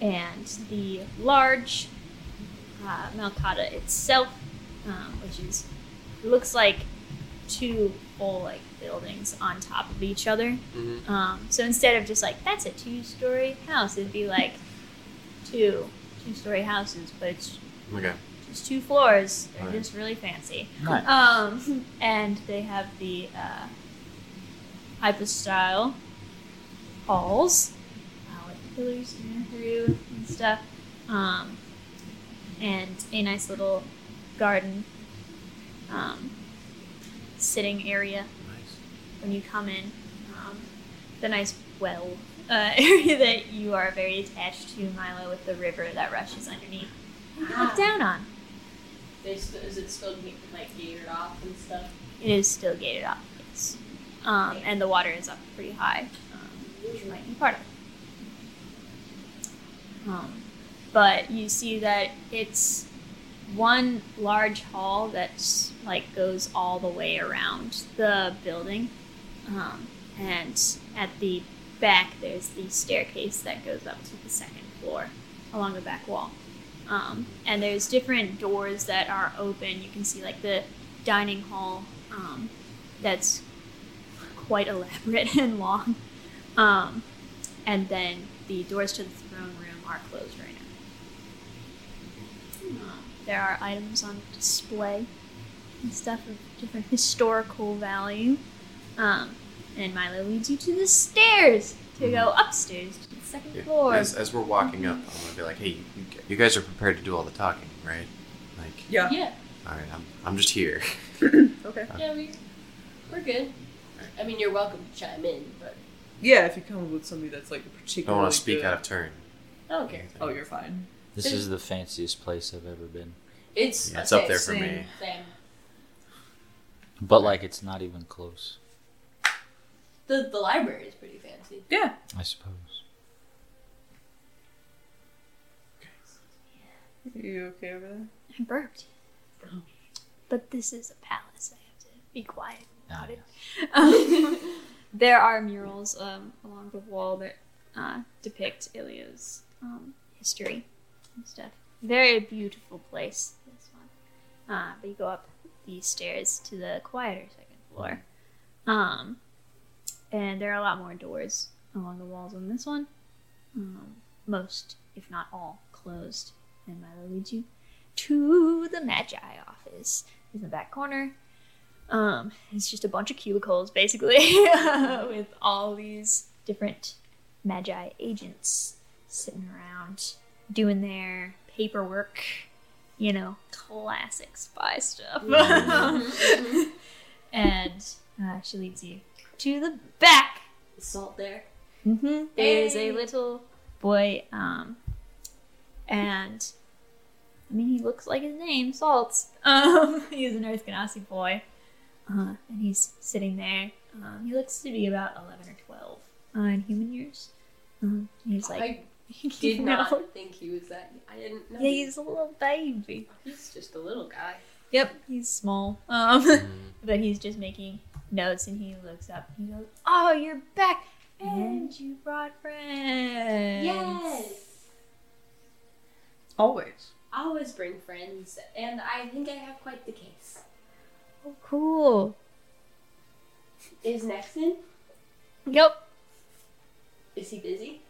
F: and the large uh, Malkata itself, um, which is looks like two full like buildings on top of each other.
D: Mhm.
F: Um, so instead of just like that's a two-story house, it'd be like two two-story houses, but it's
D: Okay.
F: just two floors. They're
D: Right.
F: just really fancy.
E: Nice.
F: Um, and they have the uh, hypostyle halls uh, with pillars running through and stuff, um, and a nice little garden um, sitting area
D: Nice.
F: when you come in. Um, the nice well uh, area that you are very attached to, Milo, with the river that rushes underneath. You can
C: Ah.
F: look down on.
H: They st- is it still ga- like gated off and stuff?
F: It is still gated up, yes. Um, and the water is up pretty high, um, which might be part of it. Um, but you see that it's one large hall that's like goes all the way around the building, um, and at the back there's the staircase that goes up to the second floor along the back wall. Um, and there's different doors that are open. You can see like the dining hall um, that's quite elaborate and long. Um, and then the doors to the throne room are closed right now. Um, there are items on display and stuff of different historical value. Um, and Milo leads you to the stairs to go upstairs to the second
D: Yeah.
F: floor.
D: As, as we're walking up, I'm gonna be like, "Hey, you, g- you guys are prepared to do all the talking, right? Like,
B: Yeah.
C: Yeah,
D: all right, I'm, I'm just here.
B: Okay.
C: yeah, we we're good. I mean, you're welcome to chime in, but
B: Yeah, if you come up with somebody that's like a
D: I
B: particular.
D: don't want to speak out of turn.
C: I don't care.
B: Oh, you're fine.
E: This is the fanciest place I've ever been.
C: It's
D: Yeah, it's up there for
C: same,
D: me.
C: Same.
E: But like, it's not even close.
C: The the library is pretty fancy.
B: Yeah.
E: I suppose.
B: Are you okay over there?
F: I burped. But this is a palace. I have to be quiet.
E: Ah,
F: Got
E: yeah.
F: it. Um, there are murals um, along the wall that uh, depict Ilya's um, history and stuff. Very beautiful place, this one. Uh, but you go up these stairs to the quieter second floor. Um, and there are a lot more doors along the walls on this one. Um, most, if not all, closed. And Milo leads you to the Magi office. It's in the back corner. Um, it's just a bunch of cubicles, basically, with all these different magi agents sitting around doing their paperwork, you know, classic spy stuff. Mm-hmm. and uh, she leads you to the back.
C: The salt there.
F: Mm-hmm. There is a
C: Hey.
F: little boy, um, and I mean, he looks like his name, Salts. Um, he's an Earth Ganassi boy, uh, and he's sitting there. Um, he looks to be about 11 or 12 uh, in human years. Um, he's like,
C: I did not think he was that. I didn't know.
F: Yeah, he's a little baby.
C: he's just a little guy.
F: Yep, he's small. Um, but he's just making notes and he looks up and he goes, Oh, you're back! And you brought friends!
C: Yes.
B: Always.
C: I always bring friends, and I think I have quite the case.
F: Oh, cool.
C: Is Nexon?
F: Yep.
C: Is he busy?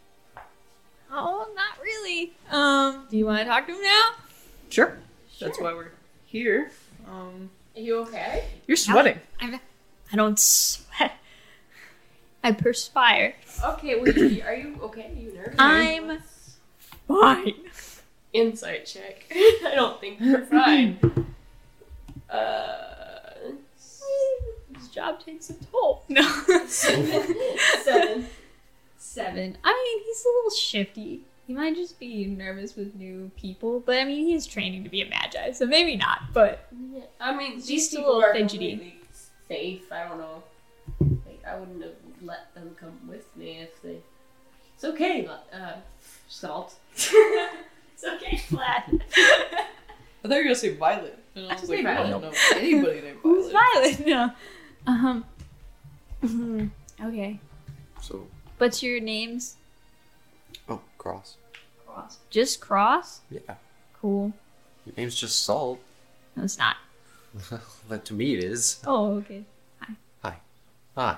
F: Oh, not really. Um, do you want to talk to him now?
B: Sure. That's why we're here. Um,
C: Are you okay?
B: you're sweating.
F: I don't sweat. I perspire.
C: Okay. Well, you- are you okay? Are you nervous?
F: I'm fine.
C: Insight check. I don't think you're fine. Uh,
F: This job takes a toll. No.
C: seven.
F: Seven. I mean, he's a little shifty. He might just be nervous with new people, but I mean, he's training to be a magi, so maybe not. But
C: I mean, these
F: Just a
C: people
F: little
C: are
F: fidgety.
C: completely safe. I don't know. Like, I wouldn't have let them come with me if they. It's okay, but, uh, salt.
F: it's okay, Vlad.
B: I thought you were gonna say Violet, and I
C: I
B: was
C: say
B: like, I don't know
E: Violet.
B: anybody named
F: Who's
B: Violet.
F: Violet? No. Um. mhm. okay.
D: So,
F: What's your names?
D: oh, cross.
F: Cross. Just Cross?
D: Yeah,
F: Cool.
D: your name's just Salt.
F: No, it's not.
D: Well, to me, it is.
F: Oh, okay.
D: Hi.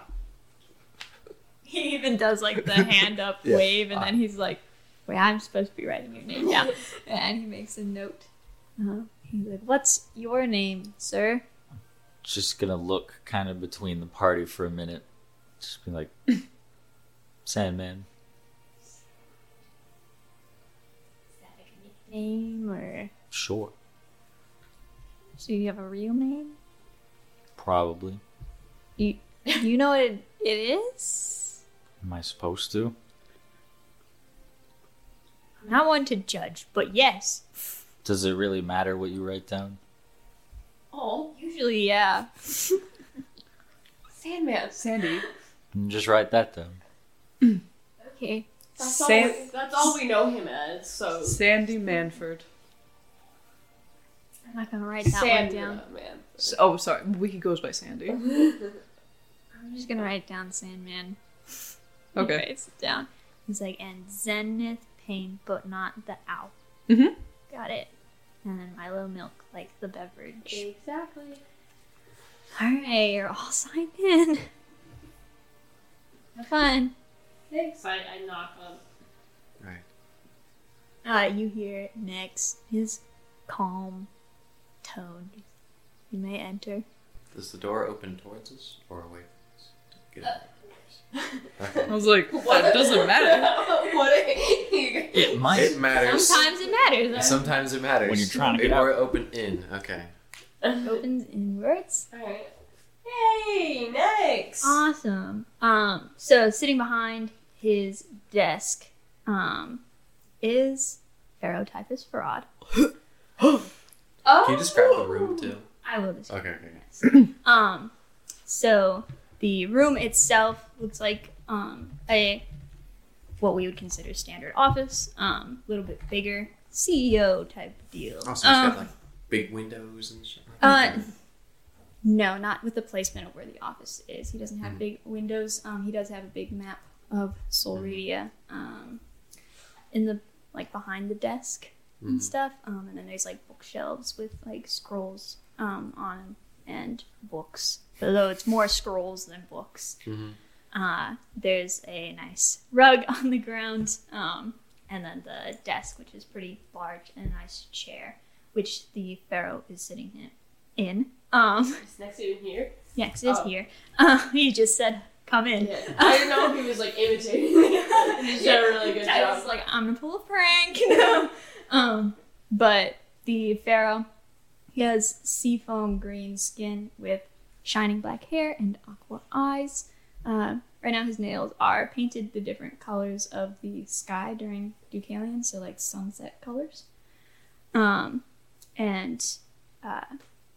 F: He even does like the hand up
D: Yeah.
F: wave, and then he's like, "Wait, I'm supposed to be writing your name down," and he makes a note. Uh-huh. He's like, "What's your name, sir?"
E: Just gonna look kind of between the party for a minute. Just be like, Sandman.
F: Name or
E: Sure.
F: so you have a real name?
E: Probably.
F: You you know what it, it is?
E: Am I supposed to?
F: I'm Not one to judge, but yes,
E: Does it really matter what you write down?
C: Oh,
F: usually yeah.
C: Sandman.
B: Sandy.
E: Just write that down.
F: Okay,
C: That's,
B: San-
C: all we, that's all we know him as,
B: Oh.
C: so.
B: Sandy Manford.
F: I'm not gonna write that one down.
C: Sandman. Man.
B: S- Oh, sorry. He goes by Sandy.
F: I'm just gonna write down Sandman.
B: Okay.
F: He writes it down. He's like, and Zenith pain, but not the owl.
B: Mhm.
F: got it. And then Milo milk, like the beverage.
C: Exactly.
F: All right, you're all signed in. Have fun.
C: Thanks. I, I knock on.
D: Right.
F: Uh, you hear next his calm tone. You may enter.
D: Does the door open towards us or away from us?
C: Uh.
B: I was like, that doesn't matter.
C: what? a-
E: It might.
D: It matters.
F: Sometimes it matters.
D: Sometimes it matters.
E: When you're trying to
D: It-
E: get out.
D: Or open in. Okay.
F: It opens inwards.
C: Alright. Hey, next!
F: Awesome. Um, so sitting behind his desk, um, is Ferrotyphus Farad.
C: oh.
D: Can you describe the room too?
F: I will describe.
D: Okay. okay.
F: Um, so the room itself looks like um, a what we would consider standard office, um, a little bit bigger CEO type deal.
D: Also, it's
F: Um,
C: Oh.
D: got like big windows and shit.
F: uh, no, not with the placement of where the office is. He doesn't have big windows. Um, he does have a big map of Solredia um, in the like behind the desk
D: Mhm.
F: and stuff. Um, and then there's like bookshelves with like scrolls um, on 'em and books. Although it's more scrolls than books.
D: Mhm.
F: Uh, there's a nice rug on the ground, um, and then the desk, which is pretty large, and a nice chair, which the pharaoh is sitting in. In um,
C: Is next to in here?
F: next is
C: Oh.
F: here. Uh, he just said, "Come in."
C: Yeah. I didn't know if he was like imitating me. He's done a really good
F: I
C: job.
F: was like, I'm gonna pull a prank. you know? um, but the pharaoh, he has seafoam green skin with shining black hair and aqua eyes. Uh, right now, his nails are painted the different colors of the sky during Deucalion, so like sunset colors. Um, and uh,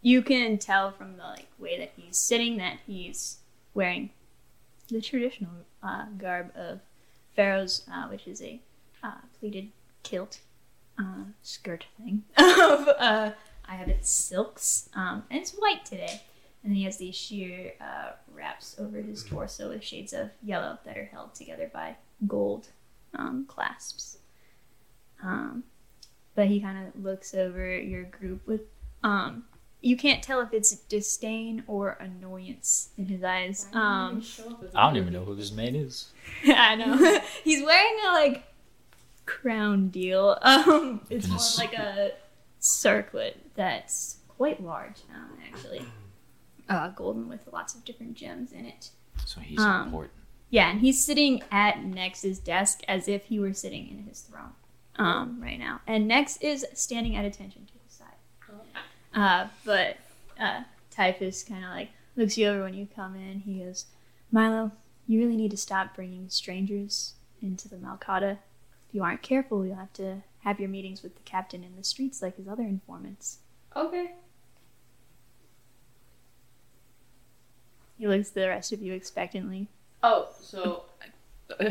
F: you can tell from the like way that he's sitting that he's wearing the traditional uh, garb of pharaohs, uh, which is a uh, pleated kilt uh, skirt thing of uh, I have it silks, um, and it's white today. And he has these sheer uh, wraps over his torso with shades of yellow that are held together by gold um, clasps. Um, but he kind of looks over your group with. Um, you can't tell if it's disdain or annoyance in his eyes. Um,
E: I don't even know who this man is.
F: I know. He's wearing a like crown deal. Um, it's more
E: Goodness.
F: of, like a circlet that's quite large, um, actually. Uh, golden with lots of different gems in it.
E: So he's
F: Um,
E: important.
F: Yeah, and he's sitting at Nex's desk as if he were sitting in his throne um, right now. And Nex is standing at attention to his side. Uh, but uh, Typhus kind of like looks you over when you come in. He goes, Milo, you really need to stop bringing strangers into the Malkata. If you aren't careful, you'll have to have your meetings with the captain in the streets like his other informants.
C: Okay.
F: He looks at the rest of you expectantly.
C: Oh, so.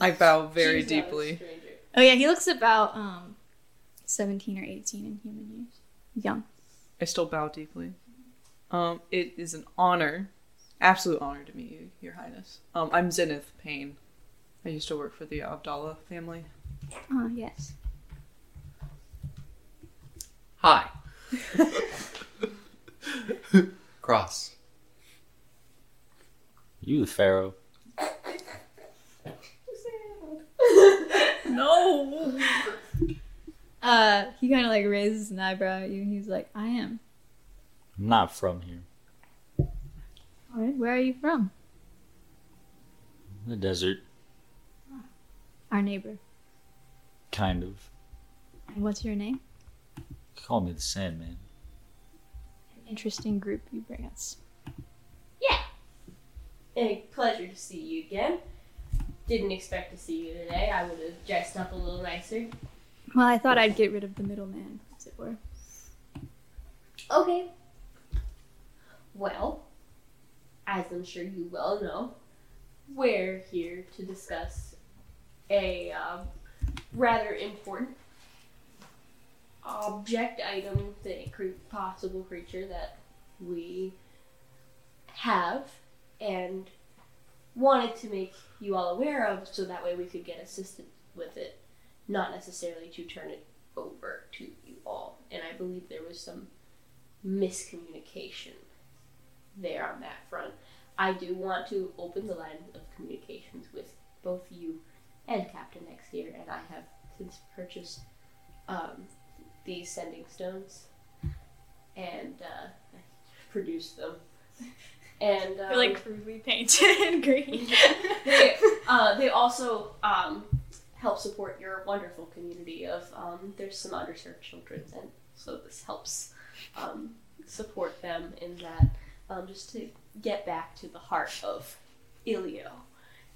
B: I bow very
C: she's not a
B: deeply.
C: stranger.
F: Oh yeah, he looks about um, seventeen or eighteen in human years. Young.
B: I still bow deeply. Um, it is an honor, absolute honor to meet you, Your Highness. Um, I'm Zenith Payne. I used to work for the Abdallah family.
F: Oh yes.
D: Hi. Cross.
E: You the pharaoh.
B: No.
F: Uh, he kind of like raises an eyebrow at you, and he's like, "I am."
E: I'm not from here.
F: All right, where are you from?
E: The desert,
F: Our neighbor.
E: kind of.
F: And what's your name?
E: Call me the Sandman.
F: Interesting group you bring us.
C: A pleasure to see you again. Didn't expect to see you today. I would have dressed up a little nicer.
F: Well, I thought I'd get rid of the middleman, as it were.
C: Okay. Well, as I'm sure you well know, we're here to discuss a um, rather important object item, the cre- possible creature that we have and wanted to make you all aware of so that way we could get assistance with it, not necessarily to turn it over to you all. And I believe there was some miscommunication there on that front. I do want to open the line of communications with both you and Captain X here, and I have since purchased um, these sending stones and uh, produced them. And um,
A: They're like crudely painted in green.
C: they, uh, they also um, help support your wonderful community of um, there's some underserved children, and so this helps um, support them in that um, just to get back to the heart of Ilio,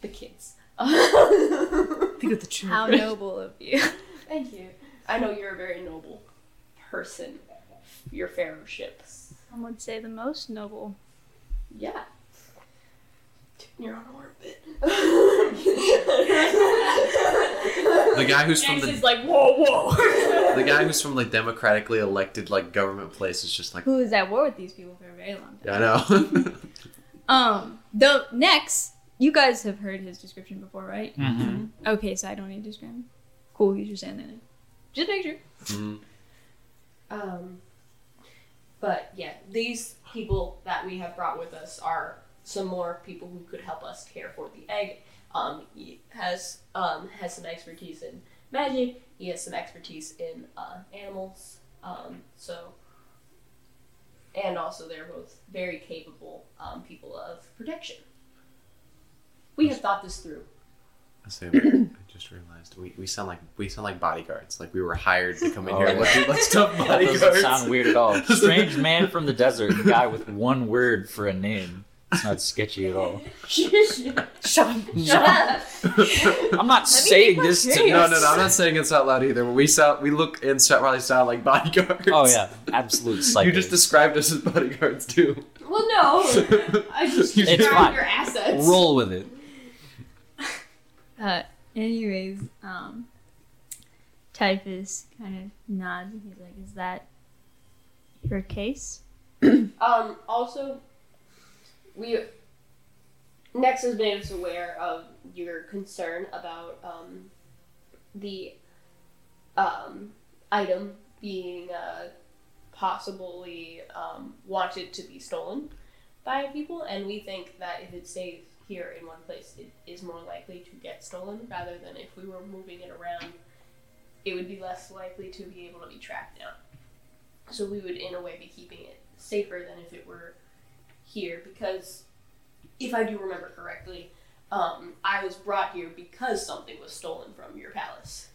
C: the kids. Thank
G: Think of the children.
A: How noble of you.
C: you. I know you're a very noble person. Your fellowships.
K: Some would say the most noble.
C: Yeah. You're on orbit.
D: The guy who's from
K: Next
D: the
K: is like, whoa, whoa.
D: the guy who's from like democratically elected like government place is just like
K: Who is at war with these people for a very long time?
D: I know.
K: Um, the next, you guys have heard his description before, right?
E: Mm-hmm.
K: Okay, so I don't need to describe him. Cool, he's just standing there. Just make sure.
D: Mhm.
C: Um, but yeah, these people that we have brought with us are some more people who could help us care for the egg. Um, he has um, has some expertise in magic. He has some expertise in uh, animals. Um, so, and also they're both very capable um, people of protection. We have thought this through.
D: I say, I just realized we, we sound like we sound like bodyguards. Like we were hired to come in here and let people stuff
E: Oh, That doesn't
D: bodyguards.
E: sound weird at all. Strange man from the desert, guy with one word for a name. It's not sketchy at all.
C: Shut up!
E: I'm not saying this to
D: No, no, no. I'm not saying this out loud either. But we sound, we look and sound, probably sound like bodyguards.
E: Oh yeah, absolute Oh, psycho.
D: you just described us as bodyguards too.
C: Well, no, I just
D: You-
E: It's
C: described
E: fine.
C: your assets.
E: roll with it.
K: Uh, anyways, um, Typhus kind of nods and he's like, is that your case?
C: Um, also, we Nex has made us aware of your concern about um, the um, item being uh, possibly um, wanted to be stolen by people, and we think that if it stays here in one place, it is more likely to get stolen rather than if we were moving it around. It would be less likely to be able to be tracked down. So we would, in a way, be keeping it safer than if it were here because, if I do remember correctly, um, I was brought here because something was stolen from your palace.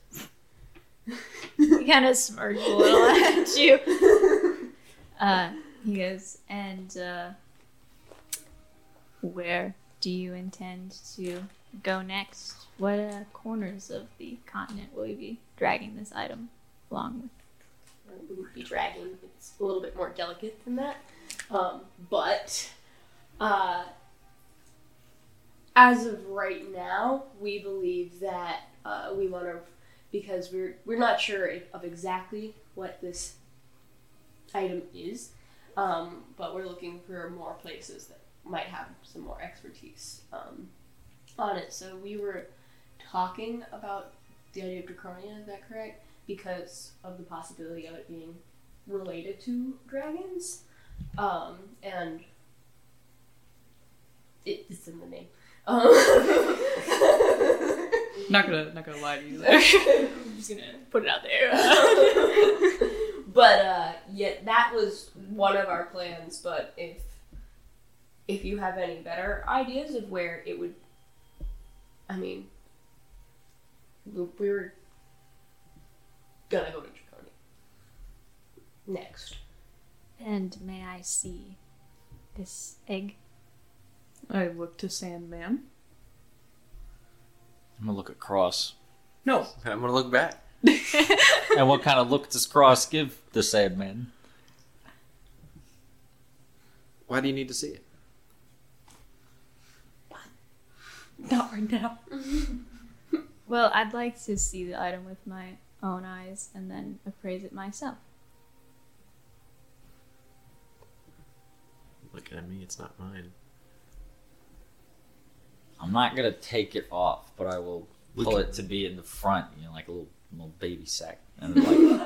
K: He kind of smirks a little at you. Uh, he goes, and uh, where do you intend to go next? What uh, corners of the continent will you be dragging this item along with?
C: It wouldn't be dragging. It's a little bit more delicate than that. Um, but uh, as of right now, we believe that uh, we want to, because we're we're not sure if, of exactly what this item is, um, but we're looking for more places that might have some more expertise um, on it. So we were talking about the idea of Draconia. Is that correct? because of the possibility of it being related to dragons. Um, and it, it's in the name. Um,
B: Not gonna not gonna lie to you. There.
C: I'm just gonna put it out there. but uh, yet that was one of our plans. But if if you have any better ideas of where it would, I mean, we we were gonna go to Draconi next.
F: And may I see this egg?
B: I look to Sandman.
E: I'm gonna look at Cross.
B: No,
D: I'm gonna look back.
E: And what kind of look does Cross give the sad man?
D: Why do you need to see it?
B: not right now.
K: Well, I'd like to see the item with my own eyes and then appraise it myself.
D: Looking at me, it's not mine.
E: I'm not gonna take it off, but I will
D: Look
E: pull
D: at-
E: it to be in the front, you know, like a little little baby sack and like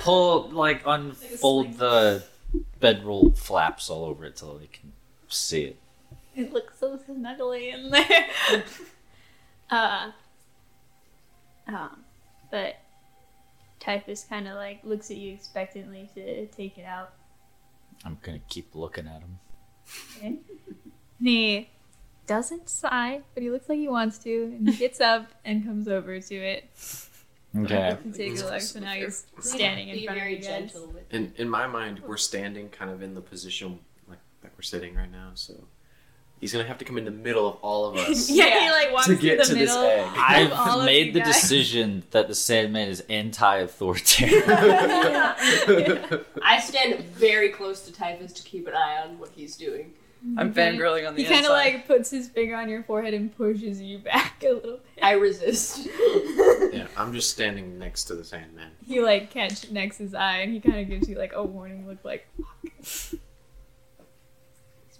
E: pull like unfold the bedroll flaps all over it till they can see it.
F: It looks so snuggly in there. uh, um, but Typhus kind of like looks at you expectantly to take it out.
E: I'm gonna keep looking at him.
F: And he doesn't sigh, but he looks like he wants to, and he gets up and comes over to it
E: Okay.
F: and takes a look. So now he's standing in
C: Be
F: front of
C: very
F: you guys.
C: gentle with
D: In in my mind, we're standing kind of in the position like that we're sitting right now, so he's gonna have to come in the middle of all of us
F: Yeah, he like walks
D: to
F: through
D: get
F: the
D: to this
F: middle.
D: egg.
F: Of all
E: I've
F: of
E: made
F: you
E: the
F: guys.
E: decision that the Sandman is anti-authoritarian.
C: I stand very close to Typhus to keep an eye on what he's doing.
B: I'm
F: Okay.
B: fangirling on the
F: He kind
B: inside.
F: of like puts his finger on your forehead and pushes you back a little bit.
C: I resist.
D: yeah, I'm just standing next to the Sandman.
F: He like catch Nex's eye and he kind of gives you like a warning look, like fuck.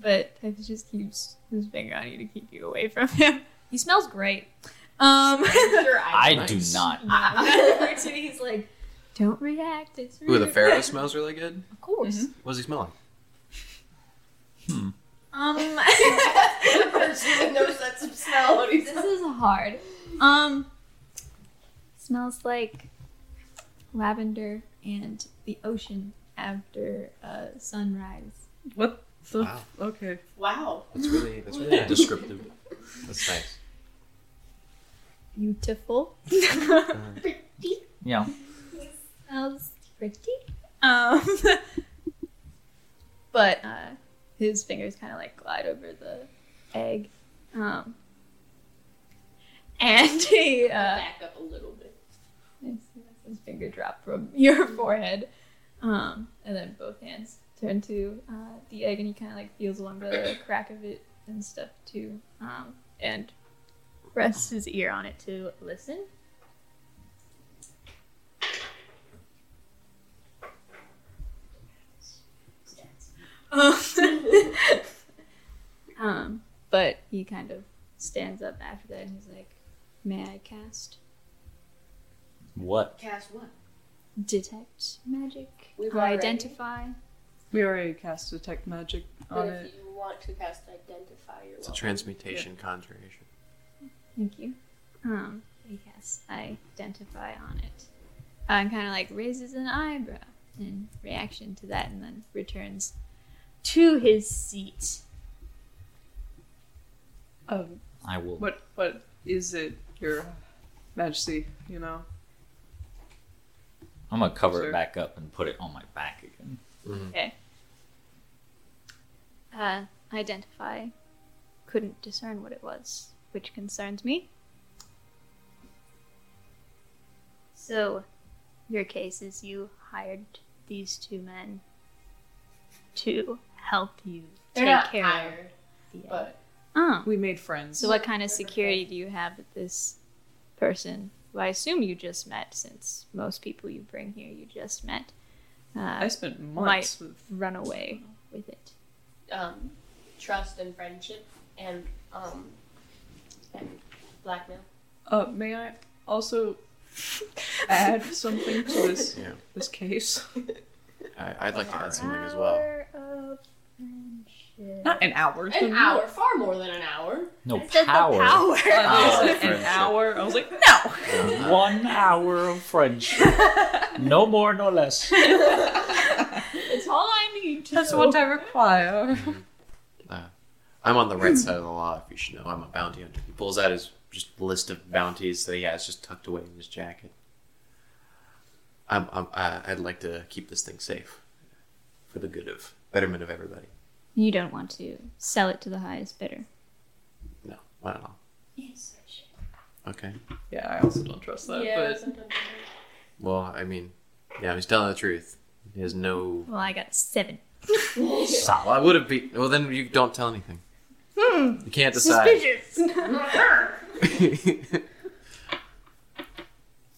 F: but Typhus just keeps his finger on you to keep you away from him. He smells great. Um,
C: Sure,
E: I do
D: Nice.
E: not.
F: over to you, he's like, don't react. It's rude.
D: Ooh, the Pharaoh smells really good.
F: Of course.
D: What's he smelling?
F: Um,
C: the person with no sense of smell. What he's
F: this is hard. Um, smells like lavender and the ocean after uh, sunrise.
B: what the?
D: Wow.
B: Okay.
C: Wow.
D: That's really that's really descriptive. That's nice.
F: Beautiful.
E: Yeah.
F: smells pretty. Um, but uh, his fingers kind of like glide over the egg. Um, and he uh,
C: Back up a little bit.
F: his finger drop from your forehead, um, and then both hands turn to uh, the egg, and he kind of like feels along the crack of it and stuff too, um, and rests his ear on it to listen. Um, um, but he kind of stands up after that, and he's like, "May I cast?"
E: What?
C: Cast what?
F: detect magic,
C: We've already-
F: identify.
B: We already cast detect magic
C: But
B: on
C: if
B: it.
C: you want to cast identify, you're
D: It's a
C: welcome.
D: transmutation conjuration.
F: Thank you. Um, yes, identify on it. Uh, and kind of like raises an eyebrow in reaction to that, and then returns to his seat.
B: Um,
E: I will.
B: what? What is it, Your Majesty? You know.
E: I'm gonna cover
B: Sure.
E: it back up and put it on my back again.
F: Uh, identify couldn't discern what it was, which concerns me. So, your case is you hired these two men to help you
C: They're
F: take
C: not
F: care
C: hired,
F: of the
C: but
F: Oh.
B: We made friends.
F: So, what kind of security do you have with this person who I assume you just met, since most people you bring here you just met?
B: I
F: Uh,
B: spent months with
F: run away with it.
C: um, trust and friendship and um, and blackmail.
B: Uh, may I also add something to this
D: Yeah.
B: this case?
D: I, I'd like to add something as well.
F: Power of friendship.
B: Not an hour. it's
C: An
B: been
C: hour, far more than an hour.
E: No
F: I said the
E: power.
B: more. Uh, they
E: Hour of
B: said an
D: friendship.
B: hour. I was like, no.
D: Uh,
E: One hour of friendship. no more, no less.
F: It's all I need.
B: That's what I require.
D: I'm on the
C: Hmm.
D: right side of the law, if you should know. I'm a bounty hunter. He pulls out his just list of bounties that he has just tucked away in his jacket. I'm, I'm, I- I'd like to keep this thing safe for the good of betterment of everybody.
F: You don't want to sell it to the highest bidder.
D: No, not at all. Okay.
B: Yeah, I also don't trust that.
C: sometimes
D: Well, I mean, yeah, he's telling the truth. He has no.
F: Well, I got seven.
D: Well, I would have be. Well, then you don't tell anything.
C: Hmm.
D: You can't decide.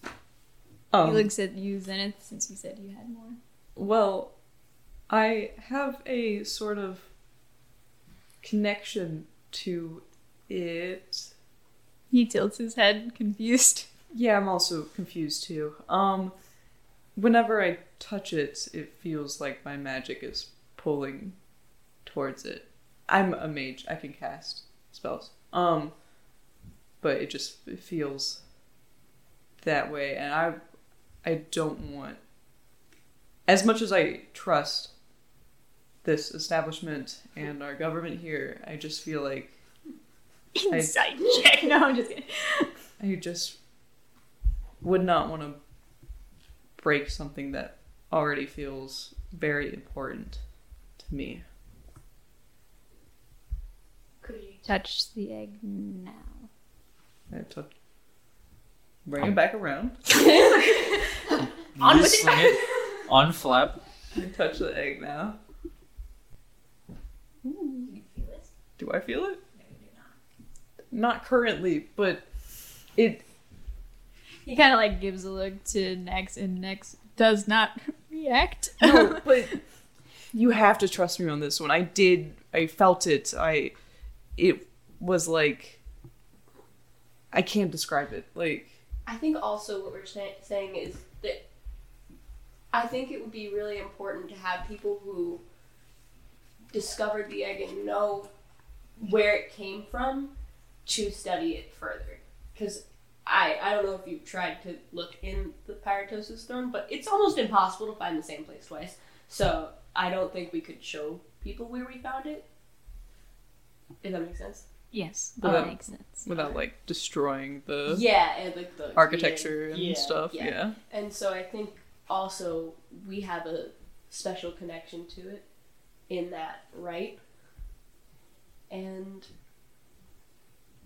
B: But
F: he
B: um,
F: looks at you, Zenith, since you said you had more.
B: well, I have a sort of connection to it.
F: He tilts his head, confused.
B: Yeah, I'm also confused too. Um, whenever I touch it, it feels like my magic is pulling towards it. I'm a mage. I can cast spells. Um, but it just it feels that way, and I, I don't want. As much as I trust this establishment and our government here, I just feel like I-
F: Insight check. No, I'm just kidding.
B: I just would not want to break something that already feels very important to me.
F: Could you touch the egg now?
B: I have to bring it back around,
E: You sling it, unflap.
B: and touch the egg now. Do I feel it? Not currently, but it.
L: He kind of like gives a look to Nex, and Nex does not react.
B: No, but you have to trust me on this one. I did. I felt it. I. It was like. I can't describe it. Like.
C: I think also what we're say- saying is that I think it would be really important to have people who discovered the egg and know where it came from to study it further. Because I, I don't know if you've tried to look in the Pyrotosis throne, but it's almost impossible to find the same place twice. So I don't think we could show people where we found it. If that makes sense.
F: Yes,
B: But
F: that
B: that-
F: makes sense.
B: without like destroying the
C: Yeah, and like the
B: architecture and
C: yeah,
B: stuff. Yeah.
C: And so I think also we have a special connection to it in that, right? And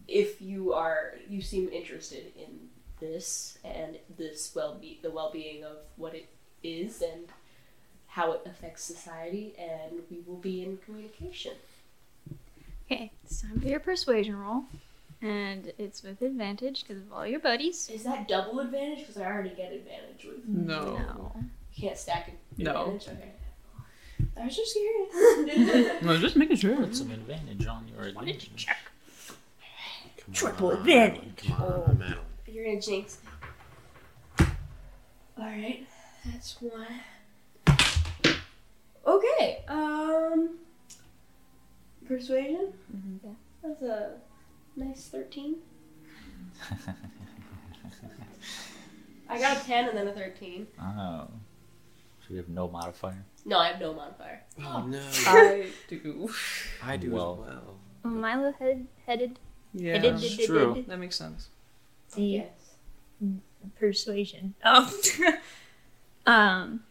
C: if you are you seem interested in this and this well be the well being of what it is and how it affects society and we will be in communication.
F: Okay, it's time for your persuasion roll, and it's with advantage because of all your buddies.
C: Is that double advantage? Because I already get advantage with
B: No.
F: No.
C: you can't stack
B: No.
C: advantage. Okay. I was just curious.
B: No, just making sure.
E: Put some advantage on your advantage.
D: Come
C: Triple
D: on,
C: advantage.
D: Come on, Madeline.
C: You're gonna jinx. Alright, that's one. Okay, um. Persuasion?
F: Mm-hmm. Yeah.
C: That's a nice 13. I got a 10 and then a 13.
E: Oh. So we have no modifier?
C: No, I have no modifier.
D: Oh no,
B: I do.
D: I do
E: Well.
D: as well.
B: Oh.
F: Milo head headed.
B: Yeah,
F: headed
E: that's true.
B: that makes sense.
F: See, persuasion. Oh. um.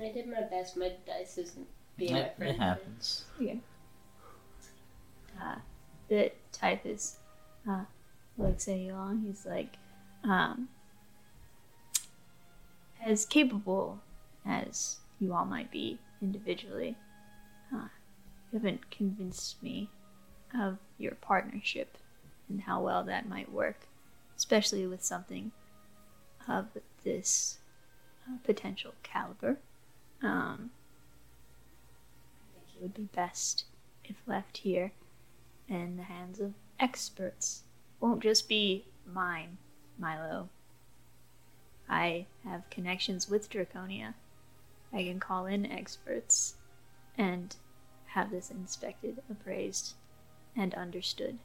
C: I did my best. My dice isn't being
E: It, it happens.
F: that Typhus uh, looks at you long. He's like, um, as capable as you all might be individually, uh, you haven't convinced me of your partnership and how well that might work, especially with something of this uh, potential caliber. Um, I think it would be best if left here in the hands of experts. Won't just be mine, Milo. I have connections with Draconia. I can call in experts and have this inspected, appraised, and understood,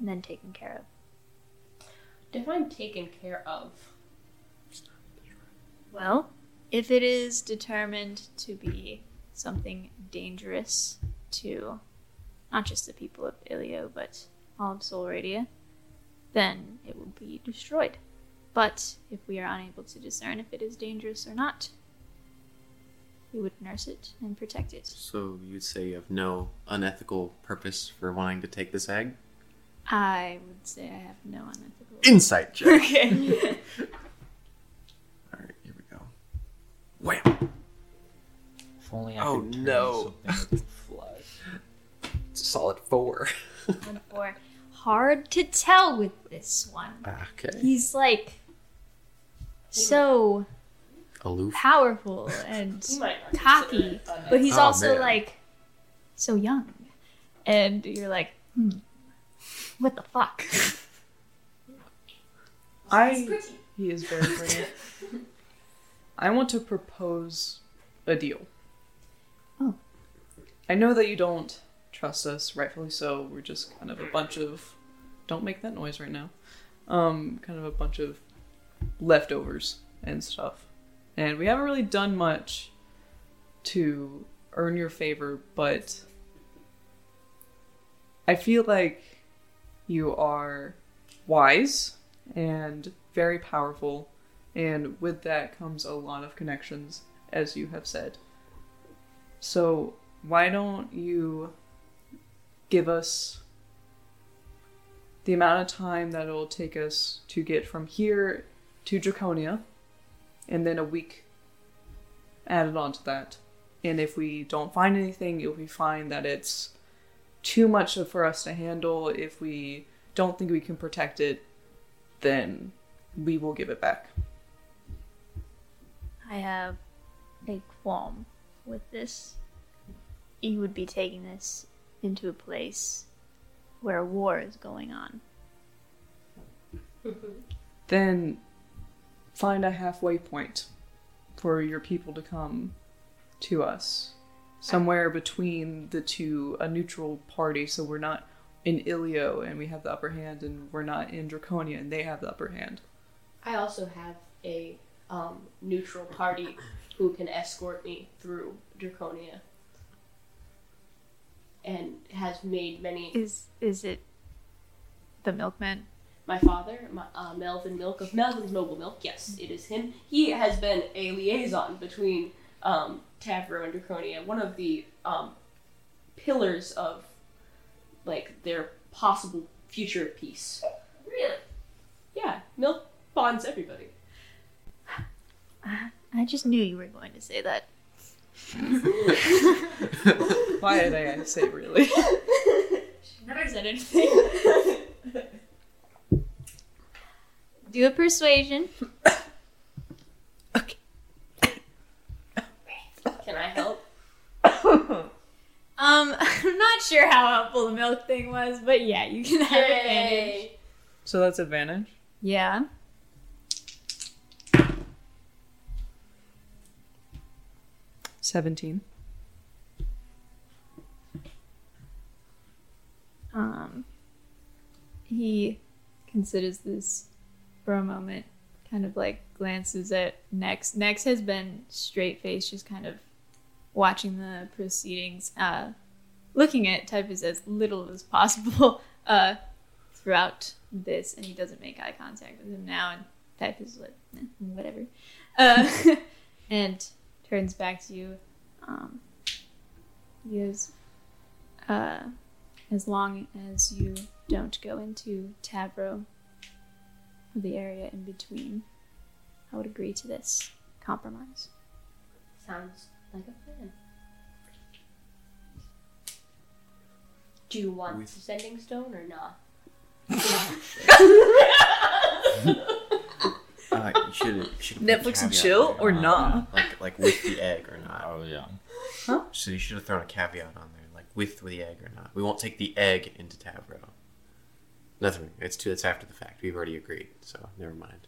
F: and then taken care of.
C: Define taken care of.
F: Well, if it is determined to be something dangerous to not just the people of Ilio, but all of Solradia, then it will be destroyed. But if we are unable to discern if it is dangerous or not, we would nurse it and protect it.
D: So you'd say you have no unethical purpose for wanting to take this egg?
F: I would say I have no unethical.
D: Insight check.
F: okay.
D: All right, here we go. Wham!
E: If only I
D: Oh,
E: could turn
D: no.
E: something that flies.
D: It's a solid four.
F: One four. Hard to tell with this one.
D: Okay.
F: He's like so
D: Aloof.
F: powerful and
C: You might not
F: cocky,
C: consider it
F: but he's
D: Oh,
F: also
D: man.
F: like so young, and you're like, hmm, what the fuck?
C: He's
B: I
C: pretty.
B: he is very brave. I want to propose a deal.
F: Oh.
B: I know that you don't trust us, rightfully so. We're just kind of a bunch of don't make that noise right now. Um, kind of a bunch of leftovers and stuff. And we haven't really done much to earn your favor, but I feel like you are wise and very powerful, and with that comes a lot of connections, as you have said. So, why don't you give us the amount of time that it'll take us to get from here to Draconia, and then a week added on to that? And if we don't find anything, if we find that it's too much for us to handle, if we don't think we can protect it, then we will give it back.
F: I have a qualm with this. You would be taking this into a place where war is going on.
B: Then find a halfway point for your people to come to us. Somewhere between the two, a neutral party, so we're not in Ilio and we have the upper hand, and we're not in Draconia and they have the upper hand.
C: I also have a um, neutral party who can escort me through Draconia and has made many.
F: Is is it the milkman?
C: My father, my, uh, Melvin Milk of Melvin's Noble Milk, yes, it is him. He has been a liaison between um, Tavro and Draconia, one of the um, pillars of like their possible future peace.
M: Really?
C: Yeah, milk bonds everybody.
F: I just knew you were going to say that.
B: Why did I say really?
F: Never said anything. Do a persuasion.
C: Can I help?
F: Um, I'm not sure how helpful the milk thing was, but yeah, you can have it. advantage.
C: Yay.
B: so that's advantage.
F: Yeah.
B: Seventeen.
N: um, he considers this for a moment, kind of like glances at Nex. Nex has been straight faced, just kind of watching the proceedings, uh, looking at Typhus as little as possible uh, throughout this, and he doesn't make eye contact with him now. And Typhus is like, "Eh, whatever, uh, and turns back to you. Um, he goes, uh, as long as you don't go into Tavro or the area in between, I would agree to this compromise.
C: Sounds like a plan. Do you want
D: We-
C: the sending stone or not?
D: Uh, you should should
B: Netflix and chill or nah?
D: uh, Like like with the egg or not.
E: Oh yeah.
D: So you should have thrown a caveat on there, like with the egg or not. We won't take the egg into Tavro. Nothing. It's too. It's after the fact. We've already agreed. So never mind.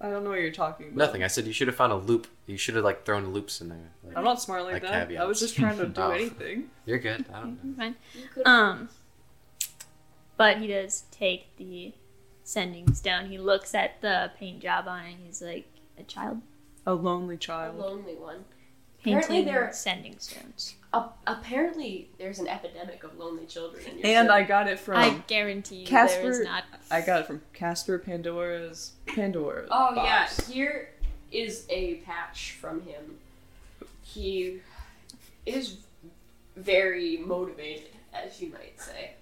B: I don't know what you're talking about.
D: Nothing. I said you should have found a loop. You should have like thrown loops in there. Like,
B: I'm not smart like,
D: Like
B: that. I was
D: caveats.
B: just trying to do
D: Oh.
B: anything.
D: You're good. I
B: Mm-hmm.
D: don't know.
F: Fine. Um, but he does take the sending stone. He looks at the paint job on it. He's like, a child
B: A lonely
C: A
B: child.
C: lonely one. Apparently
F: painting
C: they're-
F: sending stones.
C: A- apparently, there's an epidemic of lonely children. In your
B: And
C: city.
B: I got it from
N: I guarantee there is
B: Casper-
N: not.
B: I got it from Casper Pandora's Pandora.
C: Oh
B: box.
C: yeah, here is a patch from him. He is very motivated, as you might say.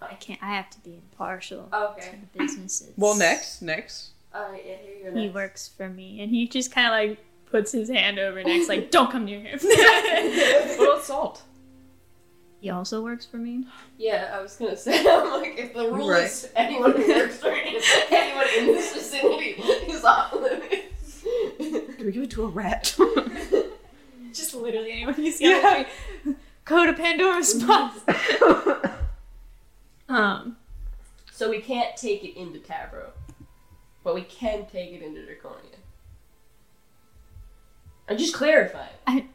F: I can't. I have to be impartial
C: Okay.
F: to the businesses.
B: Well, next, next.
C: All right. Yeah. Here you go.
F: He
C: next.
F: works for me, and he just kind of like puts his hand over next, like, don't come near him.
B: What about salt?
F: he also works for me.
C: Yeah, I was gonna say, I'm like, if the rule
B: Right.
C: is anyone who works for any- anyone in this vicinity is off limits.
B: Do we give it to a rat?
F: Just literally anyone you see. Yeah. Code of Pandora's box.
N: Um,
C: So we can't take it into Tavro. But we can take it into Draconia. I'm just clarifying.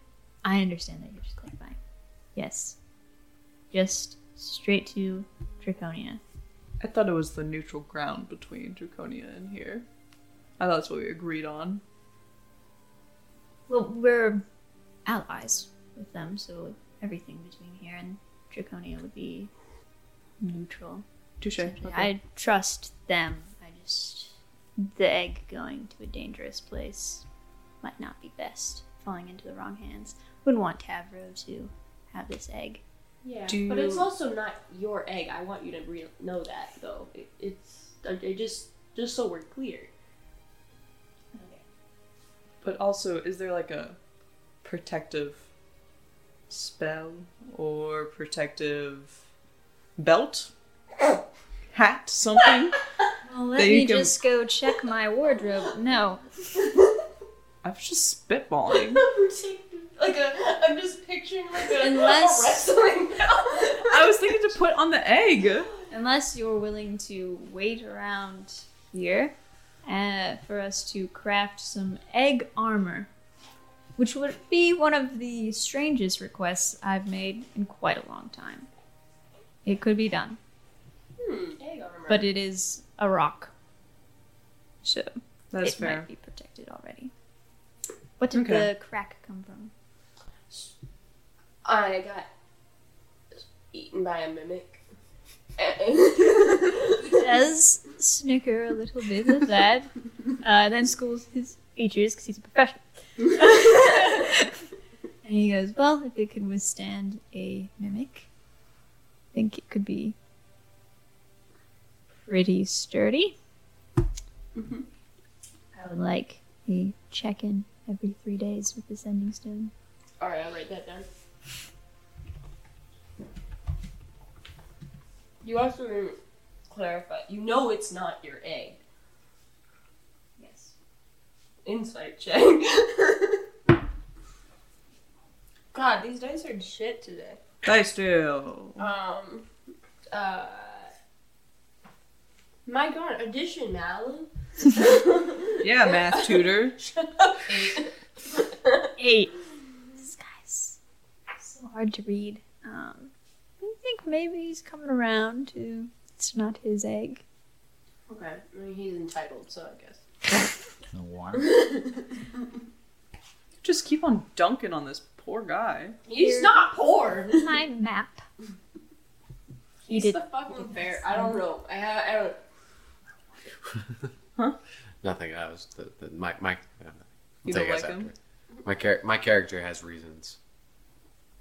F: I understand that you're just clarifying. Yes. Just straight to Draconia.
B: I thought it was the neutral ground between Draconia and here. I thought that's what we agreed on.
F: Well, we're allies with them, so everything between here and Draconia would be neutral.
B: Touche.
F: essentially. I trust them. I just. The egg going to a dangerous place might not be best. Falling into the wrong hands. Wouldn't want Tavro to have this egg.
C: Yeah,
B: Do
C: but it's
B: you-
C: also not your egg. I want you to re- know that, though. It, it's I I just just so we're clear.
B: But also, is there like a protective spell or protective belt? Hat? Something?
F: Well, let
B: There you
F: me
B: go.
F: just go check my wardrobe. No.
B: I was just spitballing.
C: Like a, I'm just picturing like a
F: Unless-
C: wrestling
B: I was thinking to put on the egg.
F: Unless you're willing to wait around here uh, for us to craft some egg armor, which would be one of the strangest requests I've made in quite a long time. It could be done,
C: egg armor.
F: but it is a rock. So
B: That's
F: it
B: fair.
F: might be protected already. What did
B: Okay.
F: the crack come from?
C: I got eaten by a mimic.
F: does snicker a little bit at that, uh, then schools his features because he's a professional. and he goes, Well, if it can withstand a mimic, I think it could be pretty sturdy. I would like a check in every three days with the sending stone.
C: All right, I'll write that down. You also didn't clarify. You know it's not your egg.
F: Yes.
C: Insight check. God, these dice are shit today.
B: Dice do.
C: Um, uh, my God, addition, Malin.
B: Yeah, math tutor.
C: Shut up.
F: Eight. This guy's so hard to read. Um, I think maybe he's coming around to it's not his egg.
C: Okay, I mean, he's entitled, so I guess.
E: No one.
B: Just keep on dunking on this poor guy.
C: He's
F: Here.
C: not poor.
F: My map.
C: He's
F: did-
C: the fucking bear. I don't know. I have. I don't.
D: Nothing. I was the, the, my my. Uh,
B: You
D: take
B: don't
D: us
B: like him?
D: after. My char- my character has reasons.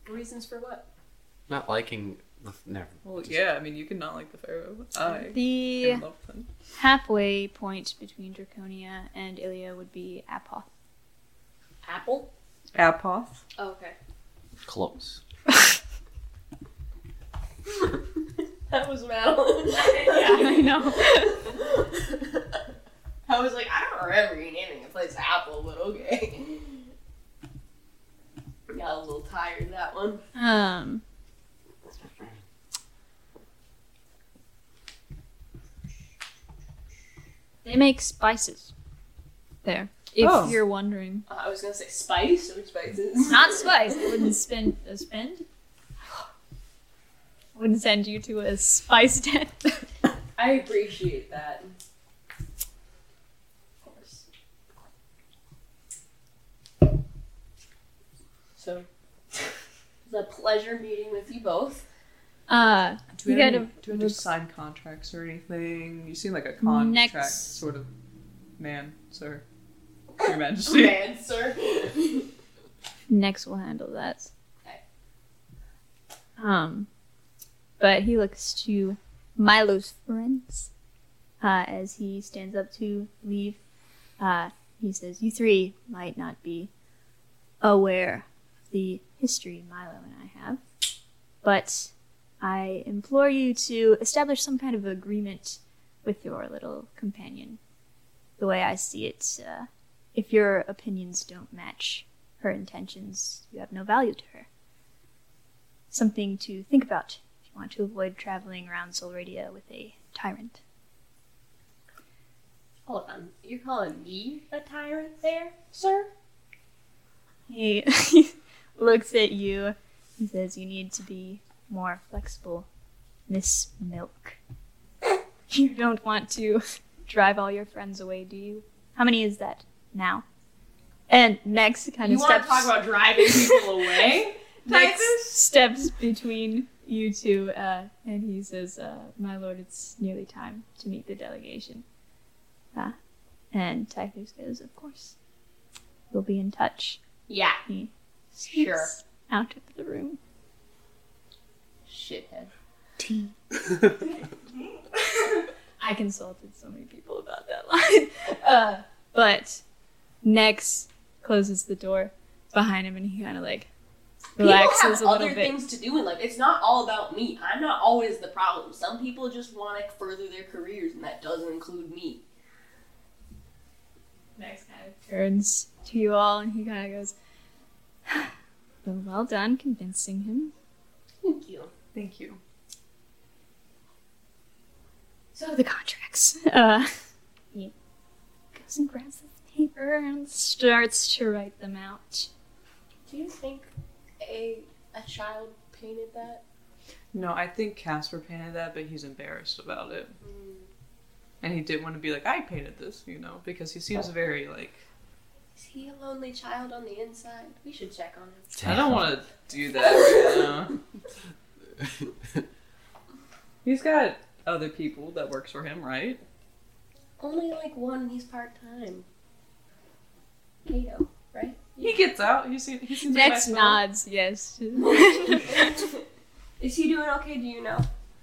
C: Reasons for what?
D: Not liking. the- Never.
B: Well, yeah, I mean, you can not like the Pharaoh. I
F: The
B: am love with him.
F: halfway point between Draconia and Ilia would be Apoth.
C: Apple.
B: Apoth.
F: Oh,
C: Okay.
E: Close.
C: That was Madeline.
F: I know.
C: I was like, I don't remember you naming a place Apple, but okay. Got a little tired that one.
F: Um. They make spices. There. If
B: Oh.
F: you're wondering.
C: Uh, I was gonna say spice or spices.
F: Not spice. I wouldn't spend a spend. Wouldn't send you to a spice den.
C: I appreciate that. Of course. So, it's a pleasure meeting with you both.
F: uh,
B: Do we,
F: You
B: have
F: gotta
B: any, do we have to sign contracts or anything? You seem like a contract
F: Next-
B: sort of man, sir. Your Majesty.
C: Man, sir.
F: Next will handle that.
C: Okay.
F: Um, but he looks to Milo's friends uh, as he stands up to leave. Uh, he says, "You three might not be aware of the history Milo and I have, but I implore you to establish some kind of agreement with your little companion. The way I see it, uh, if your opinions don't match." her intentions, you have no value to her. Something to think about if you want to avoid traveling around Solradia with a tyrant.
O: Hold on. You're calling me a tyrant there, sir?
F: He, he looks at you and says, You need to be more flexible, Miss Milk. you don't want to drive all your friends away, do you? How many is that now? And next kind
O: You
F: of
O: want
F: steps
O: to talk about driving people away?
F: next steps between you two, uh,
P: And he says, uh, My lord, it's nearly time to meet the delegation. Ah.
F: and Typhus goes, Of course. We'll be in touch.
O: Yeah.
F: He
O: Sure.
F: sneaks out of the room.
O: Shithead.
P: I consulted so many people about that line. Uh, but Nex closes the door behind him and he kind of like
C: people
P: relaxes
C: have
P: a
C: other
P: little bit.
C: things to do in life. It's not all about me. I'm not always the problem. Some people just want to further their careers, and that doesn't include me.
P: Max kind of turns to you all and he kind of goes, well, well done convincing him.
C: Thank you.
B: Thank you.
F: So the contracts. Uh, he goes and grabs the paper and starts to write them out.
C: Do you think a a child painted that?
B: No, I think Casper painted that, but he's embarrassed about it. And he didn't want to be like, I painted this, you know, because he seems very like,
C: Is he a lonely child on the inside? We should check on him.
B: I don't want to do that right now. He's got other people that works for him, right?
C: Only like one. He's part time. Kato, right?
B: He gets out. He seems. He seems like a
P: Nex
B: nice fellow.
P: nods, yes.
C: Is he doing okay? Do you know?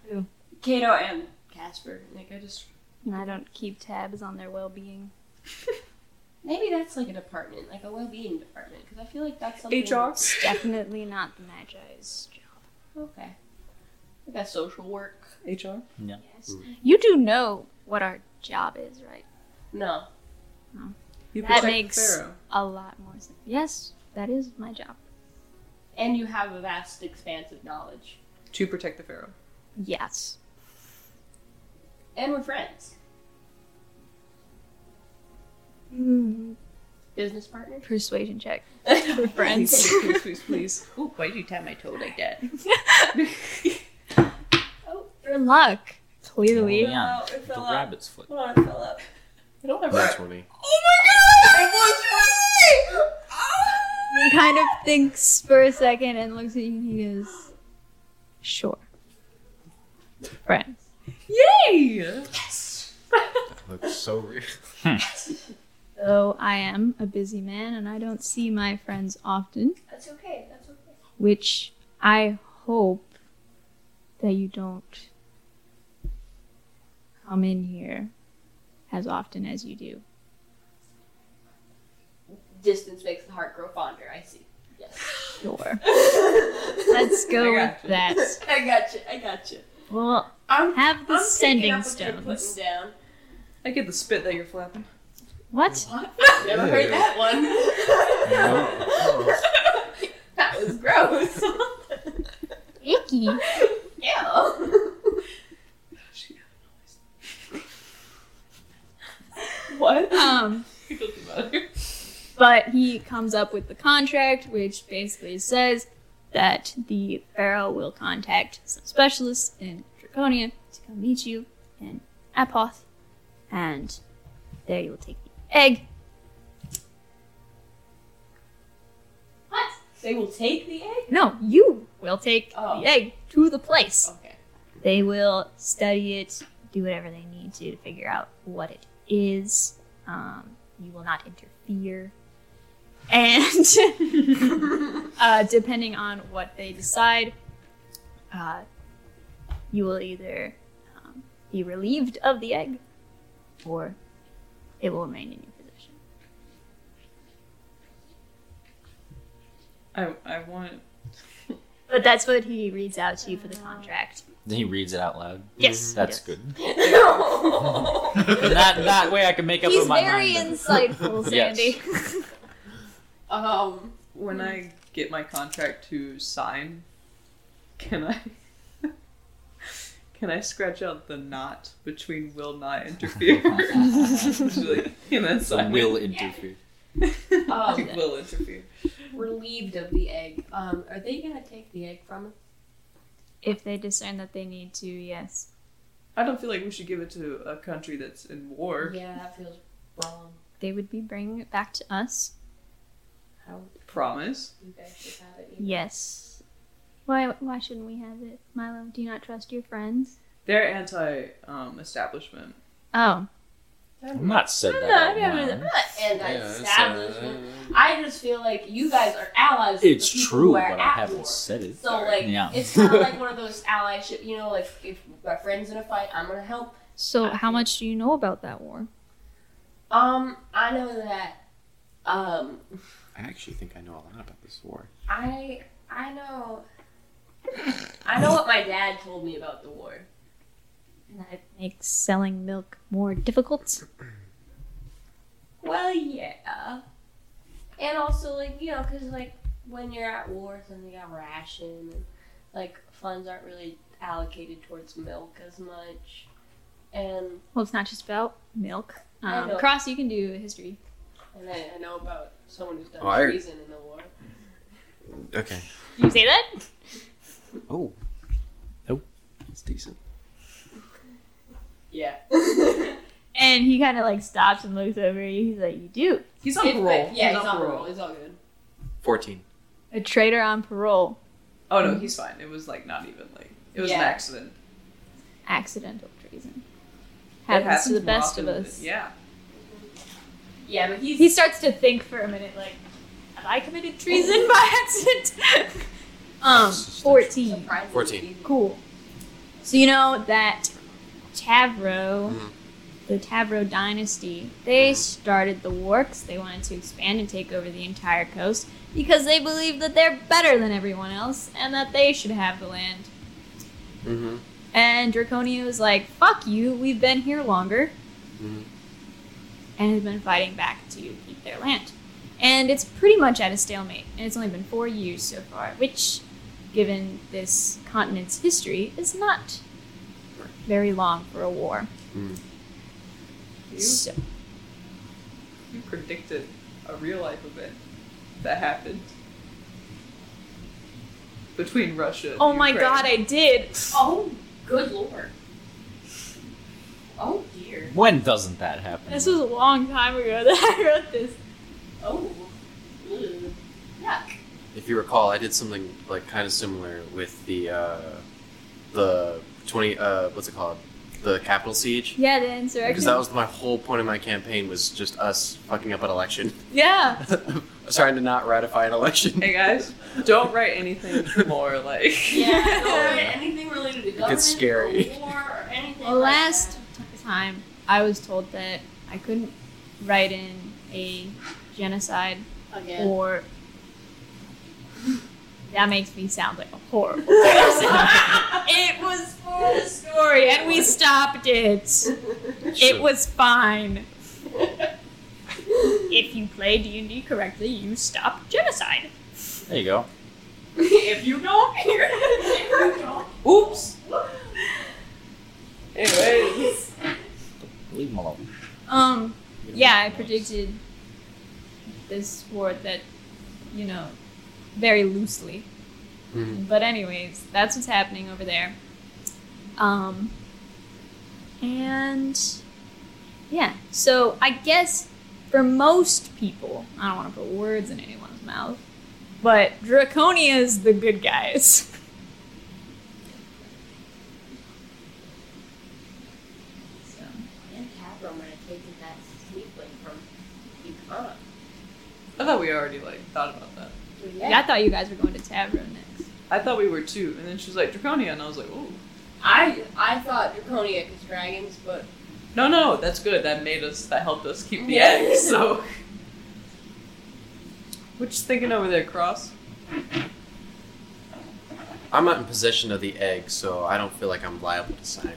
F: Who?
C: Kato and Casper. Like I just
F: And I don't keep tabs on their well-being.
C: maybe that's like a department, like a well-being department, because I feel like that's something.
B: HR.
F: It's definitely not the Magi's job.
C: Okay. Like a social work.
B: HR.
F: You do know what our job is, right?
C: No.
B: You
F: That
B: protect the
F: makes-
B: Pharaoh.
F: A lot more sense. Yes, that is my job.
C: And you have a vast expanse of knowledge.
B: to protect the Pharaoh.
F: Yes.
C: And we're friends. Business partner?
F: Persuasion check.
C: We're
F: Friends.
B: Please, please, please.
O: Ooh, why did you tie my toe like that?
F: Your luck. Clearly.
E: Oh, yeah.
C: Oh, it
E: The
C: fell out.
E: rabbit's foot.
C: Hold on, it fell up. I don't ever.
D: Nat 20.
F: He kind of thinks for a second and looks at you and he goes, Sure. Friends.
B: Hey!
D: Looks so real.
F: Though I am a busy man and I don't see my friends often,
C: That's okay, that's okay.
F: which I hope that you don't come in here as often as you do.
C: Distance makes the heart grow fonder, I see. Yes.
F: Sure. Let's go with that.
C: I got you, I got you.
F: Well,
C: I'm,
F: have the
C: I'm picking
F: sending
C: up what you're putting
F: stones.
C: down.
B: I get the spit that you're flapping.
F: What?
C: Never heard that one. that was gross.
F: Icky.
C: yeah.
B: What?
F: Um. But he comes up with the contract, which basically says that the Pharaoh will contact some specialists in Draconia to come meet you in Apoth, and there you will take the egg.
C: What? They will take the egg?
F: No, you will take
C: Oh.
F: the egg to the place.
C: Okay.
F: They will study it, do whatever they need to to figure out what it is. Um, you will not interfere. And uh, depending on what they decide, uh, you will either um, be relieved of the egg or it will remain in your possession.
B: I, I want.
F: But that's what he reads out to you for the contract.
E: Then he reads it out loud.
F: Yes. he
E: Mm-hmm. That's
F: does.
E: good.
C: No.
E: that that way I can make up
F: He's
E: with my
F: very
E: mind.
F: insightful,
E: Yes.
F: Sandy.
C: um.
B: When I get my contract to sign, can I. Can I scratch out the knot between will not interfere? She's like, and that's
E: So
B: fine.
E: will interfere.
O: Oh,
C: Um,
B: I will interfere.
C: relieved of the egg. Um, are they gonna take the egg from him?
Q: If they discern that they need to, yes.
B: I don't feel like we should give it to a country that's in war.
C: Yeah, that feels wrong.
Q: They would be bringing it back to us.
C: How
B: Promise.
C: you guys should have it. you know?
Q: Yes. Why? Why shouldn't we have it, Milo? Do you not trust your friends?
B: They're anti um, establishment.
Q: Oh,
E: I'm not said
C: I'm
E: that.
C: not,
E: out
C: I'm not
E: loud.
C: an
D: uh,
C: anti-establishment. I just feel like you guys are allies. with the
E: It's
C: people
E: true,
C: who are
E: but I
C: at
E: haven't
C: war.
E: said it.
C: So like,
E: Yeah.
C: it's kind of like one of those allyship. You know, like if my friend's in a fight, I'm gonna help.
F: So, how much do you know about that war?
C: Um, I know that. Um,
D: I actually think I know a lot about this war.
C: I I know. I know what my dad told me about the war.
F: That makes selling milk more difficult.
C: Well, yeah. And also, like, you know, because, like, when you're at war, something got ration, and, like, funds aren't really allocated towards milk as much. And,
F: Well, it's not just about milk.
C: I
F: Um,
C: know.
F: Cross, you can do history.
C: and I, I know about someone who's done
D: Oh, I-
C: treason in the war.
D: Okay.
F: You say that?
D: Oh.
E: Nope.
D: It's decent.
C: Yeah.
F: And he kind of like stops and looks over at you. He's like, "You do
B: He's on
C: It's-
B: parole.
C: Yeah,
B: he's
C: it's
B: on
C: not
B: parole.
C: roll. It's all good.
D: 14.
F: a traitor on parole,
B: Oh
F: Mm-hmm.
B: no, he's fine. It was like not even like it was an
C: Yeah.
B: accident.
F: accidental treason.
B: It
F: Happens, to the
B: more
F: best of
B: often than-
F: us."
B: Yeah.
C: Yeah, but he's.
F: He starts to think for a minute, like, "Have I committed treason by accident?" um, fourteen.
C: surprised
D: 14.
F: Cool. So you know that Tavro,
D: Mhm.
F: the Tavro dynasty, they started the war 'cause They wanted to expand and take over the entire coast because they believe that they're better than everyone else and that they should have the land.
D: Mm-hmm.
F: And Draconio is like, "Fuck you! We've been here longer."
D: Mhm.
F: And has been fighting back to keep their land. And it's pretty much at a stalemate. And it's only been four years so far, which, given this continent's history, is not very long for a war.
B: You,
F: So,
B: you predicted a real life event that happened between Russia. and
F: oh my
B: Ukraine.
F: god, I did!
C: Oh, good lord. Oh, dear.
E: When doesn't that happen?
F: This was a long time ago that I wrote this.
C: Oh. Ew. Yuck.
D: If you recall, I did something like kind of similar with the uh, the 20 uh, what's it called? The capital siege.
F: Yeah, the
D: Because
F: insurrection.
D: that was my whole point of my campaign was just us fucking up an election,
F: Yeah.
D: trying to not ratify an election.
B: Hey guys, don't write anything more like.
C: Yeah, don't write anything related to government
D: gets scary.
C: or war or anything.
F: Well,
C: like
F: last t- time I was told that I couldn't write in a genocide
C: that. again.
F: or that makes me sound like a horrible person. it was for the story, and we stopped it. It was fine. If you play D and D correctly, you stop genocide.
E: There you go.
C: if you don't hear it,
B: Oops. Anyway,
E: Leave him alone.
F: Um. Yeah, I predicted this war that, you know, very loosely.
D: Mhm.
F: But anyways, that's what's happening over there. Um. And yeah, so I guess for most people, I don't want to put words in anyone's mouth, but Draconia's the good guys. so.
C: and Tavro might have taken that sneakling from Yukon.
B: I thought we already like thought about that.
F: I thought you guys were going to Tavro next.
B: I thought we were two, and then she's like Draconia, and I was like, oh.
C: I I thought Draconia was dragons, but
B: No, no, that's good. That made us. That helped us keep the
C: Yeah.
B: egg. So, what you thinking over there, Cross?
D: I'm not in possession of the egg, so I don't feel like I'm liable to sign.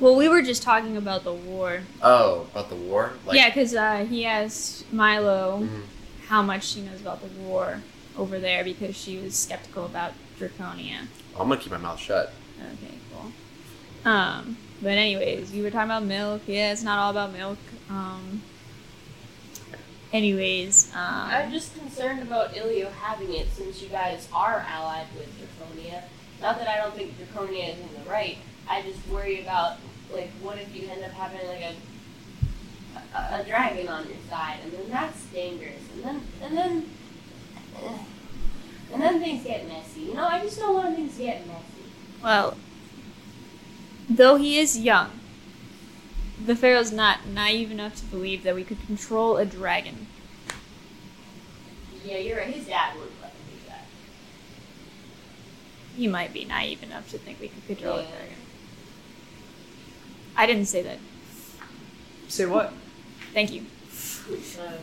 F: Well, we were just talking about the war.
D: Oh, about the war? Like,
F: yeah, because uh, he asked Milo
D: Mhm.
F: how much she knows about the war over there because she was skeptical about Draconia.
D: I'm gonna keep my mouth shut.
F: Okay, cool. Um, but anyways, you were talking about milk. Yeah, it's not all about milk. Um, anyways, um,
C: I'm just concerned about Ilio having it since you guys are allied with Draconia. Not that I don't think Draconia is in the right. I just worry about like what if you end up having like a a, a dragon on your side, and then that's dangerous, and then and then eh, and then things get messy. You know, I just don't want things to get messy.
F: Well, though he is young, the Pharaoh's not naive enough to believe that we could control a dragon.
C: Yeah, you're right. His dad would let him do that.
F: He might be naive enough to think we could control
C: Yeah.
F: a dragon. I didn't say that.
B: Say what?
F: Thank you.
C: Um,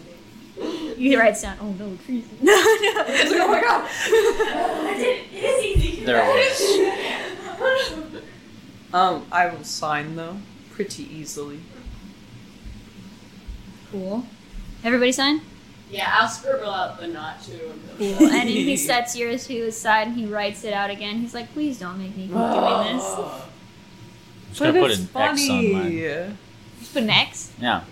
F: You write down, oh no, treason. no, no. oh my god.
C: it is easy.
E: There was.
B: Um, I will sign though, pretty easily.
F: Cool. Everybody sign?
C: Yeah, I'll scribble out the not to.
F: Cool. And then he sets yours to his side and he writes it out again. He's like, please don't make me keep doing this.
B: Ah.
E: Just gonna put an X on mine.
F: Just put an X.
E: Yeah.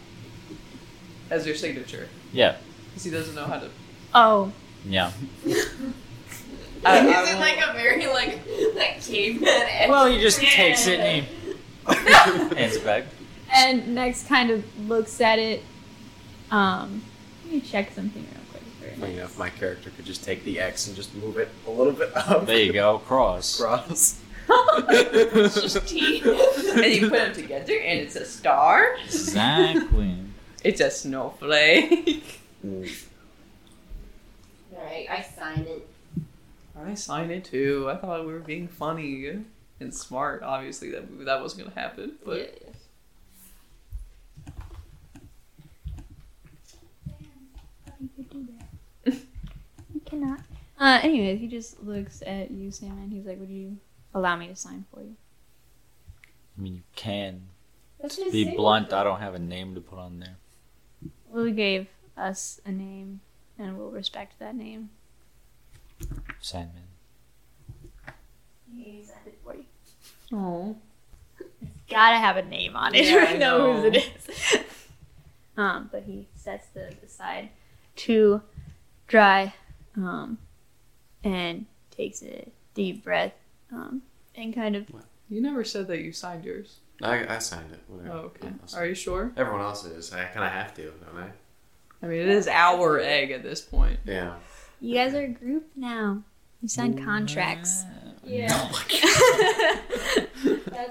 B: As your signature,
E: Yeah.
B: because he doesn't know how to.
F: Oh.
E: Yeah.
B: I, I
C: Is it
B: will-
C: like a very like like caveman?
E: Well, he just takes it and he hands it back.
F: And Nex kind of looks at it. Um, let me check something real quick. for
D: Funny enough, my character could just take the X and just move it a little bit up.
E: There you go. Cross.
D: Cross.
B: and you put them together, and it's a star.
E: Exactly.
B: It's a snowflake.
C: All right, I sign it.
B: I sign it too. I thought we were being funny and smart. Obviously, that that wasn't gonna happen. But
F: You could do that. you cannot. Uh, anyway, he just looks at you, Sam, and he's like, would you allow me to sign for you?
E: I mean, you can.
C: That's
E: To be blunt, I don't have a name to put on there.
F: Lily gave us a name, and we'll respect that name.
E: Sandman.
F: He signed it for you.
B: oh,
F: gotta have a name on it
B: Yeah,
F: or
B: I
F: know whose
B: know.
F: it is. um, but he sets the, the side to dry um, and takes a deep breath um, and kind of
B: you never said that you signed yours.
D: I, I signed it. Whatever.
B: Oh, okay.
D: Yeah, I'll sign
B: Are
D: it.
B: you sure?
D: Everyone else is. I kind of have to, don't I?
B: I mean, it is our egg at this point.
D: Yeah.
F: you guys are a group now. You signed contracts.
C: Yeah, that's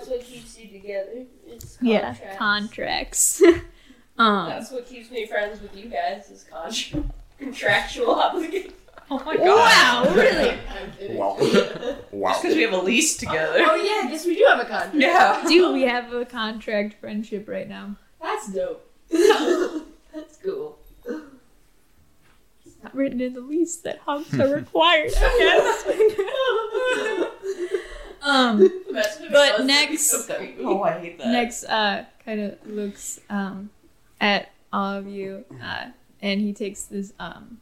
C: what keeps you together. It's
F: yeah,
C: contracts.
F: contracts. um,
C: That's what keeps me friends with you guys is contra- contractual obligations.
B: Oh my
F: wow, really?
C: I'm kidding.
D: Wow. Wow.
B: Because we have a lease
C: Oh
B: together.
C: yeah, I guess we do have a contract.
B: Yeah.
F: Do we have a contract friendship right now?
C: That's dope. that's cool.
F: It's not written in the lease that humps are required. I guess. um.
C: Imagine if it
F: But
C: was-
F: next-
B: Oh, I hate that.
F: Next, uh, kind of looks um, at all of you, uh, and he takes this um,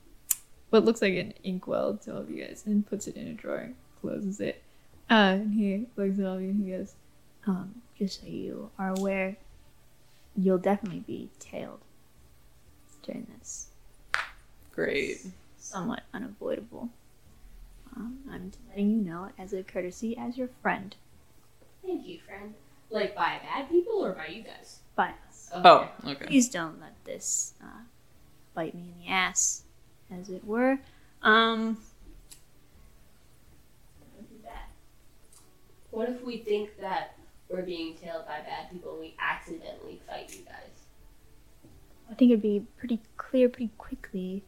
F: what looks like an inkwell to all of you guys and puts it in a drawer, closes it, uh, and he looks at all of you and he goes, um, "Just so you are aware, you'll definitely be tailed during this.
B: Great.
F: Somewhat unavoidable. Um, I'm just letting you know as a courtesy, as your friend,
C: Thank you, friend. Like by bad people or by you guys?
F: by us."
B: Oh, okay.
R: Please
F: Please don't let this uh, bite me in the ass, as it were. Um,
C: What if we think that we're being tailed by bad people and we accidentally fight you guys?
R: I think it'd be pretty clear pretty quickly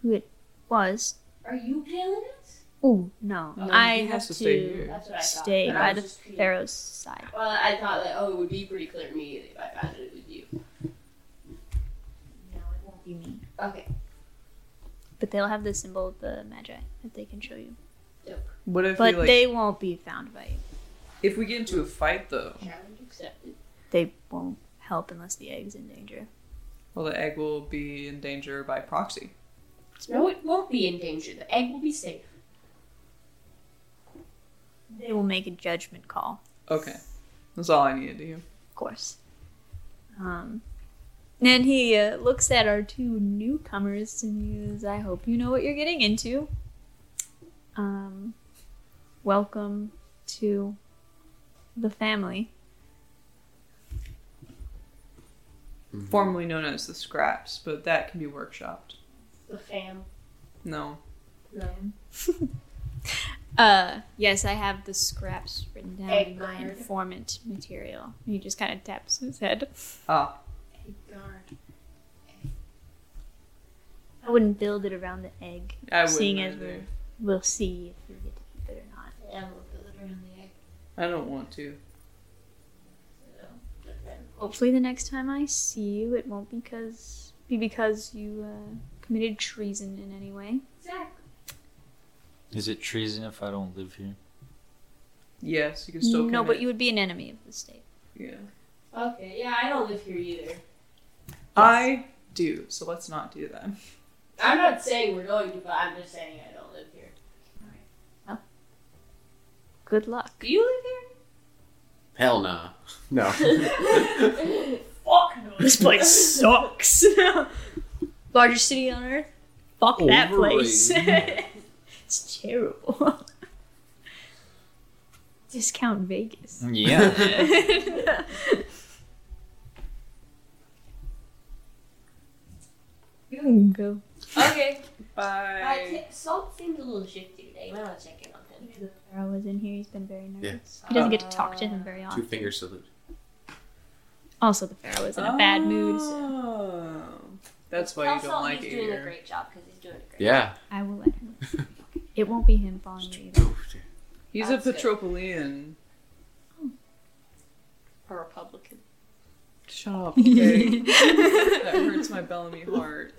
R: who it was.
C: Are you tailing us?
R: Oh no,
B: No,
R: I
B: he
R: have
B: has
R: to,
B: to stay here.
C: That's what I thought.
R: Stay
C: but I
R: by
C: was
R: the
C: just confused.
R: Pharaoh's side.
C: Well, I thought that oh, it would be pretty clear immediately if I found it was you.
R: No, it won't be me.
C: Okay.
R: But they'll have the symbol of the Magi that they can show you.
B: What if
R: But
B: we like?
R: they won't be found by you.
B: if we get into a fight though,
C: Challenge accepted.
R: They won't help unless the egg's in danger.
B: well, the egg will be in danger by proxy.
C: No, it won't be in danger. The egg will be safe.
R: They will make a judgment call.
B: Okay. That's all I needed to hear.
F: Of course. Um, and he uh, looks at our two newcomers and goes, I hope you know what you're getting into. Um, welcome to the family.
B: Formerly known as the scraps, but that can be workshopped.
C: The fam.
B: No.
C: No.
F: Uh, yes, I have the scraps written down in my
C: Eggard.
F: informant material. And he just kind of taps his head.
B: Ah,
C: Guard.
F: I wouldn't build it around the egg,
B: I would.
F: seeing as we're, we'll see if we get to keep it or not.
C: And we'll build it around the egg.
B: I don't want to.
C: So, but then-
F: Hopefully, the next time I see you, it won't because be because you uh, committed treason in any way.
C: Exactly.
E: Is it treason if I don't live here?
B: Yes, you can still.
F: no, but
B: commit.
F: you would be an enemy of the state.
B: Yeah.
C: Okay, yeah, I don't live here either.
B: I do. So let's not do that.
C: I'm not saying we're going to, but I'm just saying I don't live here.
F: Good luck.
C: Do you live here?
D: Hell nah. No.
C: Fuck no.
F: This place sucks. Largest city on earth. Fuck that place. it's terrible. Discount Vegas.
E: Yeah.
F: You can go.
C: Okay. I
B: Bye.
C: think Salt seems a little shifty today. You might want to check in on him.
F: I was in here. He's been very nervous.
D: nervous.
F: He doesn't get to talk to him very
D: Two
F: often.
D: finger salute.
F: Also, the pharaoh is in a bad mood. so
B: Oh. That's why you
C: Tell
B: don't
C: Salt
B: like
C: he's
B: it
C: doing a
B: here.
C: great job because he's doing a great
D: Yeah.
F: I will let him. It won't be him following you either.
B: He's a
C: That's good.
B: Petropolian.
C: A Republican.
B: Shut up. Okay. that hurts my Bellamy heart.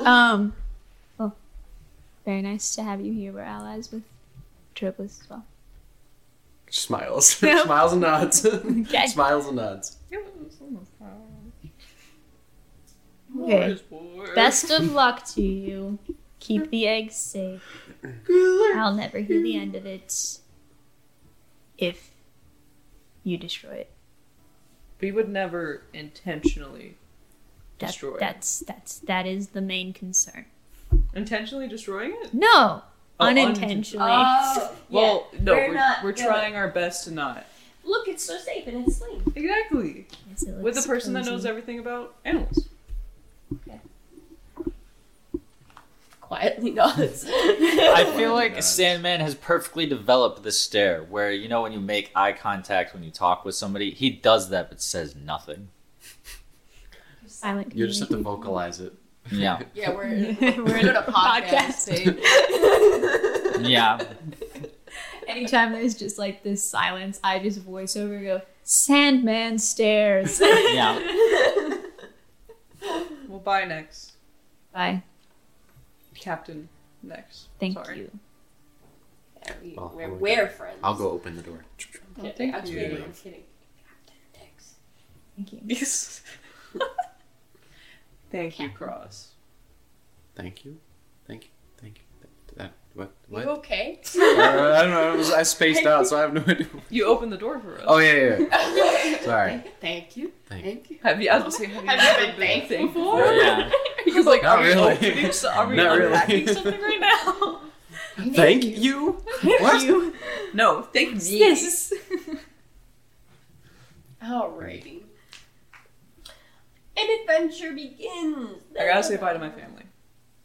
F: Um. Well, very nice to have you here. We're allies with Triplets as well.
D: Smiles.
F: No.
D: Smiles and nods. Smiles and nods.
F: Okay. Best of luck to you. Keep the eggs safe. I'll never hear the end of it. If you destroy it,
B: We would never intentionally
F: That-
B: Destroy it.
F: That's that's that is the main concern.
B: intentionally destroying it.
F: No,
B: Oh, unin-
F: unintentionally.
C: Oh,
B: Well, no,
C: we're
B: we're,
C: not
B: we're
C: gonna-
B: trying our best to not.
C: look, it's so safe and it's clean.
B: Exactly.
F: Yes, it
B: With a
F: looks
B: person that
F: cozy.
B: knows everything about animals.
C: Quietly nods.
E: I feel like
D: Nice.
E: Sandman has perfectly developed the stare where, you know, when you make eye contact when you talk with somebody, he does that but says nothing.
F: silent.
D: You just have to
F: community.
D: vocalize it.
E: Yeah.
C: yeah, we're
F: We're
C: doing a podcast. babe.
E: Yeah.
S: Anytime there's just like this silence, I just voice over and go, Sandman stares.
E: Yeah.
B: Well, bye next,
F: Bye.
B: Captain. Next.
F: Thank
B: Sorry.
F: you.
C: Yeah, we,
D: Well,
C: we're,
D: I'll-
C: we're friends.
D: I'll go open the door.
C: Yeah,
B: Thank
C: I'm just
B: you.
C: kidding. I'm kidding. Captain Dix.
F: Thank you.
B: Yes. Thank you, Cross.
D: Thank you. Thank you. Thank you. That, what?
C: You
D: What?
C: okay?
D: Uh, I don't know. I, was, I spaced out, so I have no idea.
B: You opened the door for us.
D: Oh, yeah, yeah, yeah. Sorry.
C: Thank you.
D: Thank
C: Thank you.
B: Have you? I was gonna say, have you
C: Have you
B: ever
C: been thankful
B: before?
E: Yeah.
B: He was like,
D: Not
B: are
D: really.
B: We opening so- are we
D: Not really.
B: unpacking something right now?
D: Thank you? What?
B: No, thank me.
F: Yes.
C: Alrighty. An adventure begins.
B: I gotta say bye to my family.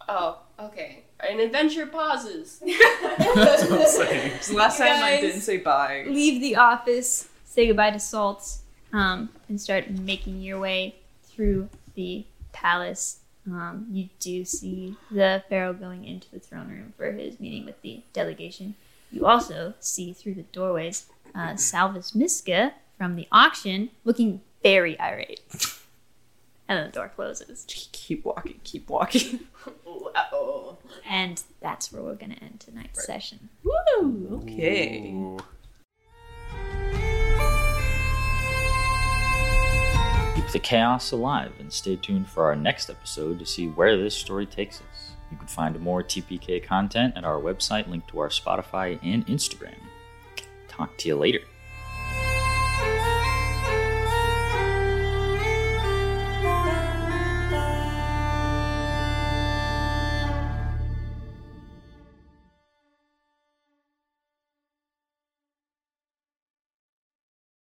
C: Oh, okay. An adventure pauses.
D: That's what I'm saying.
B: It's the last
F: You
B: time I
F: guys-
B: didn't say bye.
F: Leave the office, say goodbye to Salt, um, and start making your way through the palace. Um, you do see the pharaoh going into the throne room for his meeting with the delegation. You also see through the doorways uh, Salvis Miska from the auction looking very irate. And then the door closes.
B: Keep walking. Keep walking.
C: oh.
F: And that's where we're going to end tonight's session.
B: Woo. Okay.
D: Ooh.
E: Keep the chaos alive and stay tuned for our next episode to see where this story takes us. You can find more TPK content at our website linked to our Spotify and Instagram. talk to you later.